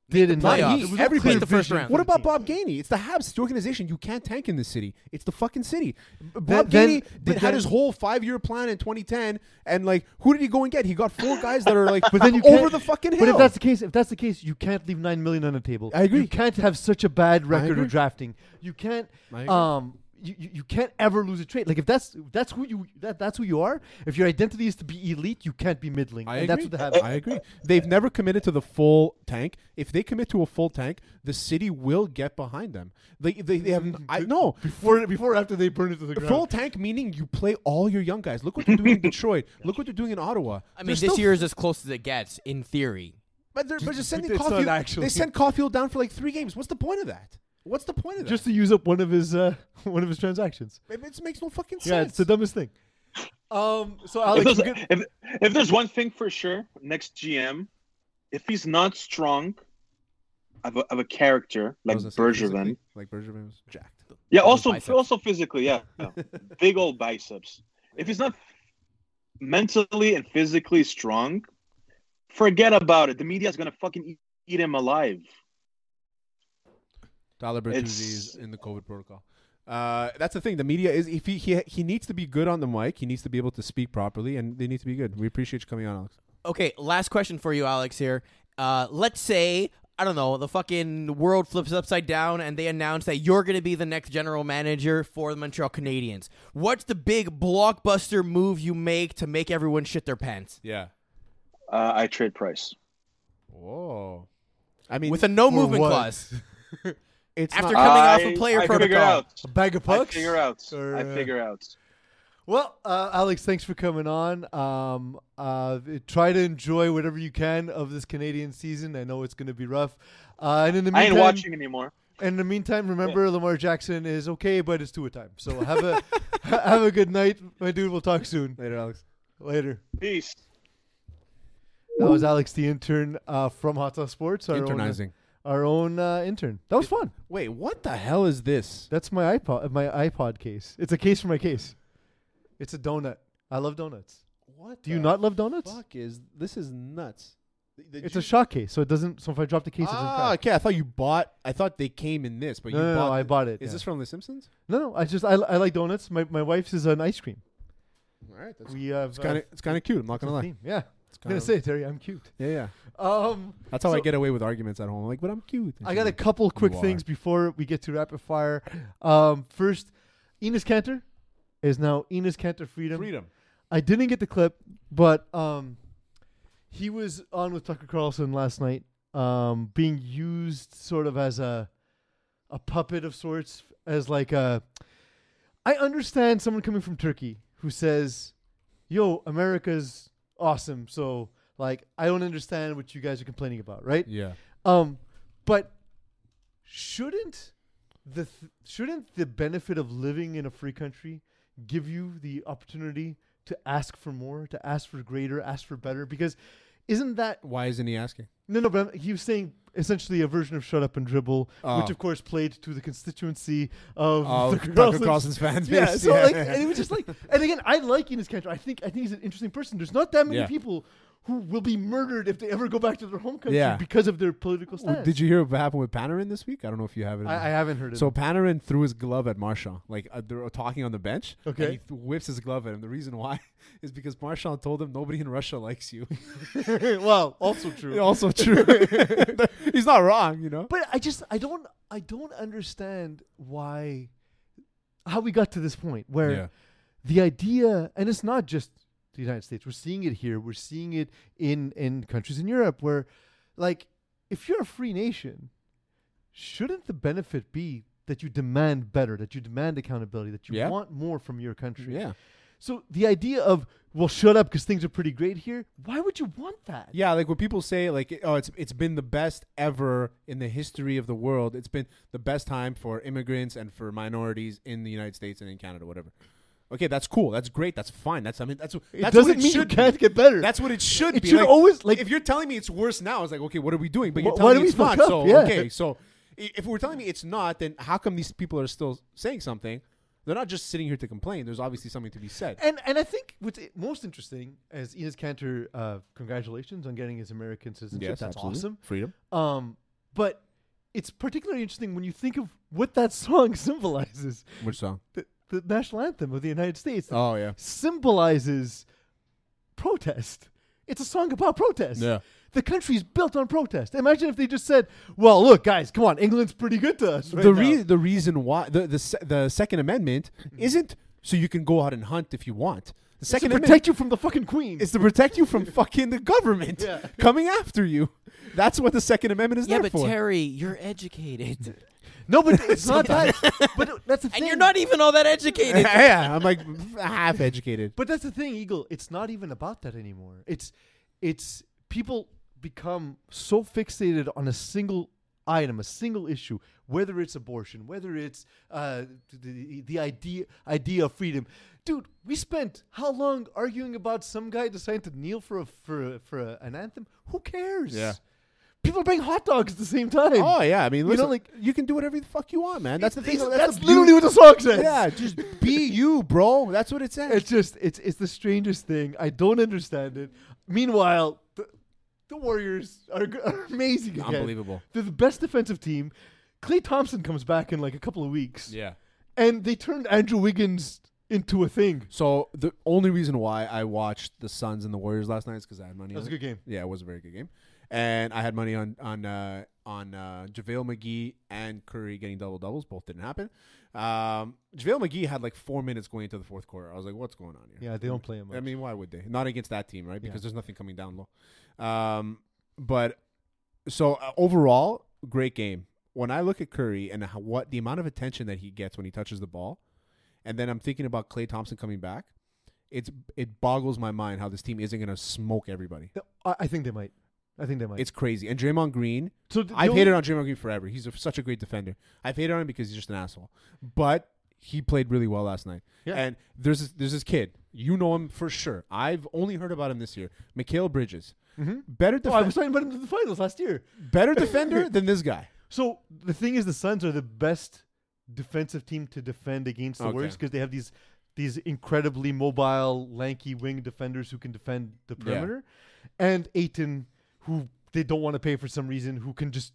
[SPEAKER 1] did and
[SPEAKER 3] playoffs.
[SPEAKER 1] not.
[SPEAKER 3] He-
[SPEAKER 1] There was
[SPEAKER 3] everybody-
[SPEAKER 1] clear
[SPEAKER 3] Make the first
[SPEAKER 1] vision
[SPEAKER 3] round.
[SPEAKER 1] for
[SPEAKER 2] what
[SPEAKER 1] the team.
[SPEAKER 2] about Bob Gainey? It's the Habs, it's the organization. You can't tank in this city. It's the fucking city. B-
[SPEAKER 1] Then-
[SPEAKER 2] Bob
[SPEAKER 1] then-
[SPEAKER 2] Gainey
[SPEAKER 1] but
[SPEAKER 2] did,
[SPEAKER 1] then-
[SPEAKER 2] had his whole five year plan in 2010, and like, who did he go and get? He got four guys that are like,
[SPEAKER 1] But then you
[SPEAKER 2] over
[SPEAKER 1] can't-
[SPEAKER 2] the fucking hill.
[SPEAKER 1] But if that's the case, if that's the case, you can't leave nine million on the table.
[SPEAKER 2] I agree.
[SPEAKER 1] You can't have such a bad record
[SPEAKER 2] agree.
[SPEAKER 1] of drafting. You can't.
[SPEAKER 2] I agree.
[SPEAKER 1] Um, you, you you can't ever lose a trade. Like if that's that's who you that, that's who you are. If your identity is to be elite, you can't be middling.
[SPEAKER 2] I
[SPEAKER 1] and
[SPEAKER 2] agree.
[SPEAKER 1] that's what the Habs.
[SPEAKER 2] I agree. They've never committed to the full tank. If they commit to a full tank, the city will get behind them. They they, they have I no
[SPEAKER 1] Before before after they burn it to the ground.
[SPEAKER 2] full tank meaning you play all your young guys. Look what they're doing in Detroit. Look what they're doing in Ottawa.
[SPEAKER 3] I
[SPEAKER 2] They're
[SPEAKER 3] mean, this
[SPEAKER 2] still-
[SPEAKER 3] year is as close as it gets, in theory.
[SPEAKER 2] but they're, but just sending
[SPEAKER 1] It's not
[SPEAKER 2] Caulfield.
[SPEAKER 1] actually-
[SPEAKER 2] They sent Caulfield down for like three games. What's the point of that? What's the point of
[SPEAKER 1] just
[SPEAKER 2] that?
[SPEAKER 1] to use up one of his uh, one of his transactions.
[SPEAKER 2] Just it, makes no fucking
[SPEAKER 1] Yeah,
[SPEAKER 2] sense.
[SPEAKER 1] it's the dumbest thing. Um, so
[SPEAKER 4] If
[SPEAKER 1] Alex,
[SPEAKER 4] there's,
[SPEAKER 1] we're gonna-
[SPEAKER 4] if, if there's one thing for sure, next GM, if he's not strong of a, of a character like
[SPEAKER 2] Doesn't say physically,
[SPEAKER 4] Bergevin,
[SPEAKER 2] Like Bergevin was jacked.
[SPEAKER 4] yeah,
[SPEAKER 3] Big old
[SPEAKER 4] also
[SPEAKER 3] biceps.
[SPEAKER 4] also physically, yeah, yeah. big old biceps. If he's not mentally and physically strong, forget about it. The media's gonna fucking eat, eat him alive.
[SPEAKER 2] Tyler Bertuzzi is
[SPEAKER 4] It's-
[SPEAKER 2] in the COVID protocol. Uh, that's the thing. The media is if he, he he needs to be good on the mic. He needs to be able to speak properly, and they need to be good. We appreciate you coming on, Alex.
[SPEAKER 3] Okay, last question for you, Alex. Here, uh, let's say I don't know the fucking world flips upside down, and they announce that you're going to be the next general manager for the Montreal Canadiens. What's the big blockbuster move you make to make everyone shit their pants
[SPEAKER 2] Yeah.
[SPEAKER 4] Uh, I trade Price.
[SPEAKER 2] Whoa. I mean,
[SPEAKER 3] with a no
[SPEAKER 1] for
[SPEAKER 3] movement
[SPEAKER 1] what?
[SPEAKER 3] clause?
[SPEAKER 2] it's
[SPEAKER 3] After
[SPEAKER 2] not-
[SPEAKER 3] coming off
[SPEAKER 4] I-
[SPEAKER 3] of player
[SPEAKER 4] I
[SPEAKER 3] protocol,
[SPEAKER 4] figure out.
[SPEAKER 1] a bag of
[SPEAKER 4] I
[SPEAKER 1] pucks.
[SPEAKER 4] figure out.
[SPEAKER 1] Or,
[SPEAKER 4] I
[SPEAKER 1] uh,
[SPEAKER 4] figure out.
[SPEAKER 1] Well, uh, Alex, thanks for coming on. Um, uh, try to enjoy whatever you can of this Canadian season. I know it's going to be rough. Uh, and in the
[SPEAKER 4] I
[SPEAKER 1] meantime,
[SPEAKER 4] ain't watching anymore.
[SPEAKER 1] in the meantime, remember Lamar Jackson is okay, but it's two a time. So have a have a good night, my dude. We'll talk soon.
[SPEAKER 2] later, Alex.
[SPEAKER 1] Later.
[SPEAKER 4] Peace.
[SPEAKER 1] That was Alex, the intern uh, from Hot Sauce Sports. Our
[SPEAKER 2] Internizing.
[SPEAKER 1] Own, our own uh, intern. That was fun.
[SPEAKER 2] Wait, what the hell is this?
[SPEAKER 1] That's my iPod. My iPod case. It's a case for my case. It's a donut. I love donuts.
[SPEAKER 2] What?
[SPEAKER 1] Do you not love donuts?
[SPEAKER 2] Fuck is this is nuts.
[SPEAKER 1] It's a shot case, so it doesn't. So if I drop the case, it doesn't
[SPEAKER 2] Ah,
[SPEAKER 1] crack.
[SPEAKER 2] okay. I thought you bought. I thought they came in this, but
[SPEAKER 1] No,
[SPEAKER 2] you
[SPEAKER 1] no, no,
[SPEAKER 2] bought.
[SPEAKER 1] I
[SPEAKER 2] the-
[SPEAKER 1] bought it,
[SPEAKER 2] Is
[SPEAKER 1] yeah.
[SPEAKER 2] this from The Simpsons?
[SPEAKER 1] No, no, I just I, I like donuts. My my wife's is an ice cream.
[SPEAKER 2] All right, that's
[SPEAKER 1] We have uh,
[SPEAKER 2] it's kind of it's kind of cute. I'm not gonna lie.
[SPEAKER 1] Yeah,
[SPEAKER 2] It's
[SPEAKER 1] I'm gonna
[SPEAKER 2] kinda-
[SPEAKER 1] say Terry, I'm cute.
[SPEAKER 2] Yeah, yeah.
[SPEAKER 1] Um,
[SPEAKER 2] That's how I
[SPEAKER 1] So-
[SPEAKER 2] get away with arguments at home. I'm like, but I'm cute.
[SPEAKER 1] I got a couple quick
[SPEAKER 2] You are.
[SPEAKER 1] things before we get to rapid fire. Um, first, Enos Cantor is now Enos Cantor Freedom.
[SPEAKER 2] freedom.
[SPEAKER 1] I didn't get the clip, but um, he was on with Tucker Carlson last night, um, being used sort of as a a puppet of sorts, as like a. I understand someone coming from Turkey who says, "Yo, America's awesome," so like I don't understand what you guys are complaining about, right?
[SPEAKER 2] Yeah.
[SPEAKER 1] Um, but shouldn't the th- shouldn't the benefit of living in a free country give you the opportunity to ask for more, to ask for greater, ask for better? Because isn't that
[SPEAKER 2] Why isn't he asking?
[SPEAKER 1] no, no? But I'm, he was saying essentially a version of "shut up and dribble,"
[SPEAKER 2] Oh.
[SPEAKER 1] which of course played to the constituency of
[SPEAKER 2] Oh,
[SPEAKER 1] Tucker
[SPEAKER 2] Tucker
[SPEAKER 1] Carlson's-
[SPEAKER 2] Carlson's fan
[SPEAKER 1] Yeah,
[SPEAKER 2] base,
[SPEAKER 1] so
[SPEAKER 2] yeah.
[SPEAKER 1] like, and it was just like, and again, I like Enos Kanter. I think I think he's an interesting person. There's not that many
[SPEAKER 2] Yeah.
[SPEAKER 1] people who will be murdered if they ever go back to their home country
[SPEAKER 2] Yeah.
[SPEAKER 1] because of their political
[SPEAKER 2] Well,
[SPEAKER 1] stance.
[SPEAKER 2] Did you hear what happened with Panarin this week? I don't know if you have it. in
[SPEAKER 1] I, I
[SPEAKER 2] there.
[SPEAKER 1] haven't heard it.
[SPEAKER 2] so Panarin threw his glove at Marshawn. Like uh, they were talking on the bench.
[SPEAKER 1] Okay.
[SPEAKER 2] And he th- whips his glove at him. The reason why is because Marshawn told him nobody in Russia likes you.
[SPEAKER 1] well, also true.
[SPEAKER 2] also true. He's not wrong, you know.
[SPEAKER 1] But I just I don't I don't understand why how we got to this point where
[SPEAKER 2] Yeah.
[SPEAKER 1] the idea and it's not just the United States. We're seeing it here. We're seeing it in in countries in Europe where like if you're a free nation, shouldn't the benefit be that you demand better, that you demand accountability, that you
[SPEAKER 2] Yeah.
[SPEAKER 1] want more from your country?
[SPEAKER 2] Yeah.
[SPEAKER 1] So the idea of well, shut up because things are pretty great here. Why would you want that?
[SPEAKER 2] Yeah, like when people say like oh it's it's been the best ever in the history of the world. It's been the best time for immigrants and for minorities in the United States and in Canada whatever. Okay, that's cool. That's great. That's fine. That's I mean that's
[SPEAKER 1] It
[SPEAKER 2] that's
[SPEAKER 1] doesn't
[SPEAKER 2] what it
[SPEAKER 1] mean you
[SPEAKER 2] should be.
[SPEAKER 1] can't get better.
[SPEAKER 2] That's what it should
[SPEAKER 1] It
[SPEAKER 2] be.
[SPEAKER 1] should
[SPEAKER 2] like,
[SPEAKER 1] always, like-
[SPEAKER 2] if you're telling me it's worse now, it's like okay, what are we doing? But you're
[SPEAKER 1] Wh-
[SPEAKER 2] telling
[SPEAKER 1] why do
[SPEAKER 2] me
[SPEAKER 1] we
[SPEAKER 2] it's not.
[SPEAKER 1] fuck up?
[SPEAKER 2] So
[SPEAKER 1] Yeah.
[SPEAKER 2] okay, so i- if we're telling me it's not, then how come these people are still saying something? They're not just sitting here to complain. There's obviously something to be said.
[SPEAKER 1] And and I think what's i- most interesting is Enos Cantor. Uh, congratulations on getting his American citizenship. That's awesome.
[SPEAKER 2] Freedom.
[SPEAKER 1] Um, but it's particularly interesting when you think of what that song symbolizes.
[SPEAKER 2] Which song?
[SPEAKER 1] The, the national anthem of the United States that
[SPEAKER 2] Oh yeah.
[SPEAKER 1] symbolizes protest. It's a song about protest.
[SPEAKER 2] Yeah.
[SPEAKER 1] The country's built on protest. Imagine if they just said, "Well, look, guys, come on, England's pretty good to us." Right
[SPEAKER 2] the
[SPEAKER 1] now." Mm-hmm.
[SPEAKER 2] rea- the reason why the the, se- the Second Amendment isn't so you can go out and hunt if you want. The
[SPEAKER 1] It's to
[SPEAKER 2] Second Amendment
[SPEAKER 1] protect you from the fucking queen.
[SPEAKER 2] is to protect you from fucking the government
[SPEAKER 1] Yeah.
[SPEAKER 2] coming after you. That's what the Second Amendment is
[SPEAKER 3] yeah,
[SPEAKER 2] there
[SPEAKER 3] but
[SPEAKER 2] for.
[SPEAKER 3] Terry, you're educated,
[SPEAKER 1] no, but it's not that. But that's the thing.
[SPEAKER 3] and you're not even all that educated.
[SPEAKER 2] yeah, I'm like half educated.
[SPEAKER 1] But that's the thing, Eagle. It's not even about that anymore. It's it's people become so fixated on a single item, a single issue, whether it's abortion, whether it's uh, the, the idea idea of freedom. Dude, we spent how long arguing about some guy deciding to kneel for a for a, for a, an anthem? Who cares?
[SPEAKER 2] Yeah.
[SPEAKER 1] People are buying hot dogs at the same time.
[SPEAKER 2] Oh yeah, I mean, listen, you
[SPEAKER 1] like-
[SPEAKER 2] like you can do whatever the fuck you want, man. That's the thing.
[SPEAKER 1] That's,
[SPEAKER 2] the beauty-
[SPEAKER 1] literally what the song says.
[SPEAKER 2] Yeah, just be you, bro. That's what it says.
[SPEAKER 1] It's just it's it's the strangest thing. I don't understand it. Meanwhile, the, the Warriors are, g- are amazing. again.
[SPEAKER 2] Unbelievable.
[SPEAKER 1] They're the best defensive team. Clay Thompson comes back in like a couple of weeks.
[SPEAKER 2] yeah.
[SPEAKER 1] And they turned Andrew Wiggins into a thing.
[SPEAKER 2] So the only reason why I watched the Suns and the Warriors last night is because I had money.
[SPEAKER 1] That was
[SPEAKER 2] on
[SPEAKER 1] a good
[SPEAKER 2] it.
[SPEAKER 1] game.
[SPEAKER 2] Yeah, it was a very good game, and I had money on on uh, on uh, Javale McGee and Curry getting double doubles. Both didn't happen. Um, Javale McGee had like four minutes going into the fourth quarter. I was like, "What's going on here?"
[SPEAKER 1] Yeah, they don't play him.
[SPEAKER 2] I mean, why would they? Not against that team, right?
[SPEAKER 1] Yeah.
[SPEAKER 2] Because there's nothing coming down low. Um, but so uh, overall, great game. When I look at Curry and how, what the amount of attention that he gets when he touches the ball, and then I'm thinking about Clay Thompson coming back, it's it boggles my mind how this team isn't going to smoke everybody.
[SPEAKER 1] I, I think they might. I think they might.
[SPEAKER 2] It's crazy. And Draymond Green,
[SPEAKER 1] so th-
[SPEAKER 2] I've
[SPEAKER 1] the
[SPEAKER 2] hated
[SPEAKER 1] only-
[SPEAKER 2] on Draymond Green forever. He's a, such a great defender. I've hated on him because he's just an asshole. But he played really well last night.
[SPEAKER 1] Yeah.
[SPEAKER 2] And there's this, there's this kid. You know him for sure. I've only heard about him this year. Mikhail Bridges. Better
[SPEAKER 1] Oh,
[SPEAKER 2] def-
[SPEAKER 1] I was talking about him in the finals last year.
[SPEAKER 2] better defender than this guy.
[SPEAKER 1] So the thing is, the Suns are the best defensive team to defend against the
[SPEAKER 2] Okay.
[SPEAKER 1] Warriors because they have these these incredibly mobile, lanky wing defenders who can defend the perimeter, and Aiton, who they don't want to pay for some reason, who can just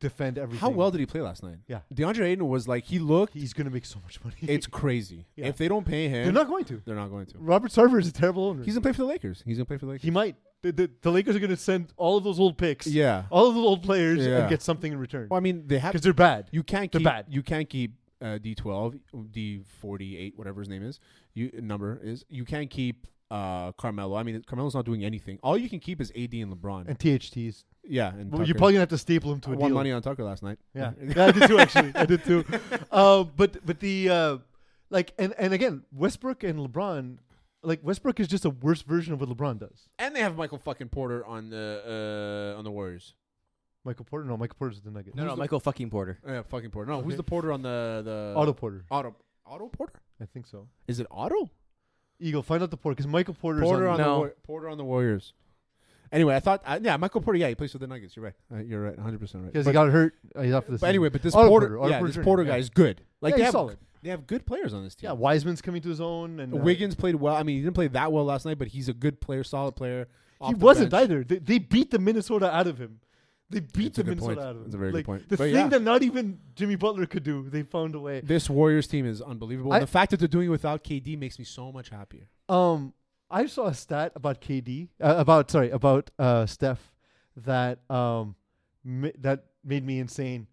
[SPEAKER 1] defend everything.
[SPEAKER 2] How well did he play last night?
[SPEAKER 1] Yeah.
[SPEAKER 2] DeAndre Ayton was like he looked
[SPEAKER 1] he's going to make so much money?
[SPEAKER 2] it's crazy.
[SPEAKER 1] Yeah.
[SPEAKER 2] If they don't pay him,
[SPEAKER 1] they're not going to.
[SPEAKER 2] they're not going to.
[SPEAKER 1] Robert Sarver is a terrible owner.
[SPEAKER 2] He's going to play for the Lakers. He's going to play for the Lakers.
[SPEAKER 1] he might. The, the, the Lakers are going to send all of those old picks,
[SPEAKER 2] yeah.
[SPEAKER 1] all of those old players, and
[SPEAKER 2] Yeah.
[SPEAKER 1] get something in return
[SPEAKER 2] Well, I mean, they have
[SPEAKER 1] because they're bad.
[SPEAKER 2] You can't
[SPEAKER 1] They're
[SPEAKER 2] keep
[SPEAKER 1] bad.
[SPEAKER 2] you can't keep uh, D twelve, D forty eight, whatever his name is, you number is. You can't keep uh, Carmelo. I mean, Carmelo's not doing anything. All you can keep is AD and LeBron.
[SPEAKER 1] and THTs.
[SPEAKER 2] yeah, and
[SPEAKER 1] Well, you're
[SPEAKER 2] Tucker.
[SPEAKER 1] probably gonna have to staple him to
[SPEAKER 2] I
[SPEAKER 1] a
[SPEAKER 2] won
[SPEAKER 1] deal.
[SPEAKER 2] money on Tucker last night.
[SPEAKER 1] Yeah. Yeah, I did too. Actually, I did too. Uh, but but the uh, like and and again, Westbrook and LeBron, like Westbrook is just a worse version of what LeBron does.
[SPEAKER 2] and they have Michael fucking Porter on the uh, on the Warriors.
[SPEAKER 1] Michael Porter, no, Michael Porter's the Nuggets.
[SPEAKER 3] No, no,
[SPEAKER 1] Who's
[SPEAKER 3] Michael fucking Porter.
[SPEAKER 2] Yeah, fucking Porter. No,
[SPEAKER 1] Okay.
[SPEAKER 2] who's the Porter on the the
[SPEAKER 1] the- Otto Porter,
[SPEAKER 2] Auto Auto Porter?
[SPEAKER 1] I think so.
[SPEAKER 2] Is it Auto
[SPEAKER 1] Eagle, find out the Porter because Michael Porter's
[SPEAKER 2] Porter
[SPEAKER 1] on,
[SPEAKER 2] on
[SPEAKER 3] No.
[SPEAKER 2] the War- Porter on the Warriors? Anyway, I thought I, yeah, Michael Porter. Yeah, he plays for the Nuggets. You're right. Uh, you're right. 100 percent right.
[SPEAKER 1] because
[SPEAKER 2] But-
[SPEAKER 1] he got hurt. uh, He's off the.
[SPEAKER 2] But
[SPEAKER 1] season.
[SPEAKER 2] anyway, but this
[SPEAKER 1] Otto
[SPEAKER 2] Porter,
[SPEAKER 1] Otto
[SPEAKER 2] yeah, this
[SPEAKER 1] Jr.,
[SPEAKER 2] Porter
[SPEAKER 1] yeah.
[SPEAKER 2] guy is good. Like
[SPEAKER 1] Yeah,
[SPEAKER 2] they
[SPEAKER 1] he's
[SPEAKER 2] have,
[SPEAKER 1] solid.
[SPEAKER 2] they have good players on this team.
[SPEAKER 1] Yeah, Wiseman's coming to his own, and uh,
[SPEAKER 2] Wiggins played well. I mean, he didn't play that well last night, but he's a good player, solid player.
[SPEAKER 1] He wasn't either. They, they beat the Minnesota out of him. They beat
[SPEAKER 2] That's
[SPEAKER 1] the
[SPEAKER 2] a good
[SPEAKER 1] Minnesota
[SPEAKER 2] point.
[SPEAKER 1] out of him.
[SPEAKER 2] That's a very good
[SPEAKER 1] Like,
[SPEAKER 2] point.
[SPEAKER 1] The
[SPEAKER 2] But
[SPEAKER 1] thing
[SPEAKER 2] yeah.
[SPEAKER 1] that not even Jimmy Butler could do, they found a way.
[SPEAKER 2] This Warriors team is unbelievable.
[SPEAKER 1] I-
[SPEAKER 2] and the fact that they're doing it without KD makes me so much happier.
[SPEAKER 1] Um, I saw a stat about KD, uh, about sorry, about uh, Steph that um ma- that made me insane.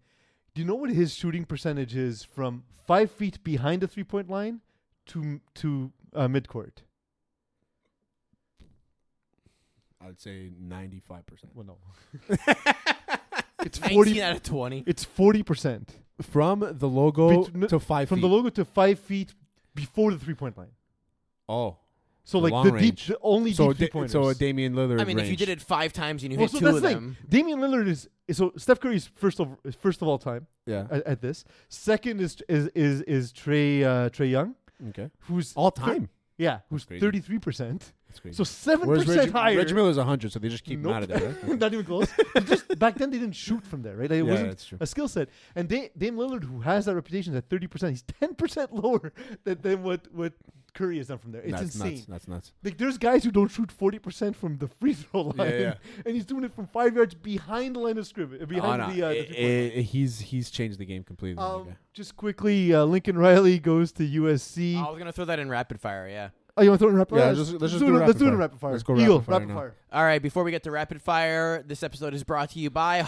[SPEAKER 1] Do you know what his shooting percentage is from five feet behind the three point line to to uh, midcourt?
[SPEAKER 2] I'd say ninety-five percent
[SPEAKER 1] Well, no,
[SPEAKER 3] It's
[SPEAKER 1] 40
[SPEAKER 3] out of 20.
[SPEAKER 1] it's forty percent
[SPEAKER 2] from the logo
[SPEAKER 1] Bet- n-
[SPEAKER 2] to five
[SPEAKER 1] from
[SPEAKER 2] feet.
[SPEAKER 1] the logo to five feet before the three point line.
[SPEAKER 2] Oh,
[SPEAKER 1] So
[SPEAKER 2] The
[SPEAKER 1] like
[SPEAKER 2] long
[SPEAKER 1] the deep,
[SPEAKER 2] range.
[SPEAKER 1] the only
[SPEAKER 2] so
[SPEAKER 1] deep three
[SPEAKER 2] da- so a
[SPEAKER 1] pointers.
[SPEAKER 2] Damian Lillard.
[SPEAKER 3] I mean, if you
[SPEAKER 2] range.
[SPEAKER 3] did it five times and you
[SPEAKER 1] well,
[SPEAKER 3] hit
[SPEAKER 1] so
[SPEAKER 3] two
[SPEAKER 1] that's
[SPEAKER 3] of
[SPEAKER 1] the thing.
[SPEAKER 3] them,
[SPEAKER 1] Damian Lillard is so Steph Curry is first of first of all time
[SPEAKER 2] yeah,
[SPEAKER 1] at, at this. Second is is is, is Trey uh, Trey Young,
[SPEAKER 2] okay,
[SPEAKER 1] who's
[SPEAKER 2] all
[SPEAKER 1] thir-
[SPEAKER 2] time.
[SPEAKER 1] yeah, who's
[SPEAKER 2] crazy.
[SPEAKER 1] thirty three percent.
[SPEAKER 2] That's crazy.
[SPEAKER 1] So seven
[SPEAKER 2] Where's
[SPEAKER 1] percent
[SPEAKER 2] Reggie,
[SPEAKER 1] higher.
[SPEAKER 2] Reggie Miller's hundred, so they just keep
[SPEAKER 1] Nope.
[SPEAKER 2] him out of there. Right?
[SPEAKER 1] Not even close. It's just back then they didn't shoot from there, right? Like, it
[SPEAKER 2] Yeah,
[SPEAKER 1] wasn't
[SPEAKER 2] that's true.
[SPEAKER 1] a skill set. And da- Dame Lillard, who has that reputation, is at thirty percent. He's ten percent lower than, than what what Curry has done from there. It's
[SPEAKER 2] That's
[SPEAKER 1] insane.
[SPEAKER 2] nuts. That's nuts.
[SPEAKER 1] Like there's guys who don't shoot forty percent from the free throw line,
[SPEAKER 2] Yeah, yeah.
[SPEAKER 1] and he's doing it from five yards behind the line of scrimmage, uh, behind
[SPEAKER 2] Oh, no.
[SPEAKER 1] the, uh, the
[SPEAKER 2] Eh,
[SPEAKER 1] three-point line.
[SPEAKER 2] eh, he's he's changed the game completely. that
[SPEAKER 1] Um,
[SPEAKER 2] guy.
[SPEAKER 1] just quickly, uh, Lincoln Riley goes to USC.
[SPEAKER 3] Oh, I was going to throw that in rapid fire, yeah.
[SPEAKER 1] oh, you want to throw it in rapid
[SPEAKER 2] Yeah,
[SPEAKER 1] fire?
[SPEAKER 2] let's just- let's just
[SPEAKER 1] it
[SPEAKER 2] do
[SPEAKER 1] in-
[SPEAKER 2] rapid
[SPEAKER 1] Let's do it in
[SPEAKER 2] fire.
[SPEAKER 1] rapid fire.
[SPEAKER 2] Let's go
[SPEAKER 1] Eagle,
[SPEAKER 2] rapid fire now.
[SPEAKER 3] All right, before we get to rapid fire, this episode is brought to you by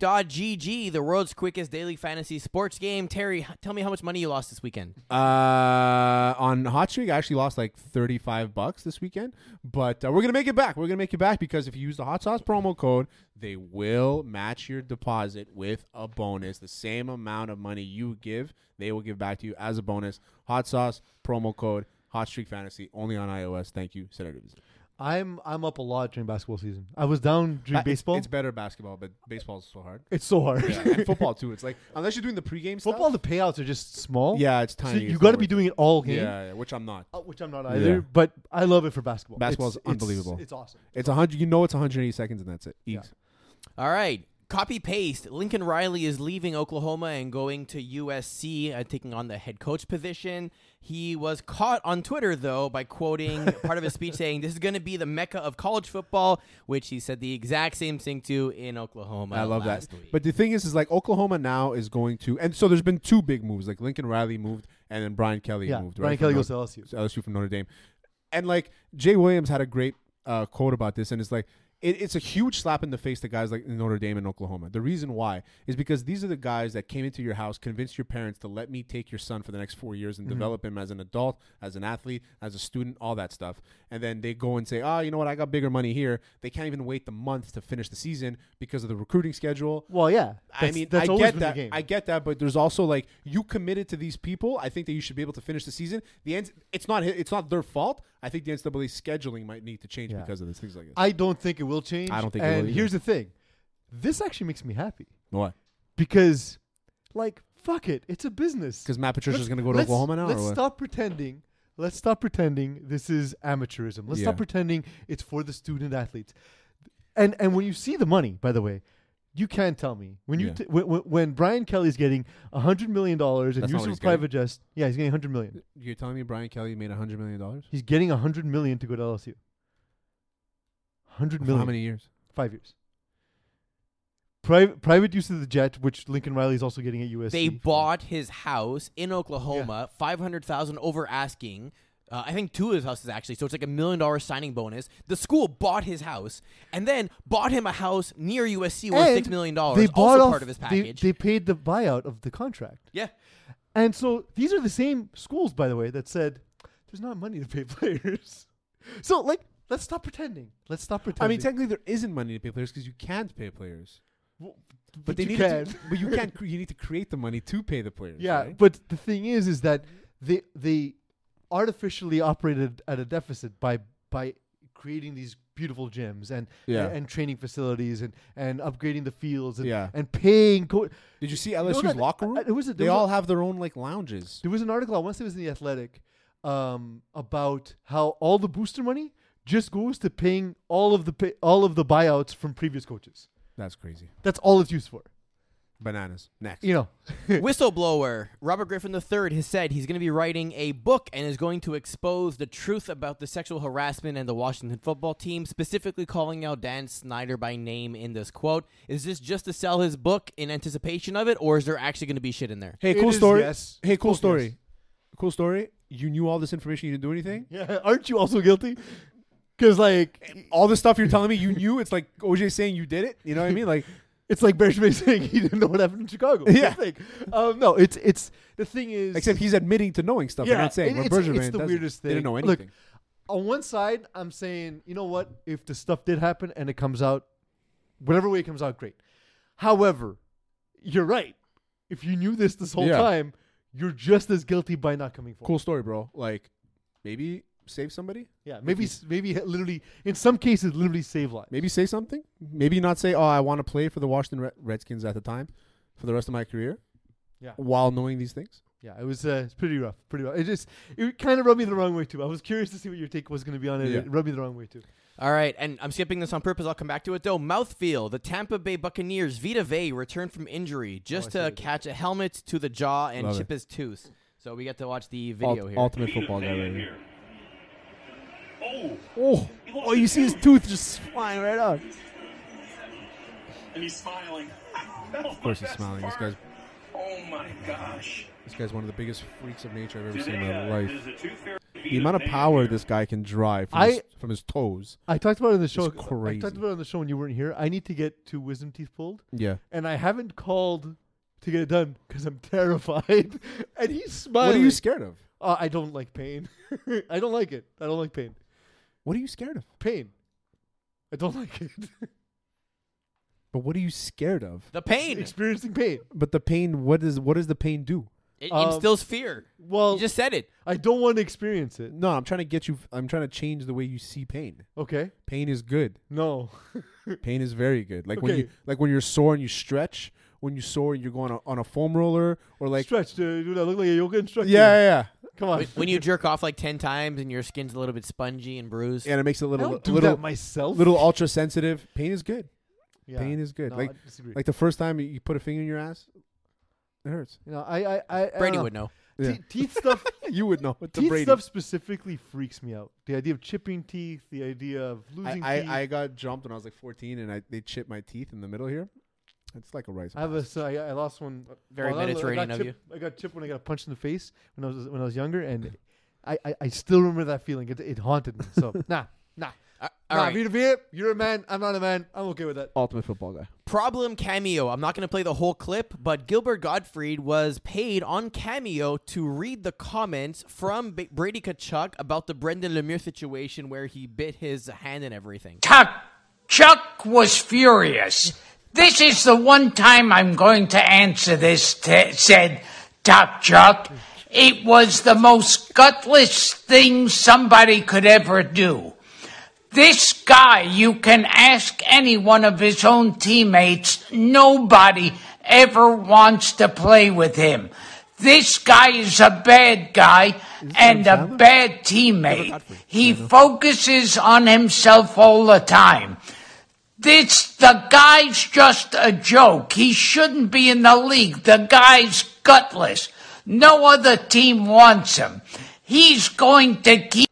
[SPEAKER 3] HotStreak.gg, the world's quickest daily fantasy sports game. Terry, h- tell me how much money you lost this weekend.
[SPEAKER 2] Uh, on Hot Streak, I actually lost like 35 bucks this weekend, but uh, we're going to make it back. We're going to make it back because if you use the Hot Sauce promo code, they will match your deposit with a bonus. The same amount of money you give, they will give back to you as a bonus. Hot Sauce promo code Hot Streak Fantasy only on iOS. Thank you. Send it to us.
[SPEAKER 1] I'm I'm up a lot during basketball season. I was down during
[SPEAKER 2] Uh, it's-
[SPEAKER 1] baseball.
[SPEAKER 2] It's better basketball, but baseball's so hard.
[SPEAKER 1] It's so hard.
[SPEAKER 2] Yeah, and football too. It's like unless you're doing the pregame stuff.
[SPEAKER 1] Football, the payouts are just small.
[SPEAKER 2] Yeah, it's
[SPEAKER 1] So
[SPEAKER 2] tiny.
[SPEAKER 1] you
[SPEAKER 2] It's
[SPEAKER 1] got to
[SPEAKER 2] not
[SPEAKER 1] be
[SPEAKER 2] worth
[SPEAKER 1] doing it all
[SPEAKER 2] it.
[SPEAKER 1] game,
[SPEAKER 2] Yeah, yeah, which I'm not.
[SPEAKER 1] uh, which I'm not either.
[SPEAKER 2] Yeah.
[SPEAKER 1] But I love it for basketball.
[SPEAKER 2] Basketball's
[SPEAKER 1] It's- it's-
[SPEAKER 2] unbelievable.
[SPEAKER 1] It's awesome.
[SPEAKER 2] It's a hundred. You know, it's 180 seconds, and that's it. Easy.
[SPEAKER 1] Yeah.
[SPEAKER 3] All right. Copy paste. Lincoln Riley is leaving Oklahoma and going to USC, uh, taking on the head coach position. He was caught on Twitter, though, by quoting part of his speech saying, This is going to be the mecca of college football, which he said the exact same thing to in Oklahoma.
[SPEAKER 2] I love that.
[SPEAKER 3] last Week.
[SPEAKER 2] But the thing is, is like Oklahoma now is going to, and so there's been two big moves. Like Lincoln Riley moved, and then Brian Kelly
[SPEAKER 1] Yeah,
[SPEAKER 2] moved.
[SPEAKER 1] Brian
[SPEAKER 2] right,
[SPEAKER 1] Kelly
[SPEAKER 2] from
[SPEAKER 1] goes to LSU.
[SPEAKER 2] Notre- LSU from Notre Dame, and like Jay Williams had a great uh, quote about this, and it's like. It, it's a huge slap in the face to guys like Notre Dame and Oklahoma. The reason why is because these are the guys that came into your house, convinced your parents to let me take your son for the next four years and develop him as an adult, as an athlete, as a student, all that stuff. And then they go and say, oh, you know what? I got bigger money here. They can't even wait the month to finish the season because of the recruiting schedule.
[SPEAKER 1] Well, yeah.
[SPEAKER 2] I
[SPEAKER 1] That's-
[SPEAKER 2] mean,
[SPEAKER 1] that's
[SPEAKER 2] I
[SPEAKER 1] always
[SPEAKER 2] get
[SPEAKER 1] been
[SPEAKER 2] that.
[SPEAKER 1] The game.
[SPEAKER 2] I get that, but there's also like you committed to these people. I think that you should be able to finish the season. The end. It's not. hi- It's not their fault. I think the NCAA scheduling might need to change
[SPEAKER 1] Yeah.
[SPEAKER 2] because of this things like this.
[SPEAKER 1] I don't think it will change.
[SPEAKER 2] I don't think it will
[SPEAKER 1] And
[SPEAKER 2] either.
[SPEAKER 1] here's the thing, this actually makes me happy
[SPEAKER 2] Why?
[SPEAKER 1] because, like, fuck it, it's a business.
[SPEAKER 2] Because Matt Patricia's
[SPEAKER 1] Let's-
[SPEAKER 2] going to go to
[SPEAKER 1] let's-
[SPEAKER 2] Oklahoma now.
[SPEAKER 1] Let's
[SPEAKER 2] or what?
[SPEAKER 1] stop pretending. Let's stop pretending this is amateurism. Let's
[SPEAKER 2] Yeah.
[SPEAKER 1] stop pretending it's for the student athletes. And and when you see the money, by the way, you can tell me when you
[SPEAKER 2] Yeah.
[SPEAKER 1] t- when, when- when Brian Kelly's getting hundred million dollars and
[SPEAKER 2] That's not what
[SPEAKER 1] Yusuf
[SPEAKER 2] he's getting.
[SPEAKER 1] private jet, yeah, he's getting hundred million.
[SPEAKER 2] You're telling me Brian Kelly made hundred million dollars?
[SPEAKER 1] He's getting hundred million to go to LSU. Hundred
[SPEAKER 2] For
[SPEAKER 1] million,
[SPEAKER 2] how many years?
[SPEAKER 1] five years. Private private use of the jet, which Lincoln Riley is also getting at USC.
[SPEAKER 3] They bought his house in Oklahoma, five hundred thousand over asking. Uh, I think two of his houses actually, so it's like a million dollar signing bonus. The school bought his house and then bought him a house near USC worth
[SPEAKER 1] And
[SPEAKER 3] six million dollars.
[SPEAKER 1] They bought
[SPEAKER 3] also
[SPEAKER 1] off-
[SPEAKER 3] part of his
[SPEAKER 1] they-
[SPEAKER 3] package.
[SPEAKER 1] they paid the buyout of the contract.
[SPEAKER 3] yeah,
[SPEAKER 1] And so these are the same schools, by the way, that said there's not money to pay players. So like, let's stop pretending. Let's stop
[SPEAKER 2] I
[SPEAKER 1] pretending.
[SPEAKER 2] mean, technically there isn't money to pay players because you can't pay players.
[SPEAKER 1] W-
[SPEAKER 2] But,
[SPEAKER 1] but
[SPEAKER 2] they
[SPEAKER 1] you
[SPEAKER 2] need
[SPEAKER 1] can.
[SPEAKER 2] To, but you can't. Cre- you need to create the money to pay the players.
[SPEAKER 1] yeah.
[SPEAKER 2] right?
[SPEAKER 1] But the thing is, is that they they artificially operated at a deficit by by creating these beautiful gyms and
[SPEAKER 2] Yeah.
[SPEAKER 1] and, training facilities and and upgrading the fields and
[SPEAKER 2] Yeah.
[SPEAKER 1] and paying. Co-
[SPEAKER 2] Did you see LSU's
[SPEAKER 1] that-
[SPEAKER 2] locker room?
[SPEAKER 1] I- it was a-
[SPEAKER 2] they
[SPEAKER 1] there was a-
[SPEAKER 2] all have their own like lounges.
[SPEAKER 1] There was an article I once it was in the Athletic um, about how all the booster money just goes to paying all of the pay, all of the buyouts from previous coaches.
[SPEAKER 2] That's crazy.
[SPEAKER 1] That's all it's used for.
[SPEAKER 2] Bananas. Next.
[SPEAKER 1] You know,
[SPEAKER 3] whistleblower Robert Griffin III has said he's going to be writing a book and is going to expose the truth about the sexual harassment and the Washington football team, specifically calling out Dan Snyder by name in this quote. Is this just to sell his book in anticipation of it, or is there actually going to be shit in there?
[SPEAKER 2] Hey,
[SPEAKER 1] It
[SPEAKER 2] cool
[SPEAKER 1] is
[SPEAKER 2] story.
[SPEAKER 1] yes.
[SPEAKER 2] Hey, cool
[SPEAKER 1] Both
[SPEAKER 2] story.
[SPEAKER 1] yes.
[SPEAKER 2] Cool story. You knew all this information. You didn't do anything.
[SPEAKER 1] yeah. Aren't you also guilty? Because like,
[SPEAKER 2] All the stuff you're telling me, you knew. It's like OJ saying you did it. You know what I mean? Like,
[SPEAKER 1] it's like Bear Schmidt saying he didn't know what happened in Chicago. Same
[SPEAKER 2] Yeah.
[SPEAKER 1] thing. Um, no, it's it's the thing is
[SPEAKER 2] except he's admitting to knowing stuff. Yeah, not saying.
[SPEAKER 1] it-
[SPEAKER 2] where
[SPEAKER 1] it's,
[SPEAKER 2] Bergerman
[SPEAKER 1] it's the
[SPEAKER 2] doesn't.
[SPEAKER 1] weirdest thing.
[SPEAKER 2] They didn't know
[SPEAKER 1] Look,
[SPEAKER 2] anything.
[SPEAKER 1] on one side, I'm saying, you know what? If the stuff did happen and it comes out, whatever way it comes out, great. However, you're right. If you knew this this whole
[SPEAKER 2] Yeah.
[SPEAKER 1] time, you're just as guilty by not coming forward.
[SPEAKER 2] cool story, bro. Like, maybe save somebody.
[SPEAKER 1] Yeah, maybe s- maybe literally in some cases literally save lives.
[SPEAKER 2] Maybe say something. Maybe not say, "Oh, I want to play for the Washington Red- Redskins at the time, for the rest of my career."
[SPEAKER 1] Yeah.
[SPEAKER 2] While knowing these things.
[SPEAKER 1] Yeah, it was uh, it's pretty rough, pretty rough. It just it kind of rubbed me the wrong way too. I was curious to see what your take was going to be on it.
[SPEAKER 2] Yeah.
[SPEAKER 1] It rubbed me the wrong way too.
[SPEAKER 3] All right, and I'm skipping this on purpose. I'll come back to it though. Mouthfeel, the Tampa Bay Buccaneers, Vita Vey returned from injury
[SPEAKER 1] Oh, I
[SPEAKER 3] just
[SPEAKER 1] see what
[SPEAKER 3] to
[SPEAKER 1] you did.
[SPEAKER 3] catch a helmet to the jaw and
[SPEAKER 2] Love
[SPEAKER 3] chip
[SPEAKER 2] it.
[SPEAKER 3] his tooth. So we got to watch the
[SPEAKER 2] Ult-
[SPEAKER 3] video here.
[SPEAKER 2] Ultimate football guy. Right here.
[SPEAKER 5] Oh,
[SPEAKER 2] Oh, oh, you see his tooth just flying right out.
[SPEAKER 5] and he's smiling. of
[SPEAKER 2] course he's smiling. This guy's-
[SPEAKER 5] Oh my gosh.
[SPEAKER 2] This guy's one of the biggest freaks of nature I've ever seen in
[SPEAKER 5] Today,
[SPEAKER 2] my
[SPEAKER 5] uh,
[SPEAKER 2] life.
[SPEAKER 5] there's a tooth fairy
[SPEAKER 2] The amount of
[SPEAKER 5] meeting
[SPEAKER 2] power
[SPEAKER 5] here.
[SPEAKER 2] this guy can drive from,
[SPEAKER 1] I-
[SPEAKER 2] his, from his toes.
[SPEAKER 1] I talked about it on the show. I
[SPEAKER 2] crazy.
[SPEAKER 1] talked about it on the show when you weren't here. I need to get two wisdom teeth pulled.
[SPEAKER 2] Yeah.
[SPEAKER 1] and I haven't called to get it done because I'm terrified. and he's smiling.
[SPEAKER 2] What are you scared of?
[SPEAKER 1] Uh, I don't like pain. I don't like it. I don't like pain.
[SPEAKER 2] What are you scared of?
[SPEAKER 1] Pain. I don't like it.
[SPEAKER 2] But what are you scared of?
[SPEAKER 3] The pain.
[SPEAKER 1] Experiencing pain.
[SPEAKER 2] But the pain. What is what does the pain do?
[SPEAKER 3] It
[SPEAKER 1] Um,
[SPEAKER 3] instills fear.
[SPEAKER 1] Well,
[SPEAKER 3] you just said it.
[SPEAKER 1] I don't want to experience it.
[SPEAKER 2] No, I'm trying to get you. I'm trying to change the way you see pain.
[SPEAKER 1] Okay.
[SPEAKER 2] Pain is good.
[SPEAKER 1] No.
[SPEAKER 2] Pain is very good. Like when
[SPEAKER 1] Okay.
[SPEAKER 2] you like when you're sore and you stretch. When you sore and you're going on a, on a foam roller or like
[SPEAKER 1] Stretch, dude. dude, I look like a yoga instructor.
[SPEAKER 2] yeah, yeah,
[SPEAKER 1] Come on.
[SPEAKER 3] When, when you jerk off like ten times and your skin's a little bit spongy and bruised.
[SPEAKER 2] yeah, and it makes it a
[SPEAKER 1] I
[SPEAKER 2] little
[SPEAKER 1] don't do
[SPEAKER 2] little
[SPEAKER 1] that myself.
[SPEAKER 2] little ultra sensitive. Pain is good.
[SPEAKER 1] Yeah.
[SPEAKER 2] Pain is good.
[SPEAKER 1] No,
[SPEAKER 2] like
[SPEAKER 1] I disagree.
[SPEAKER 2] like the first time you- you put a finger in your ass, it hurts.
[SPEAKER 1] you know, I, I, I, I don't
[SPEAKER 3] Brady
[SPEAKER 1] know.
[SPEAKER 3] would know.
[SPEAKER 1] Te-
[SPEAKER 2] Yeah.
[SPEAKER 1] Teeth stuff.
[SPEAKER 2] You would know. It's the
[SPEAKER 1] teeth
[SPEAKER 2] Brady.
[SPEAKER 1] stuff specifically freaks me out. The idea of chipping teeth, the idea of
[SPEAKER 2] I,
[SPEAKER 1] losing teeth.
[SPEAKER 2] I, I got jumped when I was like 14, and I they chipped my teeth in the middle here. It's like a rice.
[SPEAKER 1] I have a so I, I lost one. uh,
[SPEAKER 3] Very
[SPEAKER 1] I got-
[SPEAKER 3] Mediterranean
[SPEAKER 1] I got
[SPEAKER 3] of
[SPEAKER 1] chipped- I got chipped when I got punched in the face when I was when I was younger, and I, I, I still remember that feeling. It, it haunted me. So nah, nah,
[SPEAKER 3] Uh, all
[SPEAKER 1] nah.
[SPEAKER 3] right.
[SPEAKER 1] Vita Vea, you're a man. I'm not a man. I'm okay with that.
[SPEAKER 2] ultimate football guy.
[SPEAKER 3] Problem cameo. I'm not going to play the whole clip, but Gilbert Gottfried was paid on cameo to read the comments from B- Brady Kachuk about the Brendan Lemieux situation where he bit his hand and everything.
[SPEAKER 6] Chuck, Chuck was furious. This is the one time I'm going to answer this, t- said Top Chuck. It was the most gutless thing somebody could ever do. This guy, you can ask any one of his own teammates, nobody ever wants to play with him. This guy is a bad guy and a bad teammate. He focuses on himself all the time. This, the guy's just a joke. He shouldn't be in the league. The guy's gutless. No other team wants him. He's going to keep.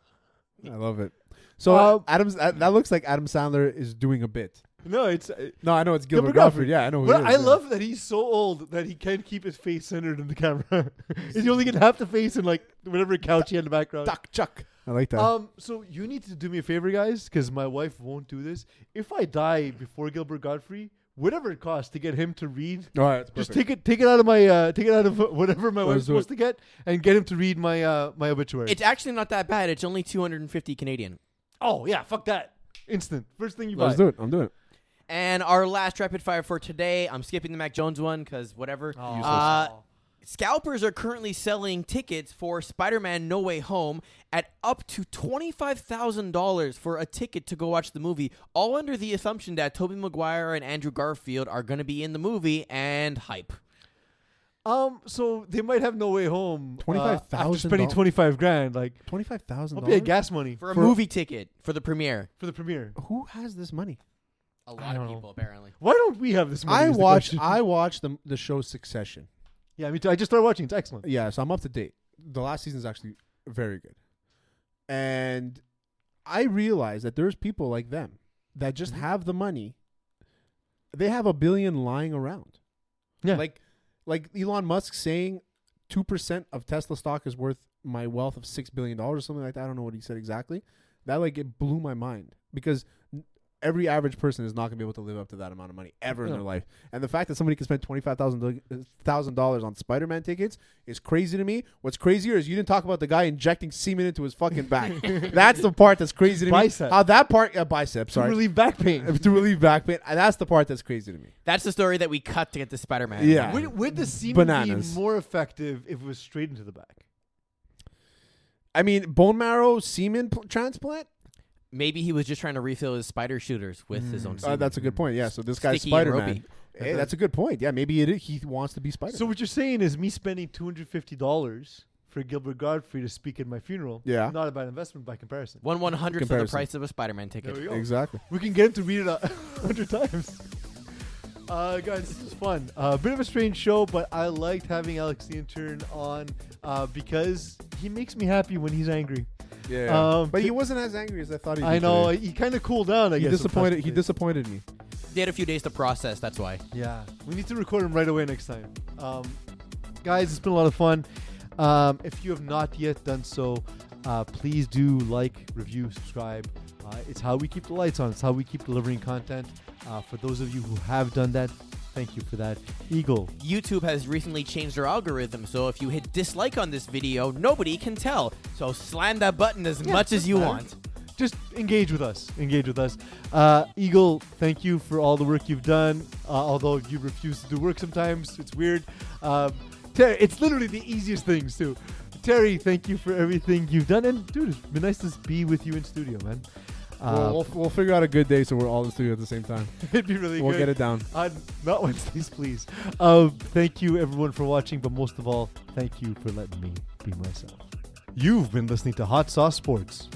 [SPEAKER 2] I love it. So
[SPEAKER 1] Uh,
[SPEAKER 2] Adam's that, that looks like Adam Sandler is doing a bit.
[SPEAKER 1] No, it's uh,
[SPEAKER 2] No, I know it's Gilbert,
[SPEAKER 1] Gilbert Gottfried.
[SPEAKER 2] Gottfried. Yeah, I know. who
[SPEAKER 1] But
[SPEAKER 2] he
[SPEAKER 1] I
[SPEAKER 2] is, yeah.
[SPEAKER 1] love that he's so old that he can't keep his face centered in the camera. he's only getting half the face in like whatever couch he had in the background.
[SPEAKER 2] Duck Chuck. I like that.
[SPEAKER 1] Um, so you need to do me a favor, guys, because my wife won't do this. If I die before Gilbert Godfrey, whatever it costs to get him to read,
[SPEAKER 2] All right, that's
[SPEAKER 1] just
[SPEAKER 2] perfect.
[SPEAKER 1] take it, take it out of my, uh, take it out of whatever my wife's
[SPEAKER 2] do it.
[SPEAKER 1] supposed to get, and get him to read my uh, my obituary.
[SPEAKER 3] It's actually not that bad. It's only 250 Canadian.
[SPEAKER 1] oh yeah, fuck that, instant first thing you buy.
[SPEAKER 2] Let's do it. I'm doing it.
[SPEAKER 3] And our last rapid fire for today, I'm skipping the Mac Jones one because whatever. Uh, scalpers are currently selling tickets for Spider-Man: No Way Home at up to twenty-five thousand dollars for a ticket to go watch the movie, all under the assumption that Tobey Maguire and Andrew Garfield are going to be in the movie and hype.
[SPEAKER 1] Um, so they might have no way home. uh, after
[SPEAKER 2] $25,000
[SPEAKER 1] spending twenty five grand, like
[SPEAKER 2] Twenty-five thousand
[SPEAKER 1] I'll be a gas money
[SPEAKER 3] For a
[SPEAKER 1] for,
[SPEAKER 3] movie ticket for the premiere,
[SPEAKER 1] for the premiere.
[SPEAKER 2] Who has this money?
[SPEAKER 3] a lot
[SPEAKER 1] don't
[SPEAKER 3] of
[SPEAKER 1] know.
[SPEAKER 3] people apparently.
[SPEAKER 1] Why don't we have this? Money
[SPEAKER 2] I
[SPEAKER 1] is the
[SPEAKER 2] watched.
[SPEAKER 1] question.
[SPEAKER 2] I watched the the show Succession.
[SPEAKER 1] yeah, me too. I just started watching. It's excellent.
[SPEAKER 2] Yeah, so I'm up to date. The last season is actually very good, and I realize that there's people like them that just have the money. They have a billion lying around.
[SPEAKER 1] Yeah.
[SPEAKER 2] like like Elon Musk saying two percent of Tesla stock is worth my wealth of six billion dollars or something like that. I don't know what he said exactly. That like it blew my mind because n- every average person is not going to be able to live up to that amount of money ever in
[SPEAKER 1] No.
[SPEAKER 2] their life. And the fact that somebody can spend twenty five thousand uh, thousand dollars on Spider Man tickets is crazy to me. What's crazier is you didn't talk about the guy injecting semen into his fucking back. that's the part that's crazy to
[SPEAKER 1] Bicep.
[SPEAKER 2] me. How that part uh, bicep,
[SPEAKER 1] to
[SPEAKER 2] sorry.
[SPEAKER 1] relieve back pain.
[SPEAKER 2] to relieve back pain. Uh, That's the part that's crazy to me.
[SPEAKER 3] That's the story that we cut to get to Spider-Man.
[SPEAKER 2] Yeah.
[SPEAKER 1] Would, would the semen
[SPEAKER 2] Bananas.
[SPEAKER 1] be more effective if it was straight into the back?
[SPEAKER 2] I mean, bone marrow semen pl- transplant.
[SPEAKER 3] maybe he was just trying to refill his spider shooters with his own.
[SPEAKER 2] Uh,
[SPEAKER 3] semen.
[SPEAKER 2] that's a good point. Yeah. So this guy's
[SPEAKER 3] Sticky and
[SPEAKER 2] Spider Man.
[SPEAKER 3] ropey.
[SPEAKER 2] Hey, that's a good point. Yeah. Maybe it is, he wants to be Spider.
[SPEAKER 1] So what you're saying is me spending two hundred fifty dollars for Gilbert Godfrey to speak at my funeral.
[SPEAKER 2] Yeah.
[SPEAKER 1] not a bad investment by comparison.
[SPEAKER 3] One one hundredth of the
[SPEAKER 2] Comparison.
[SPEAKER 3] price of a Spider-Man ticket.
[SPEAKER 1] There we go.
[SPEAKER 2] exactly.
[SPEAKER 1] We can get him to read it a hundred times. Uh, guys, this is fun. A bit of a strange show, but I liked having Alex the intern on uh, because he makes me happy when he's angry. Um,
[SPEAKER 2] but
[SPEAKER 1] t-
[SPEAKER 2] he wasn't as angry as I thought he. eh?
[SPEAKER 1] I know he kind of cooled down. I
[SPEAKER 2] He
[SPEAKER 1] guess
[SPEAKER 2] disappointed. He
[SPEAKER 1] impressively.
[SPEAKER 2] disappointed me.
[SPEAKER 3] They had a few days to process. That's why.
[SPEAKER 1] Yeah, we need to record them right away next time. Um, guys, it's been a lot of fun. Um, if you have not yet done so, uh, please do like, review, subscribe. Uh, it's how we keep the lights on. It's how we keep delivering content. Uh, for those of you who have done that, thank you for that. Eagle,
[SPEAKER 3] YouTube has recently changed their algorithm, so if you hit dislike on this video, nobody can tell. So slam that button as much as you want.
[SPEAKER 1] just engage with us. Engage with us. Uh, Eagle, thank you for all the work you've done. Uh, although you refuse to do work sometimes, it's weird. Um, Terry, it's literally the easiest things too. Terry, thank you for everything you've done, and dude, it's been nice to be with you in studio, man.
[SPEAKER 2] we'll,
[SPEAKER 1] Uh,
[SPEAKER 2] we'll, we'll figure out a good day so we're all in the studio at the same time.
[SPEAKER 1] it'd be really
[SPEAKER 2] We'll
[SPEAKER 1] good.
[SPEAKER 2] get it down.
[SPEAKER 1] on not Wednesdays, please. Um, thank you, everyone, for watching, but most of all, thank you for letting me be myself. You've been listening to Hot Sauce Sports.